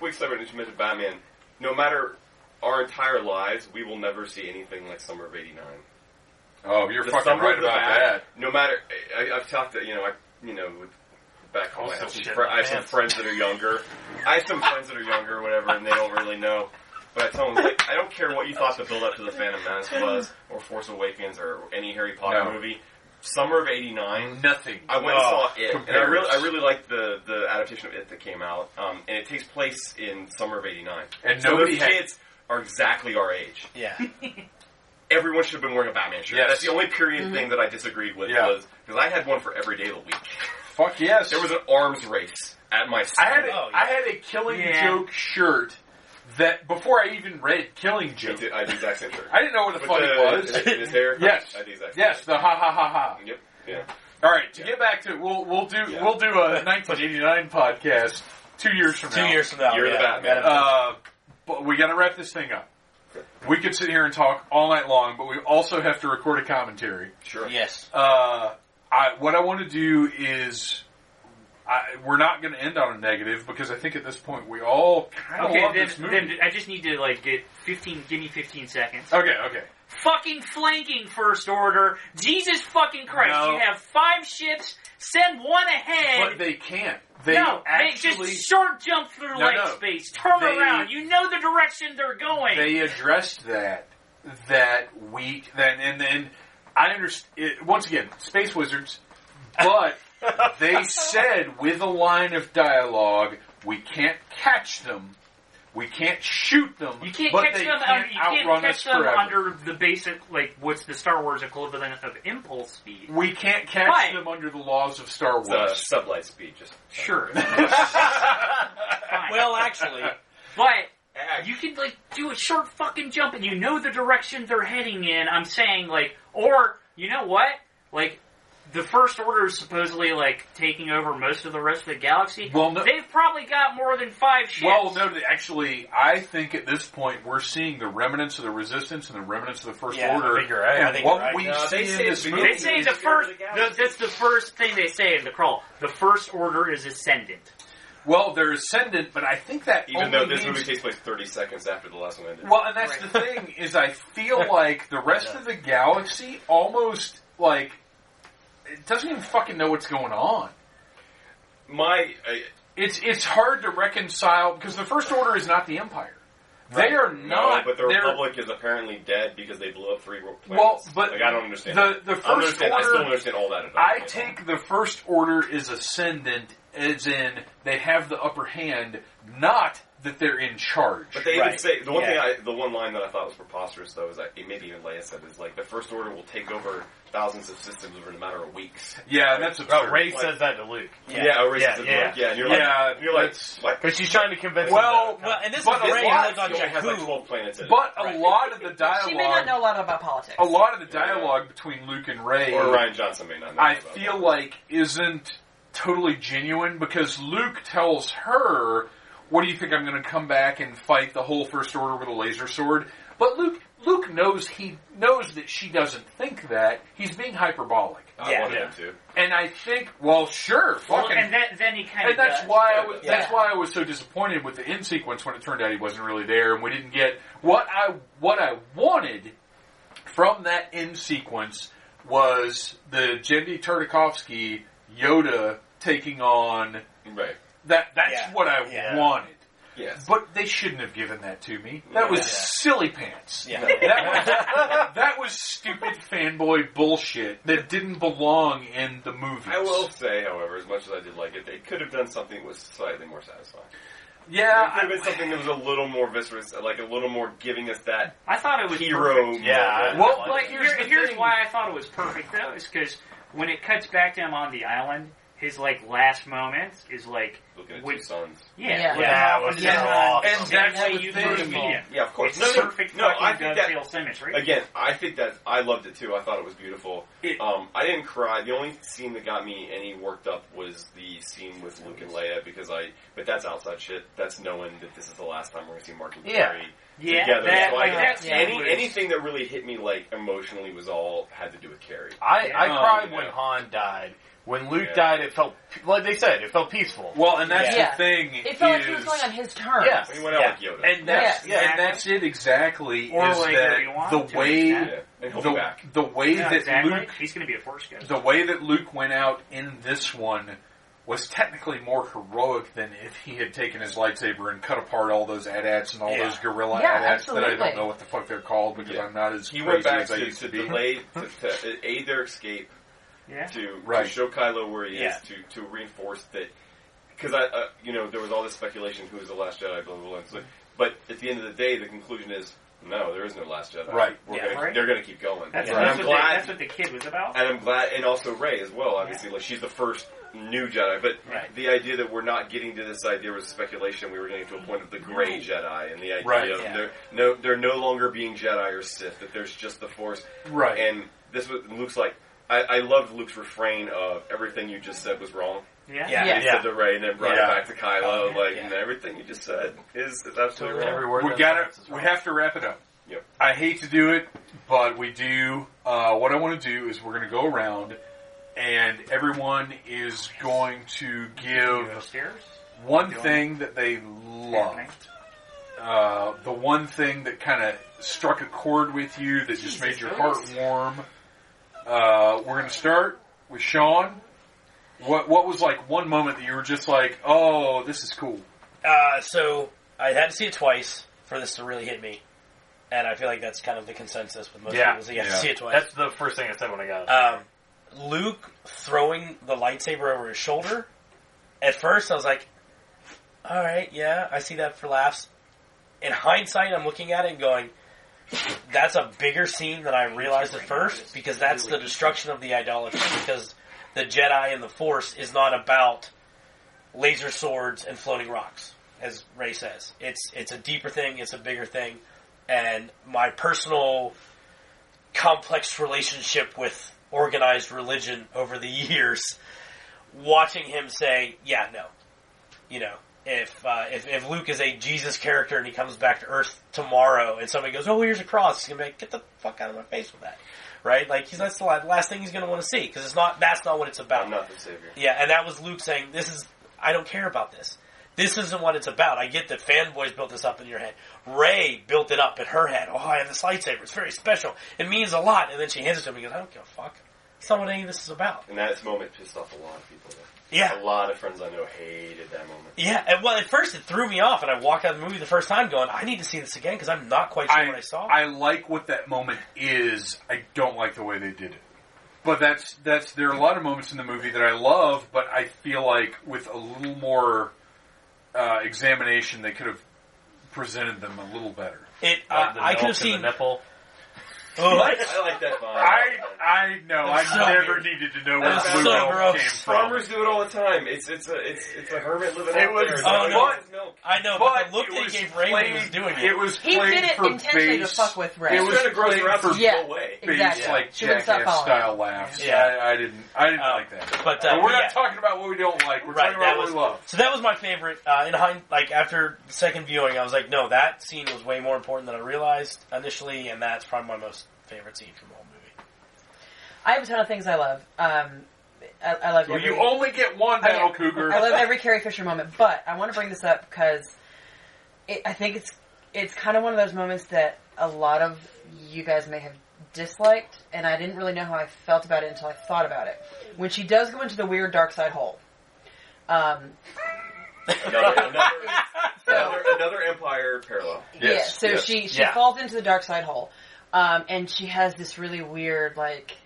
Speaker 3: quick segue that you mentioned Batman. No matter our entire lives, we will never see anything like Summer of '89.
Speaker 1: oh, you're
Speaker 3: The
Speaker 1: fucking
Speaker 3: summer
Speaker 1: right
Speaker 3: of the
Speaker 1: about
Speaker 3: bat,
Speaker 1: that.
Speaker 3: No matter, I, I've talked to you know, I you know, with back home, I have, some,
Speaker 4: Shit
Speaker 3: fri
Speaker 4: in the
Speaker 3: I have some
Speaker 4: pants.
Speaker 3: friends that are younger. I have some friends that are younger, or whatever, and they don't really know. But I tell them, like, I don't care what you thought the build up to the Phantom Menace was, or Force Awakens, or any Harry Potter
Speaker 1: No. Oh,
Speaker 3: movie. Summer of '89
Speaker 1: Nothing.
Speaker 3: I went and saw it, and I
Speaker 1: compares.
Speaker 3: really, I really liked the, the adaptation of it that came out, um, and it takes place in summer of '89.
Speaker 1: And
Speaker 3: so
Speaker 1: nobody
Speaker 3: those
Speaker 1: had-
Speaker 3: kids are exactly our age.
Speaker 7: Yeah.
Speaker 3: Everyone should have been wearing a Batman shirt.
Speaker 1: Yes.
Speaker 3: That's the only period thing that I disagreed with
Speaker 1: Yeah.
Speaker 3: was because I had one for every day of the week.
Speaker 1: Fuck yes.
Speaker 3: There was an arms race at my. School.
Speaker 1: I had a,
Speaker 7: Oh, yeah.
Speaker 1: I had a Killing
Speaker 2: Yeah.
Speaker 1: Joke shirt that before I even read Killing
Speaker 3: I
Speaker 1: Joke,
Speaker 3: did, I did the exact same shirt.
Speaker 1: I didn't know what the
Speaker 3: With
Speaker 1: fuck
Speaker 3: the-
Speaker 1: it was.
Speaker 3: in his hair.
Speaker 1: yes,
Speaker 3: I did the exact same
Speaker 1: yes, the ha ha ha ha.
Speaker 3: thing. Yep. Yeah.
Speaker 1: All right, to get back to we'll we'll do
Speaker 3: Yeah.
Speaker 1: we'll do a 1989 podcast two years from
Speaker 7: Two
Speaker 1: now.
Speaker 7: years from now,
Speaker 3: You're the
Speaker 7: yeah,
Speaker 3: Batman.
Speaker 7: Batman.
Speaker 1: Uh, but we got to wrap this thing up. We could sit here and talk all night long, but we also have to record a commentary.
Speaker 3: Sure.
Speaker 7: yes.
Speaker 1: Uh, I, what I want to do is, I, we're not going to end on a negative because I think at this point we all kind of
Speaker 2: Okay,
Speaker 1: love
Speaker 2: then,
Speaker 1: this movie.
Speaker 2: then I just need to like get fifteen. Give me fifteen seconds.
Speaker 1: okay, okay.
Speaker 2: fucking flanking first order. Jesus fucking Christ!
Speaker 1: No.
Speaker 2: You have five ships. Send one ahead.
Speaker 1: But they can't. They
Speaker 2: no,
Speaker 1: actually
Speaker 2: they just short jump through
Speaker 1: No,
Speaker 2: light
Speaker 1: no.
Speaker 2: space. Turn
Speaker 1: They-
Speaker 2: around. You know the direction they're going.
Speaker 1: they addressed that that week. Then and then I understand. Once again, Space Wizards, but they said with a line of dialogue, we can't catch them. We can't shoot them.
Speaker 2: you can't
Speaker 1: but
Speaker 2: catch
Speaker 1: they
Speaker 2: them.
Speaker 1: can't
Speaker 2: under, you
Speaker 1: outrun
Speaker 2: can't catch
Speaker 1: us
Speaker 2: them
Speaker 1: forever.
Speaker 2: under the basic like what's the Star Wars equivalent of impulse speed.
Speaker 1: we can't catch
Speaker 2: Right.
Speaker 1: them under the laws of Star Wars.
Speaker 3: It's, uh, sublight speed. Just
Speaker 2: Sure. Fine.
Speaker 7: Well, actually,
Speaker 2: but
Speaker 1: Ah,
Speaker 2: you can like do a short fucking jump and you know the direction they're heading in. I'm saying like, or you know what? Like the first order is supposedly like taking over most of the rest of the galaxy.
Speaker 1: Well, no-
Speaker 2: they've probably got more than five ships.
Speaker 1: Well, no, th- actually, I think at this point we're seeing the remnants of the Resistance and the remnants of the First
Speaker 7: Yeah, I
Speaker 1: Order.
Speaker 4: think you're right.
Speaker 1: And
Speaker 7: I think
Speaker 1: what
Speaker 7: you're right.
Speaker 1: we
Speaker 3: No,
Speaker 1: see
Speaker 3: they
Speaker 1: in
Speaker 3: say
Speaker 1: this
Speaker 3: it's
Speaker 1: movie,
Speaker 2: they say the first. the- that's the first thing they say in the crawl. The first order is ascendant.
Speaker 1: well, they're ascendant, but I think that
Speaker 3: even
Speaker 1: only
Speaker 3: though this
Speaker 1: means-
Speaker 3: movie takes place 30 seconds after the last one ended.
Speaker 1: Well, and that's the thing is, I feel like the rest of the galaxy almost like it doesn't even fucking know what's going on.
Speaker 3: my I,
Speaker 1: It's it's hard to reconcile because the First Order is not the Empire. They are
Speaker 3: No,
Speaker 1: not.
Speaker 3: but the
Speaker 1: they're-
Speaker 3: Republic is apparently dead because they blew up three planets.
Speaker 1: Well, but
Speaker 3: like, I don't understand.
Speaker 1: the- the
Speaker 3: I don't
Speaker 1: First
Speaker 3: understand- I
Speaker 1: Order-
Speaker 3: still don't understand all that. About
Speaker 1: I
Speaker 3: it.
Speaker 1: take the First Order is ascendant, as in they have the upper hand, not that they're in charge.
Speaker 3: But they even
Speaker 7: Right.
Speaker 3: say the one
Speaker 7: Yeah.
Speaker 3: thing, I, the one line that I thought was preposterous though is that it maybe even Leia said is like the First Order will take over thousands of systems over a matter of weeks.
Speaker 1: yeah, that's
Speaker 4: Oh,
Speaker 1: absurd.
Speaker 4: Ray
Speaker 3: Like-
Speaker 4: says that to Luke
Speaker 3: Yeah, yeah, or racism,
Speaker 4: yeah.
Speaker 3: like, yeah. And you're
Speaker 1: Yeah,
Speaker 3: like, you're like,
Speaker 1: that's-
Speaker 3: what?
Speaker 4: because she's trying to convince.
Speaker 1: Well,
Speaker 4: him
Speaker 7: well, and this
Speaker 1: But
Speaker 7: is
Speaker 1: a
Speaker 7: Ray
Speaker 1: lot-
Speaker 7: who lives on
Speaker 3: It only has like
Speaker 7: Jakku.
Speaker 3: 12 planets in it.
Speaker 1: But a lot of the dialogue, Oh,
Speaker 5: She may not know a lot about politics.
Speaker 1: a lot of the
Speaker 3: Yeah.
Speaker 1: dialogue between Luke and Ray,
Speaker 3: or Ryan Johnson may not. know
Speaker 1: I
Speaker 3: about
Speaker 1: feel
Speaker 3: that.
Speaker 1: like isn't totally genuine because Luke tells her, "What do you think I'm going to come back and fight the whole First Order with a laser sword?" But Luke, Luke knows he knows that she doesn't think that. He's being hyperbolic,
Speaker 3: I
Speaker 2: Yeah.
Speaker 3: wanted
Speaker 4: Yeah.
Speaker 3: him to.
Speaker 1: and I think, well, sure,
Speaker 2: Well,
Speaker 1: fucking.
Speaker 2: and that, then he
Speaker 1: and
Speaker 2: kind of
Speaker 1: that's
Speaker 2: does.
Speaker 1: why I was, that's
Speaker 5: Yeah.
Speaker 1: why I was so disappointed with the end sequence when it turned out he wasn't really there, and we didn't get what I what I wanted from that end sequence was the Jendy Tartakovsky Yoda taking on
Speaker 3: Right.
Speaker 1: that. That's
Speaker 2: Yeah.
Speaker 1: what I
Speaker 2: Yeah.
Speaker 1: wanted.
Speaker 3: Yes.
Speaker 1: But they shouldn't have given that to me. That was
Speaker 4: Yeah.
Speaker 1: silly pants.
Speaker 7: Yeah.
Speaker 1: That, was, that was stupid fanboy bullshit that didn't belong in the movies.
Speaker 3: I will say, however, as much as I did like it, they could have done something that was slightly more satisfying. There
Speaker 1: Yeah,
Speaker 3: could have been something that was a little more viscerous, like a little more giving us that
Speaker 2: I thought it was
Speaker 3: hero.
Speaker 2: perfect.
Speaker 4: Yeah.
Speaker 3: moment.
Speaker 1: Well,
Speaker 4: I
Speaker 2: But
Speaker 4: like it.
Speaker 2: here's,
Speaker 1: Here's the
Speaker 2: here's
Speaker 1: thing.
Speaker 2: why I thought it was perfect though, is because when it cuts back to him on the island, his like last moments is like,
Speaker 3: looking at
Speaker 2: with-
Speaker 3: two sons.
Speaker 2: yeah,
Speaker 5: Yeah.
Speaker 4: Yeah,
Speaker 2: looking
Speaker 4: it
Speaker 2: off
Speaker 4: was so
Speaker 2: the
Speaker 4: awesome.
Speaker 2: sun,
Speaker 1: And that's
Speaker 2: way
Speaker 1: the
Speaker 2: you
Speaker 1: thing.
Speaker 2: look at it.
Speaker 3: Yeah, of course.
Speaker 2: It's
Speaker 3: No, no,
Speaker 2: perfect
Speaker 3: no,
Speaker 2: fucking
Speaker 3: I think that-
Speaker 2: dovetail symmetry.
Speaker 3: Again, I think that I loved it too. I thought it was beautiful.
Speaker 2: It-
Speaker 3: um, I didn't cry. The only scene that got me any worked up was the scene with Luke and Leia because I. But that's outside shit. That's knowing that this is the last time we're gonna see Mark and
Speaker 5: Yeah.
Speaker 3: Carrie
Speaker 2: yeah,
Speaker 3: together.
Speaker 2: that, uh,
Speaker 3: so I,
Speaker 2: like, that's
Speaker 5: yeah.
Speaker 3: any anything that really hit me like emotionally was all had to do with Carrie.
Speaker 4: I, I
Speaker 1: Yeah.
Speaker 4: cried
Speaker 3: Yeah.
Speaker 4: when Han died. When Luke
Speaker 3: Yeah.
Speaker 4: died, it felt like they said it felt peaceful.
Speaker 1: Well, and that's
Speaker 5: Yeah.
Speaker 1: the thing.
Speaker 5: It felt like he was
Speaker 1: is-
Speaker 5: going on his terms.
Speaker 4: Yeah.
Speaker 3: When he went out like Yoda.
Speaker 1: And that's,
Speaker 5: Yes.
Speaker 1: yeah, and that's it exactly.
Speaker 2: Or
Speaker 1: is
Speaker 2: like
Speaker 1: that
Speaker 2: Obi-Wan
Speaker 1: the
Speaker 2: to
Speaker 1: way
Speaker 2: an
Speaker 3: yeah. And he'll be
Speaker 1: the,
Speaker 3: back.
Speaker 1: the way
Speaker 2: Yeah,
Speaker 1: that
Speaker 2: exactly.
Speaker 1: Luke
Speaker 2: He's going to be a force ghost.
Speaker 1: the way that Luke went out in this one was technically more heroic than if he had taken his lightsaber and cut apart all those AT-ATs and all
Speaker 4: Yeah.
Speaker 1: those gorilla
Speaker 5: Yeah,
Speaker 1: AT-ATs that I
Speaker 5: absolutely.
Speaker 1: don't know what the fuck they're called because
Speaker 3: Yeah.
Speaker 1: I'm not as
Speaker 3: He
Speaker 1: crazy
Speaker 3: went back
Speaker 1: as I
Speaker 3: to,
Speaker 1: used
Speaker 3: to
Speaker 1: to be.
Speaker 3: delay to, to aid their escape
Speaker 2: yeah.
Speaker 3: to,
Speaker 1: Right.
Speaker 3: to show Kylo where he
Speaker 2: Yeah.
Speaker 3: is to, to reinforce that because I uh, you know there was all this speculation who was the last Jedi blah blah blah and so, but at the end of the day the conclusion is no there is no last Jedi
Speaker 1: Right.
Speaker 3: We're
Speaker 2: Yeah,
Speaker 3: gonna,
Speaker 2: right.
Speaker 3: they're gonna keep going
Speaker 2: That's,
Speaker 3: and
Speaker 2: that's,
Speaker 3: I'm
Speaker 2: what the,
Speaker 3: glad
Speaker 2: that's what the kid was about.
Speaker 3: and I'm glad and also Ray as well obviously like she's the first new Jedi but
Speaker 2: Right.
Speaker 3: the idea that we're not getting to this idea was speculation we were getting to a point of the gray Jedi and the idea
Speaker 1: Right.
Speaker 3: of
Speaker 2: Yeah.
Speaker 3: they're no they're no longer being Jedi or Sith that there's just the Force
Speaker 1: Right.
Speaker 3: and this was Luke's like I, I loved Luke's refrain of everything you just said was wrong.
Speaker 2: yeah.
Speaker 4: Yeah.
Speaker 3: He said to Ray and then brought
Speaker 1: Yeah.
Speaker 3: it back to Kylo,
Speaker 2: Yeah.
Speaker 3: like
Speaker 2: Yeah.
Speaker 3: and everything you just said is, is absolutely wrong.
Speaker 4: Every word
Speaker 1: we
Speaker 4: that
Speaker 1: gotta,
Speaker 4: sentence is
Speaker 1: we
Speaker 4: wrong.
Speaker 1: have to wrap it up.
Speaker 3: Yep.
Speaker 1: I hate to do it, but we do. Uh, what I want to do is we're going to go around, and everyone is going to
Speaker 2: You go
Speaker 1: give
Speaker 2: upstairs.
Speaker 1: one thing that they loved. Uh, the one thing that kind of struck a chord with you that just made your heart warm. Uh, we're going to start with Sean. What what was like one moment that you were just like, oh, this is cool.
Speaker 7: Uh, so I had to see it twice for this to really hit me, and I feel like that's kind of the consensus with most
Speaker 4: Yeah.
Speaker 7: people. So you have
Speaker 1: Yeah.
Speaker 7: to see it twice.
Speaker 4: That's the first thing I said when I got. it.
Speaker 7: Um, Luke throwing the lightsaber over his shoulder. At first, I was like, "All right, yeah, I see that for laughs." In hindsight, I'm looking at it and going, "That's a bigger scene than I realized at first because that's the destruction of the idolatry because the Jedi and the Force is not about laser swords and floating rocks, as Ray says. It's it's a deeper thing, it's a bigger thing, and my personal complex relationship with organized religion over the years, watching him say, "Yeah, no," you know, if uh, if if Luke is a Jesus character and he comes back to Earth tomorrow, and somebody goes, "Oh, here's a cross," he's gonna be like, "Get the fuck out of my face with that," right? Like, he's that's the la- last thing he's gonna want to see because it's not that's not what it's about.
Speaker 3: I'm not the savior.
Speaker 7: Yeah, and that was Luke saying, "This is I don't care about this. This isn't what it's about." I get that fanboys built this up in your head. Ray built it up in her head. Oh, I have this lightsaber. It's very special. It means a lot. And then she hands it to him. and goes, "I don't give a fuck. It's not what any of this is about."
Speaker 3: And that moment pissed off a lot of people. though. A
Speaker 7: Yeah,
Speaker 3: lot of friends I know hated that moment.
Speaker 7: yeah. And well, at first it threw me off, and I walked out of the movie the first time going, "I need to see this again because I'm not quite sure what I saw."
Speaker 1: I like what that moment is. I don't like the way they did it. But that's that's there are a lot of moments in the movie that I love, but I feel like with a little more uh, examination, they could have presented them a little better.
Speaker 7: it. Uh,
Speaker 4: Like the
Speaker 7: I could
Speaker 4: milk and
Speaker 7: have seen.
Speaker 4: the nipple.
Speaker 7: What?
Speaker 3: I like that vibe.
Speaker 1: I I know I
Speaker 7: That's so
Speaker 1: never
Speaker 7: weird.
Speaker 1: needed to know where
Speaker 7: That's
Speaker 1: blue
Speaker 7: so
Speaker 1: milk
Speaker 7: gross.
Speaker 1: came from.
Speaker 3: Farmers do it all the time. it's it's a it's it's a hermit living
Speaker 4: It
Speaker 3: out
Speaker 4: was-
Speaker 3: there.
Speaker 7: oh,
Speaker 3: It's
Speaker 7: no.
Speaker 3: his milk.
Speaker 7: I know, but, the look they gave Raymond was doing it.
Speaker 1: It was
Speaker 5: He
Speaker 1: played
Speaker 5: did it
Speaker 1: for
Speaker 5: intentionally to
Speaker 1: base-
Speaker 5: fuck with Ray.
Speaker 1: It was
Speaker 3: Trying to gross
Speaker 1: played
Speaker 3: her out
Speaker 1: for
Speaker 3: to
Speaker 5: yeah,
Speaker 3: go away.
Speaker 1: base,
Speaker 5: exactly.
Speaker 1: like
Speaker 5: she wouldn't stop
Speaker 1: jackass
Speaker 5: following. him.
Speaker 1: style laughs.
Speaker 7: Yeah.
Speaker 1: I, I didn't. I didn't
Speaker 7: Uh,
Speaker 1: like that.
Speaker 7: but, uh,
Speaker 1: And we're
Speaker 7: yeah.
Speaker 1: not talking about what we don't like. We're
Speaker 7: Right,
Speaker 1: talking
Speaker 7: that
Speaker 1: about
Speaker 7: was
Speaker 1: what we love.
Speaker 7: so. That was my favorite. Uh, in hind, like after the second viewing, I was like, no, that scene was way more important than I realized initially, and that's probably my most favorite scene from the whole movie.
Speaker 5: I have a ton of things I love. Um, I, I love.
Speaker 1: Well,
Speaker 5: every-
Speaker 1: you only get one
Speaker 5: I-
Speaker 1: battle cougar.
Speaker 5: I love every Carrie Fisher moment, but I want to bring this up because it, I think it's it's kind of one of those moments that a lot of you guys may have disliked, and I didn't really know how I felt about it until I thought about it. When she does go into the weird dark side hole, um,
Speaker 3: Another, another,
Speaker 5: so
Speaker 3: another, another Empire parallel.
Speaker 5: yeah,
Speaker 1: Yes,
Speaker 5: so
Speaker 1: yes.
Speaker 5: she she
Speaker 4: Yeah.
Speaker 5: falls into the dark side hole, um, and she has this really weird like.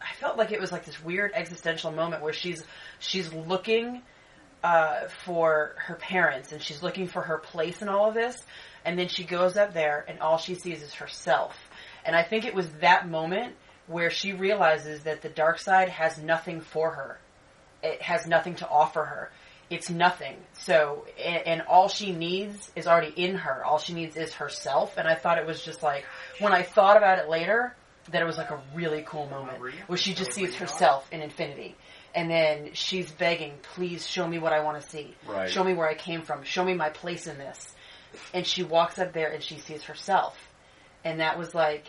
Speaker 5: I felt like it was like this weird existential moment where she's she's looking uh, for her parents and she's looking for her place in all of this, and then she goes up there and all she sees is herself. And I think it was that moment where she realizes that the dark side has nothing for her. It has nothing to offer her. It's nothing. So, and, and all she needs is already in her. All she needs is herself. And I thought it was just like, when I thought about it later, that it was like a really cool moment where she just sees herself in infinity. And then she's begging, please show me what I want to see.
Speaker 1: Right.
Speaker 5: Show me where I came from. Show me my place in this. And she walks up there and she sees herself. And that was like,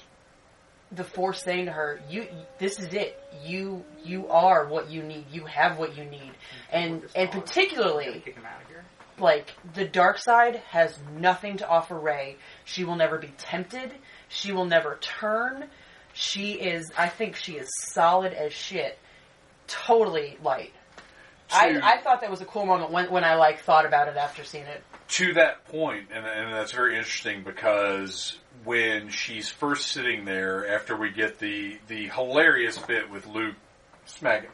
Speaker 5: the force saying to her, "You, this is it. You, you are what you need. You have what you need." And and particularly,
Speaker 2: Kick him out of here.
Speaker 5: like the dark side has nothing to offer Ray. She will never be tempted. She will never turn. She is. I think she is solid as shit. Totally light. I,
Speaker 1: To-
Speaker 5: I thought that was a cool moment when when I like thought about it after seeing it.
Speaker 1: to that point, and, and that's very interesting because when she's first sitting there after we get the the hilarious bit with Luke smack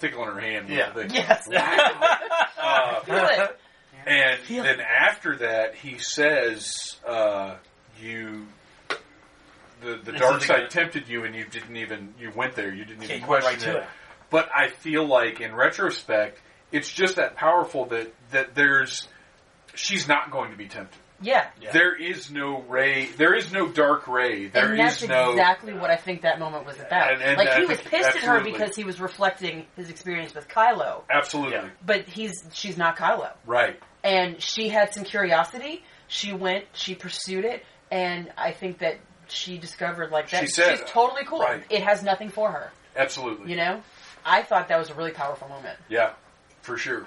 Speaker 1: tickling her hand, with
Speaker 4: Yeah.
Speaker 1: the thing.
Speaker 5: Yes.
Speaker 1: Uh,
Speaker 5: Feel it.
Speaker 1: and
Speaker 7: Feel
Speaker 1: then after that, he says, uh, "You." The, the
Speaker 4: This
Speaker 1: dark
Speaker 4: is a
Speaker 1: side
Speaker 4: good-
Speaker 1: tempted you, and you didn't even you went there. You didn't
Speaker 7: Yeah,
Speaker 1: even
Speaker 7: you went
Speaker 1: question
Speaker 7: right to
Speaker 1: it.
Speaker 7: it.
Speaker 1: But I feel like, in retrospect, it's just that powerful that that there's she's not going to be tempted.
Speaker 5: Yeah.
Speaker 1: There is no ray. There is no dark ray. There
Speaker 5: and that's
Speaker 1: is no.
Speaker 5: exactly what I think that moment was about.
Speaker 1: And- and
Speaker 5: like
Speaker 1: I
Speaker 5: he was
Speaker 1: think-
Speaker 5: pissed at her
Speaker 1: absolutely.
Speaker 5: because he was reflecting his experience with Kylo,
Speaker 1: Absolutely
Speaker 4: Yeah.
Speaker 5: but he's she's not Kylo,
Speaker 1: right.
Speaker 5: and she had some curiosity. She went, she pursued it, and I think that she discovered like that.
Speaker 1: She said,
Speaker 5: she's totally cool.
Speaker 1: right.
Speaker 5: It has nothing for her,
Speaker 1: Absolutely.
Speaker 5: you know. I thought that was a really powerful moment.
Speaker 1: Yeah, for sure.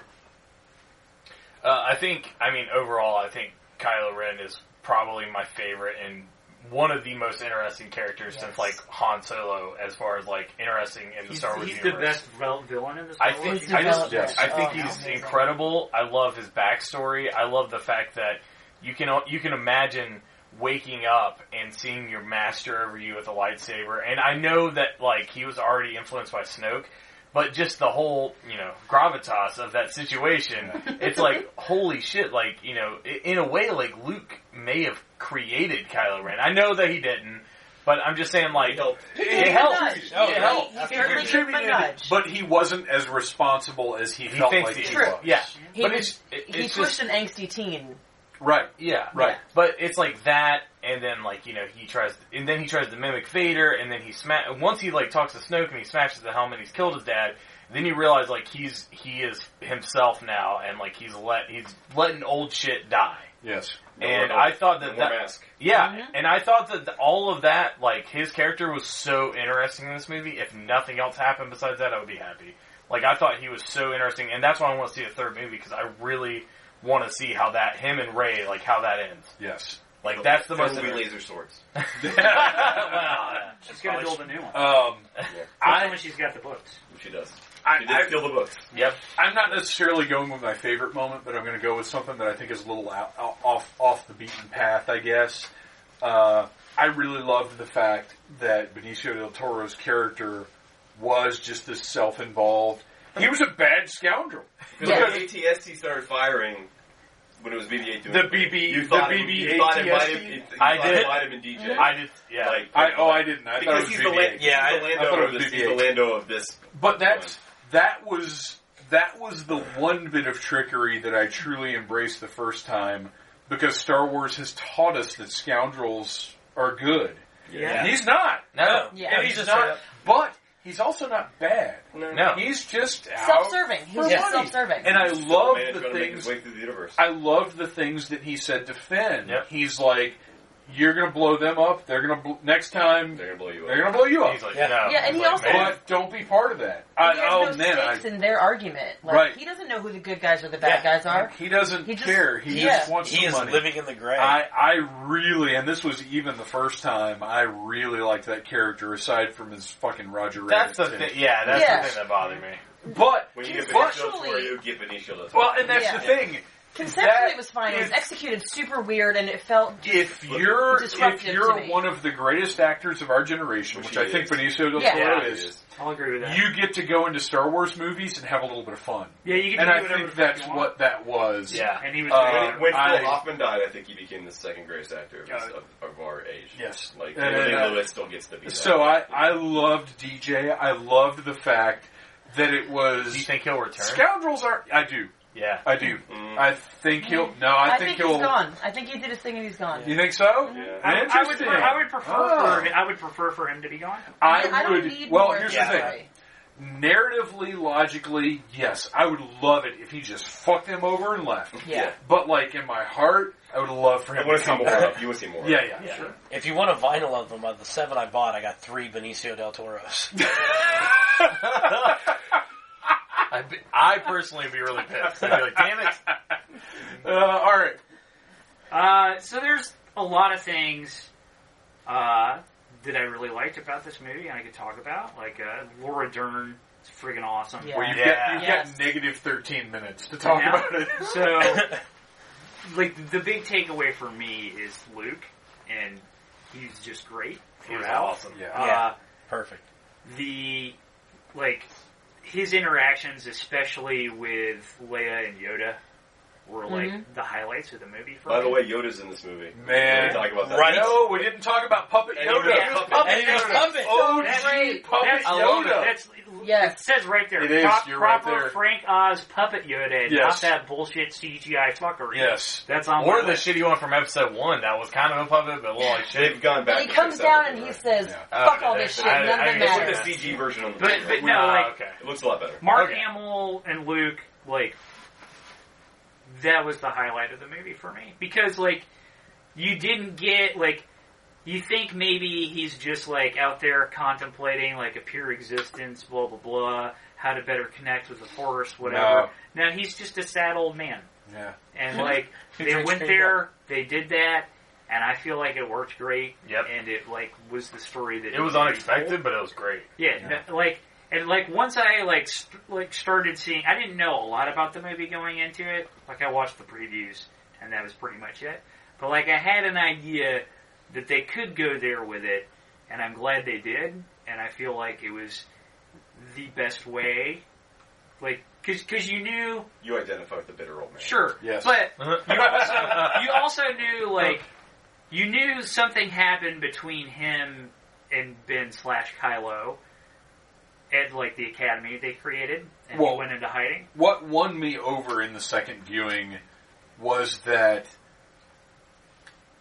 Speaker 4: Uh, I think, I mean, overall, I think Kylo Ren is probably my favorite and one of the most interesting characters
Speaker 5: Yes.
Speaker 4: since like Han Solo, as far as like interesting in the
Speaker 2: He's,
Speaker 4: Star Wars
Speaker 2: he's the
Speaker 4: universe.
Speaker 2: best vil- villain in the Star
Speaker 4: I
Speaker 2: Wars
Speaker 4: think
Speaker 5: His
Speaker 4: I just
Speaker 5: development.
Speaker 4: I think
Speaker 5: Oh,
Speaker 4: he's
Speaker 5: amazing.
Speaker 4: incredible. I love his backstory. I love the fact that you can you can imagine waking up and seeing your master over you with a lightsaber. And I know that like he was already influenced by Snoke, but just the whole you know gravitas of that situation. It's like holy shit. Like you know, i- in a way, like Luke may have created Kylo Ren. I know that he didn't. But I'm just saying, like, it helped. Oh,
Speaker 5: He
Speaker 4: It helped.
Speaker 5: certainly- he certainly gave him a nudge.
Speaker 1: but he wasn't as responsible as he,
Speaker 4: He
Speaker 1: felt
Speaker 4: thinks
Speaker 1: like
Speaker 4: he
Speaker 1: he
Speaker 4: is.
Speaker 1: was.
Speaker 4: Yeah.
Speaker 5: He,
Speaker 4: but it's, it,
Speaker 5: he
Speaker 4: it's
Speaker 5: pushed
Speaker 4: just,
Speaker 5: an angsty teen.
Speaker 1: Right.
Speaker 4: yeah,
Speaker 1: Right.
Speaker 4: But it's like that, and then like you know he tries, and then he tries to mimic Vader, and then he sma- Once he like talks to Snoke and he smashes the helmet, and he's killed his dad. Then you realize like he's he is himself now, and like he's let he's letting old shit die.
Speaker 1: Yes.
Speaker 4: and
Speaker 3: more-
Speaker 4: I thought
Speaker 3: No
Speaker 4: that
Speaker 3: more
Speaker 4: that
Speaker 3: mask.
Speaker 4: yeah,
Speaker 5: Mhm.
Speaker 4: and I thought that th- all of that like his character was so interesting in this movie. If nothing else happened besides that, I would be happy. Like I thought he was so interesting, and that's why I want to see a third movie because I really want to see how that him and Ray like how that ends.
Speaker 1: Yes.
Speaker 4: Like that's the
Speaker 3: There
Speaker 4: most.
Speaker 3: will be
Speaker 4: interesting-
Speaker 3: laser swords.
Speaker 4: Wow.
Speaker 2: She's gonna build a new one.
Speaker 1: Um,
Speaker 2: I when she's got the books.
Speaker 3: She does.
Speaker 1: I,
Speaker 3: She did
Speaker 1: I,
Speaker 3: steal the books.
Speaker 4: Yep.
Speaker 1: I'm not necessarily going with my favorite moment, but I'm going to go with something that I think is a little out, out- off off the beaten path, I guess. Uh, I really loved the fact that Benicio del Toro's character was just this self-involved. He was a bad scoundrel.
Speaker 3: Because the ATST started firing when it was BB-8 doing
Speaker 1: The
Speaker 3: it.
Speaker 1: BB
Speaker 3: You thought
Speaker 1: the
Speaker 3: it,
Speaker 1: BB
Speaker 3: you thought it might have,
Speaker 1: ATST?
Speaker 3: you
Speaker 4: I
Speaker 3: thought
Speaker 4: did.
Speaker 3: It might have been DJ.
Speaker 4: I did. Yeah.
Speaker 3: Like,
Speaker 1: I, oh, I didn't. I thought
Speaker 3: because
Speaker 1: it was
Speaker 3: he's the,
Speaker 1: BB-8.
Speaker 3: land, he's
Speaker 7: Yeah,
Speaker 3: the
Speaker 7: I-
Speaker 1: I thought
Speaker 3: Lando
Speaker 1: it
Speaker 3: of
Speaker 1: was
Speaker 3: this. He's the
Speaker 1: BB-8.
Speaker 3: Lando of this.
Speaker 1: But that's that was that was the one bit of trickery that I truly embraced the first time because Star Wars has taught us that scoundrels are good.
Speaker 7: Yeah.
Speaker 1: He's not.
Speaker 4: No.
Speaker 5: Yeah.
Speaker 1: And he's,
Speaker 7: He's just straight
Speaker 1: not.
Speaker 7: up-
Speaker 1: But he's also not bad.
Speaker 4: No.
Speaker 1: He's just out
Speaker 5: Self-serving. He
Speaker 1: for
Speaker 5: was just
Speaker 1: money.
Speaker 5: self-serving.
Speaker 1: And I love
Speaker 3: Man is
Speaker 1: the
Speaker 3: going to make his
Speaker 1: things
Speaker 3: way through the universe.
Speaker 1: I love the things that he said to Finn.
Speaker 4: Yep.
Speaker 1: He's like, "You're gonna blow them up. They're gonna bl- next time. They're
Speaker 3: They're gonna blow you up.
Speaker 1: gonna blow you up.
Speaker 4: He's like,
Speaker 7: Yeah.
Speaker 4: no.
Speaker 5: Yeah, and
Speaker 4: He's
Speaker 5: he
Speaker 4: like,
Speaker 5: also-
Speaker 4: man,
Speaker 1: but Oh, don't be part of that." I,
Speaker 5: He has
Speaker 1: oh
Speaker 5: no
Speaker 1: man, I,
Speaker 5: stakes in their argument. Like
Speaker 1: Right.
Speaker 5: he doesn't know who the good guys or the bad
Speaker 4: Yeah.
Speaker 5: guys are.
Speaker 1: he doesn't
Speaker 5: He just-
Speaker 1: care. He
Speaker 5: yeah.
Speaker 1: just wants
Speaker 7: He
Speaker 1: the
Speaker 7: is
Speaker 1: money.
Speaker 7: living in the gray.
Speaker 1: I, I really, and this was even the first time I really liked that character. Aside from his fucking Roger
Speaker 4: That's
Speaker 1: Rabbit,
Speaker 4: the
Speaker 1: too.
Speaker 4: thing. Yeah, that's
Speaker 5: Yeah.
Speaker 4: the thing that bothered me.
Speaker 1: But
Speaker 3: When you get
Speaker 1: but-
Speaker 3: Benicio del Toro, you get Benicio del Toro.
Speaker 1: well, and that's
Speaker 5: Yeah.
Speaker 1: the thing.
Speaker 5: Conceptually,
Speaker 1: That
Speaker 5: it was fine. It was
Speaker 1: is-
Speaker 5: executed super weird, and it felt
Speaker 1: if you're if
Speaker 5: disruptive to
Speaker 1: you're
Speaker 5: me.
Speaker 1: one of the greatest actors of our generation, which,
Speaker 3: Which
Speaker 1: I
Speaker 3: he
Speaker 1: think
Speaker 3: is.
Speaker 1: Benicio del
Speaker 5: Yeah.
Speaker 1: Toro
Speaker 4: Yeah,
Speaker 3: It
Speaker 1: is,
Speaker 3: is.
Speaker 2: I'll agree with that.
Speaker 1: you get to go into Star Wars movies and have a little bit of fun.
Speaker 2: yeah, you can
Speaker 1: And
Speaker 2: do
Speaker 1: I
Speaker 2: whatever
Speaker 1: think
Speaker 2: the fuck
Speaker 1: that's
Speaker 2: you want.
Speaker 1: what that was.
Speaker 4: Yeah.
Speaker 2: And he was
Speaker 1: Uh,
Speaker 2: doing
Speaker 3: When,
Speaker 2: it.
Speaker 3: when
Speaker 1: I-
Speaker 3: Phil Hoffman died, I think he became the second greatest actor of, his- of, of our age.
Speaker 1: Yes.
Speaker 3: Like,
Speaker 1: And-
Speaker 3: Daniel
Speaker 1: and-
Speaker 3: Lewis still gets to be that.
Speaker 1: So I, I loved DJ. I loved the fact that it was
Speaker 4: Do you think he'll return?
Speaker 1: scoundrels are. I do.
Speaker 4: yeah.
Speaker 1: I do.
Speaker 3: Mm.
Speaker 1: I think he'll. No, I,
Speaker 5: think,
Speaker 1: he'll.
Speaker 5: he's gone. I think he did his thing and he's gone.
Speaker 1: You think so?
Speaker 3: Yeah.
Speaker 2: I, would- I would,
Speaker 1: Interesting.
Speaker 2: pre- I would prefer
Speaker 1: Oh.
Speaker 2: for I would prefer for him to be gone.
Speaker 1: I
Speaker 5: I don't
Speaker 1: would.
Speaker 5: need
Speaker 1: well,
Speaker 5: more
Speaker 1: here's
Speaker 5: yeah.
Speaker 1: the thing. Narratively, logically, yes, I would love it if he just fucked him over and left.
Speaker 5: Yeah.
Speaker 1: But like in my heart, I would love for
Speaker 3: I
Speaker 1: him
Speaker 3: want
Speaker 1: to
Speaker 3: to see
Speaker 1: come
Speaker 3: more
Speaker 1: back.
Speaker 3: of You want to see more of
Speaker 1: Yeah, yeah,
Speaker 7: Yeah.
Speaker 1: sure.
Speaker 7: If you want a vinyl of them, of the seven I bought, I got three Benicio del Toros.
Speaker 4: I'd be, I personally would be really pissed. I'd be like, damn it.
Speaker 1: Uh, all right.
Speaker 2: Uh, so there's a lot of things uh, that I really liked about this movie, and I could talk about like uh, Laura Dern is friggin' awesome.
Speaker 5: Yeah.
Speaker 1: Well, you've
Speaker 4: Yeah.
Speaker 1: got you've
Speaker 5: Yes.
Speaker 1: got negative thirteen minutes to talk
Speaker 2: Yeah.
Speaker 1: about it.
Speaker 2: So, like the big takeaway for me is Luke, and he's just great.
Speaker 4: He was
Speaker 2: throughout.
Speaker 4: awesome.
Speaker 1: Yeah.
Speaker 2: Uh,
Speaker 7: Yeah. Perfect.
Speaker 2: the like his interactions, especially with Leia and Yoda, were like the highlights of the movie. For
Speaker 3: By
Speaker 2: me.
Speaker 3: the way, Yoda's in this movie.
Speaker 1: Man.
Speaker 3: We talk about that.
Speaker 7: Right.
Speaker 1: No, we didn't talk about puppet
Speaker 3: And he was
Speaker 1: Yoda.
Speaker 3: a puppet.
Speaker 7: And he was a puppet.
Speaker 1: OG
Speaker 2: That's-
Speaker 5: Great.
Speaker 1: puppet
Speaker 2: That's,
Speaker 1: Yoda.
Speaker 2: That's,
Speaker 5: Yes.
Speaker 2: It says right there.
Speaker 1: It is,
Speaker 2: prop-
Speaker 1: you're right
Speaker 2: proper
Speaker 1: there.
Speaker 2: Frank Oz puppet Yoda,
Speaker 1: Yes.
Speaker 2: not that bullshit CGI fuckery.
Speaker 1: yes.
Speaker 2: That's on
Speaker 4: Or
Speaker 2: my
Speaker 4: the
Speaker 2: list.
Speaker 4: shitty one from episode one that was kind of a puppet, but a little like shit.
Speaker 3: They've gone back.
Speaker 5: And he
Speaker 3: and
Speaker 5: comes
Speaker 3: fixed
Speaker 5: down and
Speaker 3: everything,
Speaker 5: he
Speaker 3: right?
Speaker 5: says,
Speaker 1: Yeah.
Speaker 5: "Fuck
Speaker 4: Oh,
Speaker 5: all this
Speaker 4: I-
Speaker 5: shit.
Speaker 4: I-
Speaker 5: None
Speaker 4: I-
Speaker 5: of it
Speaker 4: it's
Speaker 3: It's
Speaker 5: matters."
Speaker 3: like the CG version on the
Speaker 2: But, but
Speaker 3: Blu-ray.
Speaker 2: no,
Speaker 4: Ah,
Speaker 2: like
Speaker 4: okay.
Speaker 3: It looks a lot better.
Speaker 2: Mark
Speaker 1: Oh,
Speaker 4: Okay.
Speaker 2: Hamill and Luke, like that was the highlight of the movie for me because like you didn't get like you think maybe he's just like out there contemplating like a pure existence, blah blah blah, how to better connect with the force, whatever. Now he's just a sad old man,
Speaker 1: Yeah.
Speaker 2: and like
Speaker 7: He
Speaker 2: they
Speaker 7: drinks
Speaker 2: went
Speaker 7: Green
Speaker 2: there, they did that, and I feel like it worked great.
Speaker 4: Yep.
Speaker 2: and it like was the story that
Speaker 4: It was
Speaker 2: needed to be told.
Speaker 4: unexpected, but it was great.
Speaker 2: Yeah, no, like and like once I like st- like started seeing, I didn't know a lot about the movie going into it. Like I watched the previews, and that was pretty much it. But like I had an idea that they could go there with it, and I'm glad they did. And I feel like it was the best way, like because because you knew
Speaker 3: You identify with the bitter old man.
Speaker 2: sure,
Speaker 1: Yes.
Speaker 2: but you also you also knew like you knew something happened between him and Ben slash Kylo at like the academy they created and
Speaker 1: Well-
Speaker 2: he went into hiding.
Speaker 1: What won me over in the second viewing was that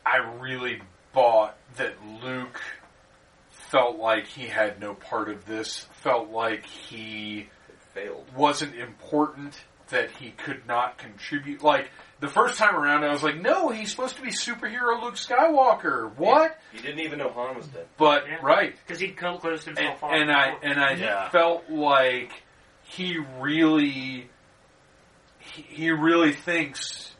Speaker 1: I really bought that Luke felt like he had no part of this, felt like he
Speaker 3: It failed.
Speaker 1: wasn't important that he could not contribute. Like the first time around, I was like, "No, he's supposed to be superhero Luke Skywalker." What?
Speaker 3: He didn't even know Han was dead.
Speaker 1: But
Speaker 2: Yeah.
Speaker 1: right,
Speaker 2: Because he co- closed
Speaker 1: and,
Speaker 2: himself off.
Speaker 1: and I and I
Speaker 4: Yeah.
Speaker 1: felt like he really he, he really thinks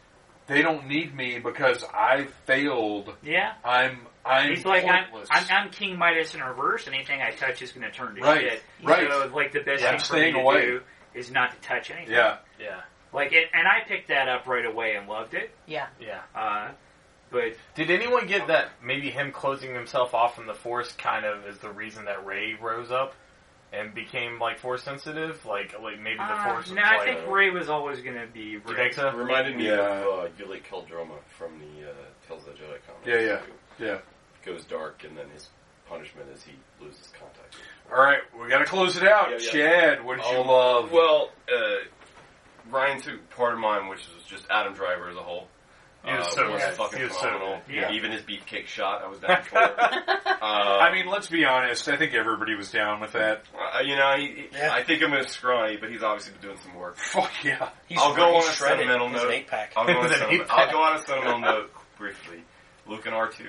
Speaker 1: they don't need me because I failed.
Speaker 2: yeah.
Speaker 1: I'm I'm
Speaker 2: He's like I'm,
Speaker 1: pointless.
Speaker 2: I'm I'm King Midas in reverse. Anything I touch is going to turn to
Speaker 1: Right,
Speaker 2: shit.
Speaker 1: right.
Speaker 2: So like the best
Speaker 1: Yeah,
Speaker 2: thing for me
Speaker 1: staying
Speaker 2: to
Speaker 1: away.
Speaker 2: do is not to touch anything.
Speaker 1: yeah,
Speaker 4: Yeah.
Speaker 2: Like it, and I picked that up right away and loved it.
Speaker 5: yeah.
Speaker 4: Yeah.
Speaker 2: Uh, but
Speaker 4: Did anyone get that maybe him closing himself off from the Force kind of is the reason that Ray rose up and became like Force sensitive? Like, like maybe the
Speaker 2: Uh,
Speaker 4: Force.
Speaker 2: no,
Speaker 4: was
Speaker 2: I
Speaker 4: like,
Speaker 2: think Ray was always going to be.
Speaker 4: You
Speaker 2: Ray.
Speaker 4: think so?
Speaker 3: It reminded me
Speaker 1: Yeah.
Speaker 3: of uh, Yuli Keldroma from the uh, Tales of the Jedi comics.
Speaker 1: Yeah, yeah.
Speaker 3: who
Speaker 1: yeah.
Speaker 3: Goes dark and then his punishment is he loses contact.
Speaker 1: All right, we got to close it out.
Speaker 3: Yeah, yeah.
Speaker 1: Chad, what did you
Speaker 3: Oh,
Speaker 1: love?
Speaker 3: Well, uh, Ryan took part of mine, which is just Adam Driver as a whole.
Speaker 4: He was
Speaker 3: uh,
Speaker 4: so
Speaker 3: was
Speaker 4: good.
Speaker 3: fucking
Speaker 4: He was so
Speaker 3: phenomenal.
Speaker 4: good. Yeah.
Speaker 3: Even his beefcake shot, I was down for. it. Uh,
Speaker 1: I mean, let's be honest. I think everybody was down with that.
Speaker 3: Uh, you know, he, he-
Speaker 7: Yeah.
Speaker 3: I think I'm as scrawny, but he's obviously been doing some work.
Speaker 1: Fuck Oh, yeah.
Speaker 7: He's
Speaker 3: I'll go
Speaker 7: he's
Speaker 3: on a
Speaker 7: shredded.
Speaker 3: sentimental
Speaker 7: He's
Speaker 3: note.
Speaker 7: an eight pack.
Speaker 3: I'll go on a
Speaker 4: Then he
Speaker 3: sentimental, I'll go on a sentimental note briefly. Luke and R2.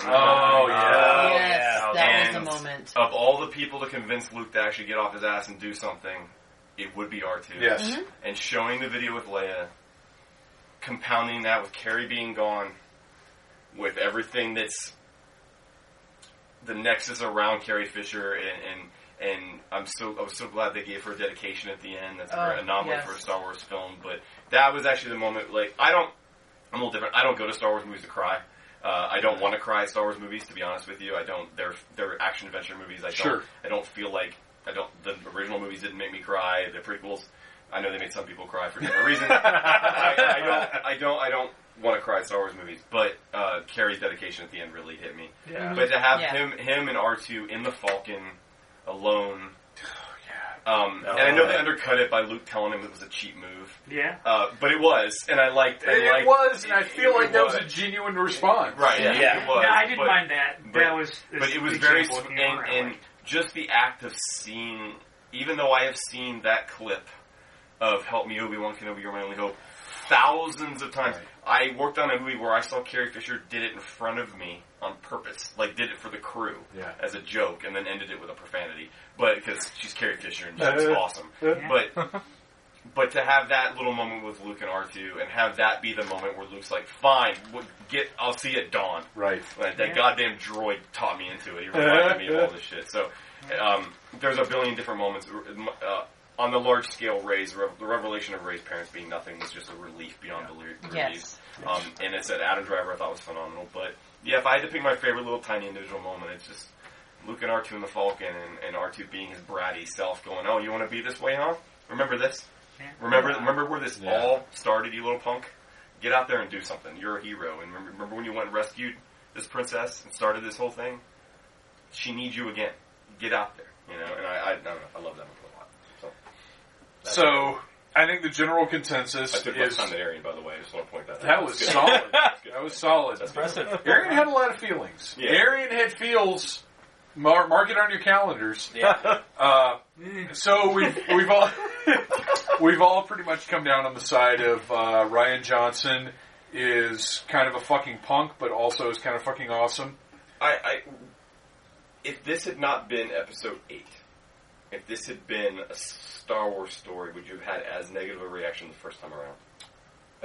Speaker 1: Oh,
Speaker 4: yeah.
Speaker 5: yes,
Speaker 4: yeah.
Speaker 5: that
Speaker 3: And-
Speaker 5: was the moment.
Speaker 3: Of all the people to convince Luke to actually get off his ass and do something, it would be R2.
Speaker 1: Yes.
Speaker 3: And showing the video with Leia, compounding that with Carrie being gone, with everything that's the nexus around Carrie Fisher and, and and I'm so I was so glad they gave her a dedication at the end. That's
Speaker 5: Oh,
Speaker 3: an anomaly
Speaker 5: yes.
Speaker 3: for a Star Wars film, but that was actually the moment. Like I don't, I'm a little different. I don't go to Star Wars movies to cry. Uh, I don't want to cry at Star Wars movies. To be honest with you, I don't. They're they're action adventure movies. I
Speaker 1: Sure.
Speaker 3: don't. I don't feel like I don't. The original movies didn't make me cry. The prequels. I know they made some people cry for different reasons. I, I don't. I don't. I don't want to cry at Star Wars movies. But uh, Carrie's dedication at the end really hit me.
Speaker 1: Mm-hmm.
Speaker 4: Yeah.
Speaker 3: But to have
Speaker 5: Yeah.
Speaker 3: him him and R two in the Falcon alone.
Speaker 1: Oh,
Speaker 3: Um,
Speaker 4: That
Speaker 3: and I know
Speaker 4: was-
Speaker 3: they undercut it by Luke telling him it was a cheap move,
Speaker 2: Yeah.
Speaker 3: uh, but it was, and I liked. I
Speaker 1: It
Speaker 3: liked-
Speaker 1: was, and I
Speaker 3: it-
Speaker 1: feel
Speaker 3: it
Speaker 1: like that was a
Speaker 3: was.
Speaker 1: genuine response.
Speaker 3: right.
Speaker 4: Yeah.
Speaker 3: it was,
Speaker 2: no, I didn't
Speaker 3: but-
Speaker 2: mind that.
Speaker 3: but-
Speaker 2: that was,
Speaker 3: but it was very
Speaker 2: example of
Speaker 3: sw- and,
Speaker 2: humor I
Speaker 3: and
Speaker 2: liked.
Speaker 3: just the act of seeing even though i have seen that clip of help me obi-wan kenobi you're my only hope thousands of times i worked on a movie where i saw carrie fisher did it in front of me on purpose like did it for the crew
Speaker 1: Yeah.
Speaker 3: as a joke and then ended it with a profanity but because she's carrie fisher and she's awesome but but to have that little moment with luke and r2 and have that be the moment where luke's like fine we'll get i'll see you at dawn
Speaker 1: Right.
Speaker 3: like, that
Speaker 2: Yeah.
Speaker 3: goddamn droid taught me into it. He reminded me of all this shit. So, um, there's a billion different moments. Uh, on the large scale, Ray's re- the revelation of Ray's parents being nothing was just a relief beyond belie- belief.
Speaker 5: Yes.
Speaker 3: Um, and it said Adam Driver I thought was phenomenal. But yeah, if I had to pick my favorite little tiny individual moment, it's just Luke and R2 in the Falcon and, and R2 being his bratty self going, oh, you want to be this way, huh? Remember this?
Speaker 2: Yeah.
Speaker 3: Remember, remember where this
Speaker 1: Yeah.
Speaker 3: all started, you little punk. Get out there and do something. You're a hero. And remember, remember when you went and rescued this princess and started this whole thing? She needs you again. Get out there. You know, and I, I, I don't know. I love that movie a lot. So
Speaker 1: So, I think the general consensus
Speaker 3: I took my
Speaker 1: is
Speaker 3: time to Arian, by the way. I just want to point that out.
Speaker 1: that was
Speaker 3: That's good.
Speaker 1: solid.
Speaker 3: That's good.
Speaker 1: that was solid.
Speaker 3: That's good.
Speaker 7: Impressive.
Speaker 1: Arian had a lot of feelings.
Speaker 3: Yeah.
Speaker 1: Arian had feels. Mar- mark it on your calendars.
Speaker 7: Yeah.
Speaker 1: Uh, so we've we've all we've all pretty much come down on the side of uh, Ryan Johnson is kind of a fucking punk, but also is kind of fucking awesome.
Speaker 3: I, I, if this had not been episode 8, if this had been a Star Wars story, would you have had as negative a reaction the first time around?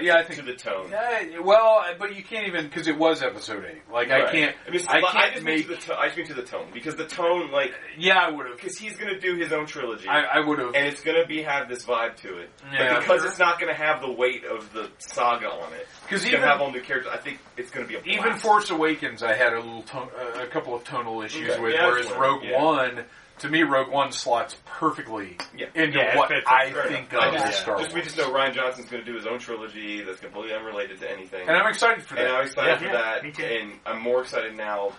Speaker 1: Yeah, I
Speaker 3: To
Speaker 1: think.
Speaker 3: the tone.
Speaker 1: Yeah, well, uh, but you can't even because it was episode eight. Like I
Speaker 3: Right.
Speaker 1: can't.
Speaker 3: I, mean, it's-
Speaker 1: I
Speaker 3: I
Speaker 1: can't
Speaker 3: just
Speaker 1: make.
Speaker 3: mean to the to- I just mean to the tone because the tone, like,
Speaker 1: yeah, I would have.
Speaker 3: because he's going to do his own trilogy,
Speaker 1: I, I would have.
Speaker 3: and it's going to be have this vibe to it.
Speaker 1: Yeah.
Speaker 3: but because it's not going to have the weight of the saga on it,
Speaker 1: Because
Speaker 3: it's going
Speaker 1: even
Speaker 3: to have all new characters. I think it's going to be a blast.
Speaker 1: even Force Awakens, I had a little ton- uh, a couple of tonal issues
Speaker 3: Okay.
Speaker 1: with.
Speaker 3: Yeah,
Speaker 1: whereas
Speaker 3: that's
Speaker 1: Rogue
Speaker 3: fine. Yeah.
Speaker 1: One, to me, Rogue One slots perfectly
Speaker 3: Yeah.
Speaker 1: into
Speaker 4: Yeah, it
Speaker 1: what
Speaker 4: fits in.
Speaker 1: I
Speaker 3: Fair
Speaker 1: think
Speaker 3: enough.
Speaker 1: of
Speaker 3: I
Speaker 1: as
Speaker 3: just-
Speaker 1: Star Wars.
Speaker 3: just, we just know Ryan Johnson's going to do his own trilogy that's completely unrelated to anything.
Speaker 1: and I'm excited for
Speaker 3: And
Speaker 1: that.
Speaker 3: I'm excited
Speaker 2: Yeah.
Speaker 3: for
Speaker 2: Yeah,
Speaker 3: that,
Speaker 2: me too.
Speaker 3: and I'm more excited now.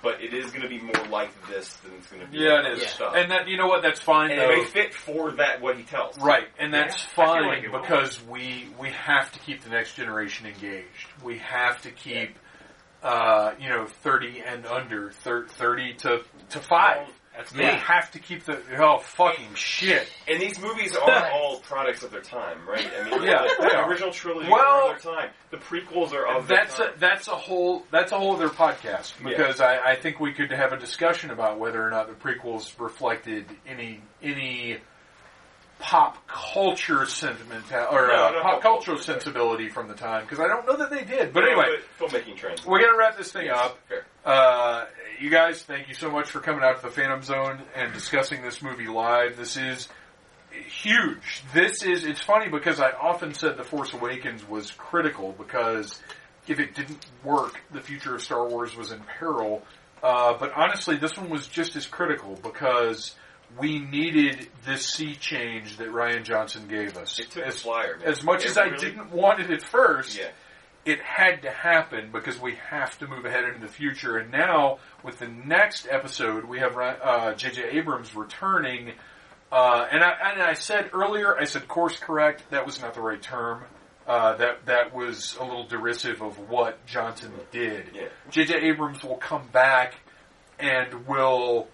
Speaker 3: But it is going to be more like this than it's going to be.
Speaker 1: Yeah,
Speaker 3: like
Speaker 1: it
Speaker 3: other
Speaker 1: is.
Speaker 3: Stuff.
Speaker 1: And that you know what? That's fine.
Speaker 3: And
Speaker 1: though.
Speaker 3: it may fit for that what he tells.
Speaker 1: Right, and that's
Speaker 2: Yeah, I feel
Speaker 1: fine
Speaker 2: like it will.
Speaker 1: because we we have to keep the next generation engaged. We have to keep, uh, you know, thirty and under, thir- thirty to to five.
Speaker 4: That's
Speaker 1: We
Speaker 4: me.
Speaker 1: have to keep the oh fucking shit.
Speaker 3: And these movies are all products of their time, right? I mean,
Speaker 1: Yeah,
Speaker 3: the,
Speaker 1: they
Speaker 3: the
Speaker 1: are.
Speaker 3: original trilogy
Speaker 1: Well-
Speaker 3: are of their time. The prequels are of
Speaker 1: That's
Speaker 3: their
Speaker 1: a,
Speaker 3: time.
Speaker 1: that's a whole that's a whole other podcast
Speaker 3: Oh, Yeah.
Speaker 1: because I, I think we could have a discussion about whether or not the prequels reflected any any pop culture sentiment or
Speaker 3: No,
Speaker 1: uh,
Speaker 3: not
Speaker 1: pop
Speaker 3: pop
Speaker 1: cultural
Speaker 3: culture,
Speaker 1: sensibility from the time because I don't know that they did. But
Speaker 3: No,
Speaker 1: anyway,
Speaker 3: but filmmaking trends.
Speaker 1: we're gonna wrap this thing
Speaker 3: Yes,
Speaker 1: up.
Speaker 3: fair.
Speaker 1: Uh, you guys, thank you so much for coming out to the Phantom Zone and discussing this movie live. This is huge. This is, it's funny because I often said The Force Awakens was critical because if it didn't work, the future of Star Wars was in peril. Uh, but honestly, this one was just as critical because we needed this sea change that Ryan Johnson gave us.
Speaker 3: It took a
Speaker 1: As,
Speaker 3: flyer, man.
Speaker 1: as much
Speaker 3: It
Speaker 1: as I
Speaker 3: really-
Speaker 1: didn't want it at first,
Speaker 3: Yeah.
Speaker 1: it had to happen because we have to move ahead into the future. And now, with the next episode, we have uh, J.J. Abrams returning. Uh, and, I, and I said earlier, I said course correct. That was not the right term. Uh, that that was a little derisive of what Johnson did.
Speaker 3: Yeah.
Speaker 1: J.J. Abrams will come back and will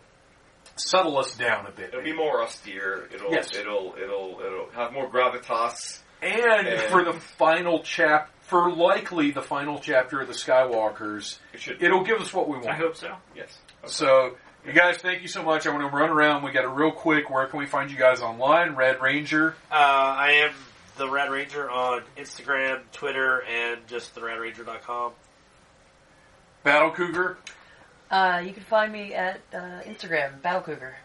Speaker 1: settle us down a bit.
Speaker 3: It'll be more austere. It'll
Speaker 1: Yes.
Speaker 3: it'll it'll it'll have more gravitas.
Speaker 1: And
Speaker 3: And-
Speaker 1: for the final chap, for likely the final chapter of the Skywalkers,
Speaker 3: It should.
Speaker 1: it'll give us what we
Speaker 2: I
Speaker 1: want.
Speaker 2: hope so.
Speaker 3: yes.
Speaker 1: So, you guys, thank you so much. I want to run around. We got it real quick. Where can we find you guys online? Red Ranger.
Speaker 7: Uh, I am the Red Ranger on Instagram, Twitter, and just theredranger.com.
Speaker 1: Battle Cougar,
Speaker 5: Uh, you can find me at uh, Instagram, Battle Cougar.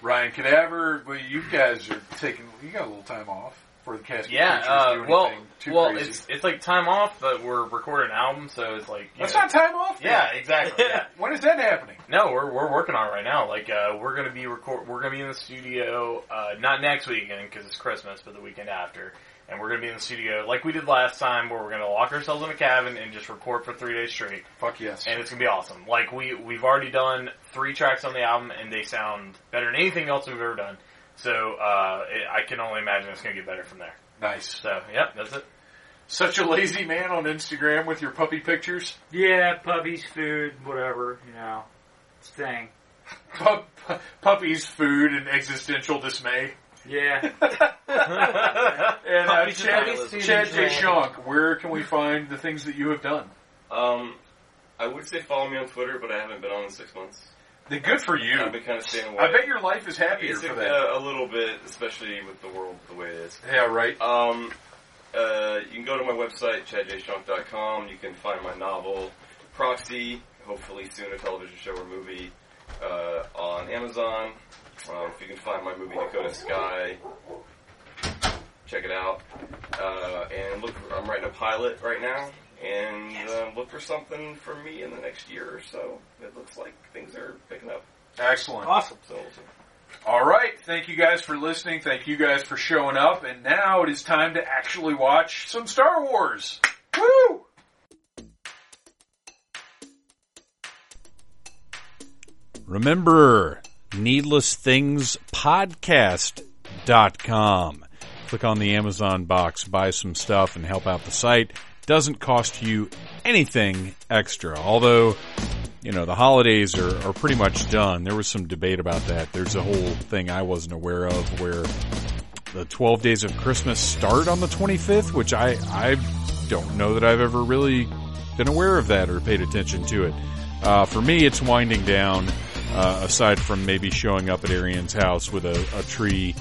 Speaker 1: Ryan Cadaver. Well, you guys are taking. You got a little time off for the cast. of
Speaker 4: Yeah,
Speaker 1: Creatures
Speaker 4: uh,
Speaker 1: do
Speaker 4: well,
Speaker 1: anything too
Speaker 4: well,
Speaker 1: crazy.
Speaker 4: it's it's like time off that we're recording an album, so it's like you
Speaker 1: that's
Speaker 4: know-
Speaker 1: not time off. then.
Speaker 4: Yeah, exactly. Yeah.
Speaker 1: When is that happening?
Speaker 4: No, we're we're working on it right now. Like uh, we're gonna be record, we're gonna be in the studio uh, not next weekend because it's Christmas, but the weekend after, and we're gonna be in the studio like we did last time, where we're gonna lock ourselves in a cabin and just record for three days straight,
Speaker 1: Fuck yes.
Speaker 4: and it's gonna be awesome. Like we we've already done three tracks on the album, and they sound better than anything else we've ever done. So uh, it, I can only imagine it's gonna get better from there.
Speaker 1: nice.
Speaker 4: So yep, that's it.
Speaker 1: Such a lazy man on Instagram with your puppy pictures.
Speaker 2: Yeah, puppies, food, whatever, you know. It's a thing.
Speaker 1: Pup, puppies, food, and existential dismay.
Speaker 2: Yeah.
Speaker 1: And uh,
Speaker 7: Puppies and
Speaker 1: Chad,
Speaker 7: nihilism.
Speaker 1: Chad J. Shonk, where can we find the things that you have done?
Speaker 3: Um, I would say follow me on Twitter, but I haven't been on in six months.
Speaker 1: They're good for you.
Speaker 3: I've been kind of staying away.
Speaker 1: I bet your life is happier
Speaker 3: It's
Speaker 1: for
Speaker 3: a,
Speaker 1: that.
Speaker 3: uh, a little bit, especially with the world the way it is.
Speaker 1: yeah, right.
Speaker 3: Um, uh, you can go to my website, chadjshonk.com. You can find my novel, Proxy, hopefully soon a television show or movie, uh, on Amazon. Um, if you can find my movie, Dakota Sky, check it out. Uh, and look, I'm writing a pilot right now. And uh, look for something from me in the next year or so. It looks like things are picking up.
Speaker 1: Excellent.
Speaker 7: Awesome.
Speaker 3: So we'll see.
Speaker 1: All right. Thank you guys for listening. Thank you guys for showing up. And now it is time to actually watch some Star Wars. Woo!
Speaker 12: Remember, needlessthingspodcast.com. Click on the Amazon box, buy some stuff, and help out the site. Doesn't cost you anything extra. Although, you know, the holidays are, are pretty much done. There was some debate about that. There's a whole thing I wasn't aware of where the 12 days of Christmas start on the 25th, which I, I don't know that I've ever really been aware of that or paid attention to it. Uh, for me, it's winding down, uh, aside from maybe showing up at Arian's house with a, a tree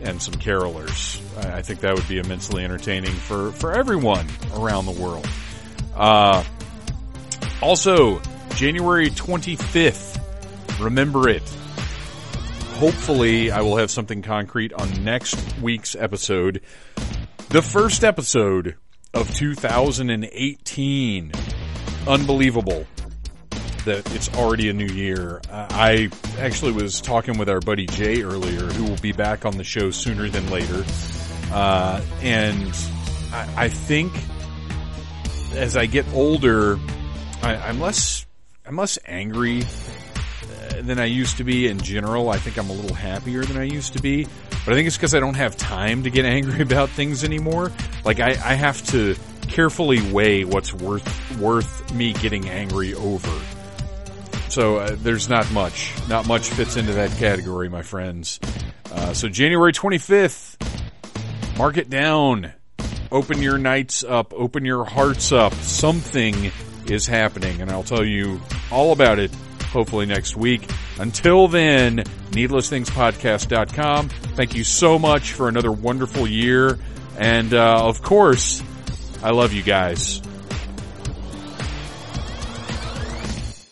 Speaker 12: and some carolers. I, I think that would be immensely entertaining for, for everyone around the world. Uh, also, January 25th, remember it hopefully I will have something concrete on next week's episode. The first episode of 2018. Unbelievable that it's already a new year. Uh, I actually was talking with our buddy Jay earlier, who will be back on the show sooner than later. Uh, and I, I think as I get older, I, I'm less, I'm less angry uh, than I used to be in general. I think I'm a little happier than I used to be, but I think it's because I don't have time to get angry about things anymore. Like I, I have to carefully weigh what's worth worth me getting angry over. So uh, there's not much, not much fits into that category, my friends. Uh, so January 25th, mark it down. Open your nights up, open your hearts up. Something is happening, and I'll tell you all about it hopefully next week. Until then, needlessthingspodcast.com. Thank you so much for another wonderful year. And uh, of course, I love you guys.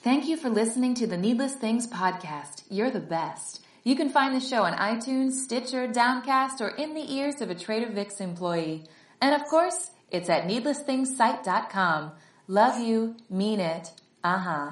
Speaker 13: Thank you for listening to the Needless Things podcast. You're the best. You can find the show on iTunes, Stitcher, Downcast, or in the ears of a Trader Vic's employee. And of course, it's at needlessthingssite.com. Love you, mean it. Uh huh.